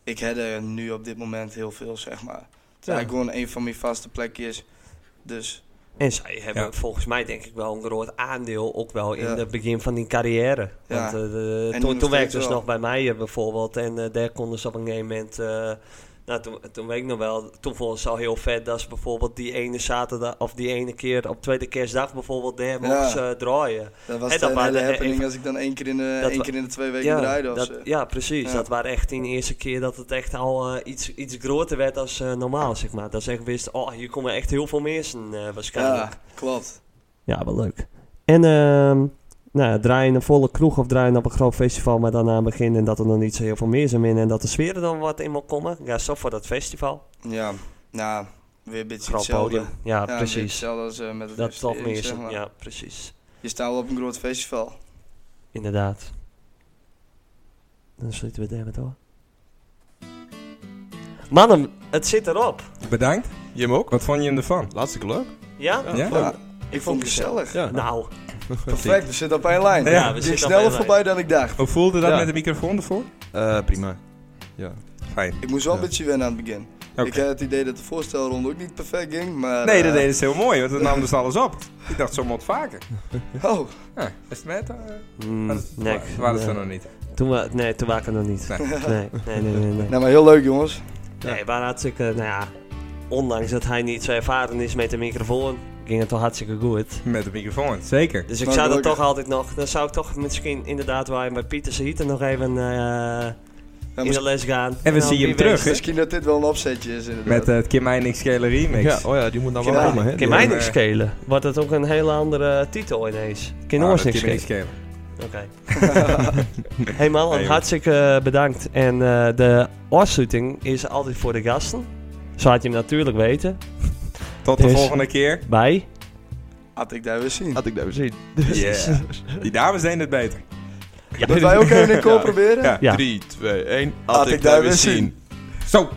Speaker 4: ik heb er nu op dit moment heel veel, zeg maar. Het is
Speaker 1: Ja.
Speaker 4: eigenlijk gewoon een van mijn vaste plekjes. Dus
Speaker 1: En zij hebben
Speaker 2: Ja.
Speaker 1: volgens mij denk ik wel een groot aandeel ook wel in
Speaker 4: Ja.
Speaker 1: het begin van die carrière.
Speaker 4: Ja.
Speaker 1: Want eh, de-
Speaker 4: nu
Speaker 1: toen,
Speaker 4: nog
Speaker 1: toen werkte
Speaker 4: steeds
Speaker 1: ze
Speaker 4: wel.
Speaker 1: nog bij mij eh, bijvoorbeeld en eh, daar konden ze op een gegeven moment... eh, nou, toen, toen weet ik nog wel, toen vonden ze al heel vet dat ze bijvoorbeeld die ene zaterdag of die ene keer op tweede kerstdag bijvoorbeeld daar mochten ze eh, draaien.
Speaker 4: dat was
Speaker 1: Hey, dat
Speaker 4: de
Speaker 1: waren
Speaker 4: hele
Speaker 1: de-
Speaker 4: happening
Speaker 1: een-
Speaker 4: als ik dan één keer in de,
Speaker 1: Dat
Speaker 4: één
Speaker 1: wa-
Speaker 4: keer in de twee weken draaide of
Speaker 1: dat,
Speaker 4: zo.
Speaker 1: ja, precies.
Speaker 4: Ja.
Speaker 1: Dat waren echt in de eerste keer dat het echt al eh, iets, iets groter werd als eh, normaal, zeg maar. Dat ze echt wisten, oh, hier komen echt heel veel mensen eh, waarschijnlijk.
Speaker 4: Ja, klopt.
Speaker 1: Ja, wel leuk. En ehm nou, ja, draai je een volle kroeg of draai je op een groot festival, maar daarna aan begin en dat er nog niet zo heel veel meer zijn in en dat de sfeer er dan wat in moet komen. Ja, zo voor dat festival.
Speaker 4: Ja, nou, weer een beetje
Speaker 1: Groot
Speaker 4: hetzelfde.
Speaker 1: podium. Ja,
Speaker 4: Ja, een beetje
Speaker 1: precies.
Speaker 4: Hetzelfde als eh, met het
Speaker 1: Dat toch
Speaker 4: investering,
Speaker 1: meer.
Speaker 4: zeg
Speaker 1: zo-
Speaker 4: maar.
Speaker 1: Ja, precies.
Speaker 4: Je staat wel op een groot festival.
Speaker 1: Inderdaad. Dan sluiten we het daarmee door. Mannen, het zit erop.
Speaker 2: Bedankt.
Speaker 3: Jim ook?
Speaker 2: Wat vond je hem ervan?
Speaker 3: Laatste keer Oh, leuk.
Speaker 1: Ja?
Speaker 2: Ja?
Speaker 4: Ja, ik
Speaker 1: Ik
Speaker 4: vond
Speaker 1: vond
Speaker 4: het gezellig.
Speaker 3: Ja.
Speaker 1: Nou,
Speaker 4: Perfect, we zitten op één lijn.
Speaker 1: Ja, we zitten
Speaker 4: Dit is
Speaker 1: op
Speaker 4: sneller
Speaker 1: één lijn.
Speaker 4: voorbij dan ik dacht.
Speaker 2: Hoe voelde dat
Speaker 3: Ja.
Speaker 2: met de microfoon ervoor?
Speaker 3: Eh, prima. Ja.
Speaker 2: Fijn.
Speaker 4: Ik moest wel
Speaker 3: Ja.
Speaker 4: een beetje wennen aan het begin.
Speaker 2: Oké.
Speaker 4: Ik had het idee dat de voorstelronde ook niet perfect ging, maar...
Speaker 2: Nee, dat
Speaker 4: eh,
Speaker 2: deed ze heel mooi, want het nam dus alles op. Ik dacht, zo moet vaker.
Speaker 4: Oh,
Speaker 2: Ja, is het met? eh,
Speaker 1: mm,
Speaker 2: was het-
Speaker 1: nee,
Speaker 2: wa- waren ze er
Speaker 1: nee.
Speaker 2: nog niet.
Speaker 1: Toen wa- nee, toen waren we nog niet.
Speaker 2: Nee.
Speaker 1: Nee, nee, nee, nee. nee.
Speaker 4: nou maar heel leuk jongens.
Speaker 1: Nee, we waren hartstikke, nou ja, ondanks dat hij niet zo ervaren is met de microfoon, ging het toch hartstikke goed.
Speaker 2: Met de microfoon, zeker.
Speaker 1: Dus ik
Speaker 4: Maar
Speaker 1: zou dat
Speaker 4: gelukkig.
Speaker 1: toch altijd nog, dan zou ik toch misschien inderdaad waar je bij Pieter Sahita nog even eh,
Speaker 4: Ja,
Speaker 1: in de
Speaker 4: misschien,
Speaker 1: les gaan.
Speaker 2: we
Speaker 1: dan
Speaker 2: zien
Speaker 1: wie
Speaker 2: hem
Speaker 1: weet.
Speaker 2: terug, hè?
Speaker 4: misschien dat dit wel een opzetje is inderdaad.
Speaker 2: Met eh, het Kim Einings Gele remix.
Speaker 3: Ja, oh ja, die moet nou wel
Speaker 4: Ja,
Speaker 3: komen, hè?
Speaker 1: Kan
Speaker 3: Die-
Speaker 1: mij
Speaker 2: Ja.
Speaker 1: niks schelen. Wordt het ook een hele andere titel ineens. Kan
Speaker 2: Ah,
Speaker 1: ons
Speaker 2: dat
Speaker 1: niks
Speaker 2: Kim
Speaker 1: schelen.
Speaker 2: Einings Gele.
Speaker 1: Oké. hey man,
Speaker 2: Hey,
Speaker 1: hartstikke bedankt. En eh, de afsluiting is altijd voor de gasten. Zo had je hem natuurlijk weten.
Speaker 2: Tot de
Speaker 1: Dus-
Speaker 2: volgende keer.
Speaker 1: Bij.
Speaker 4: Had ik daar weer zien.
Speaker 3: Had ik daar weer Dus- zin.
Speaker 2: Yeah. Die dames deden het beter.
Speaker 4: Dat wij ook even een koor
Speaker 3: Ja.
Speaker 4: proberen?
Speaker 2: Ja.
Speaker 1: Ja.
Speaker 3: 3, 2, 1.
Speaker 4: Had ik daar weer zien.
Speaker 2: Zo.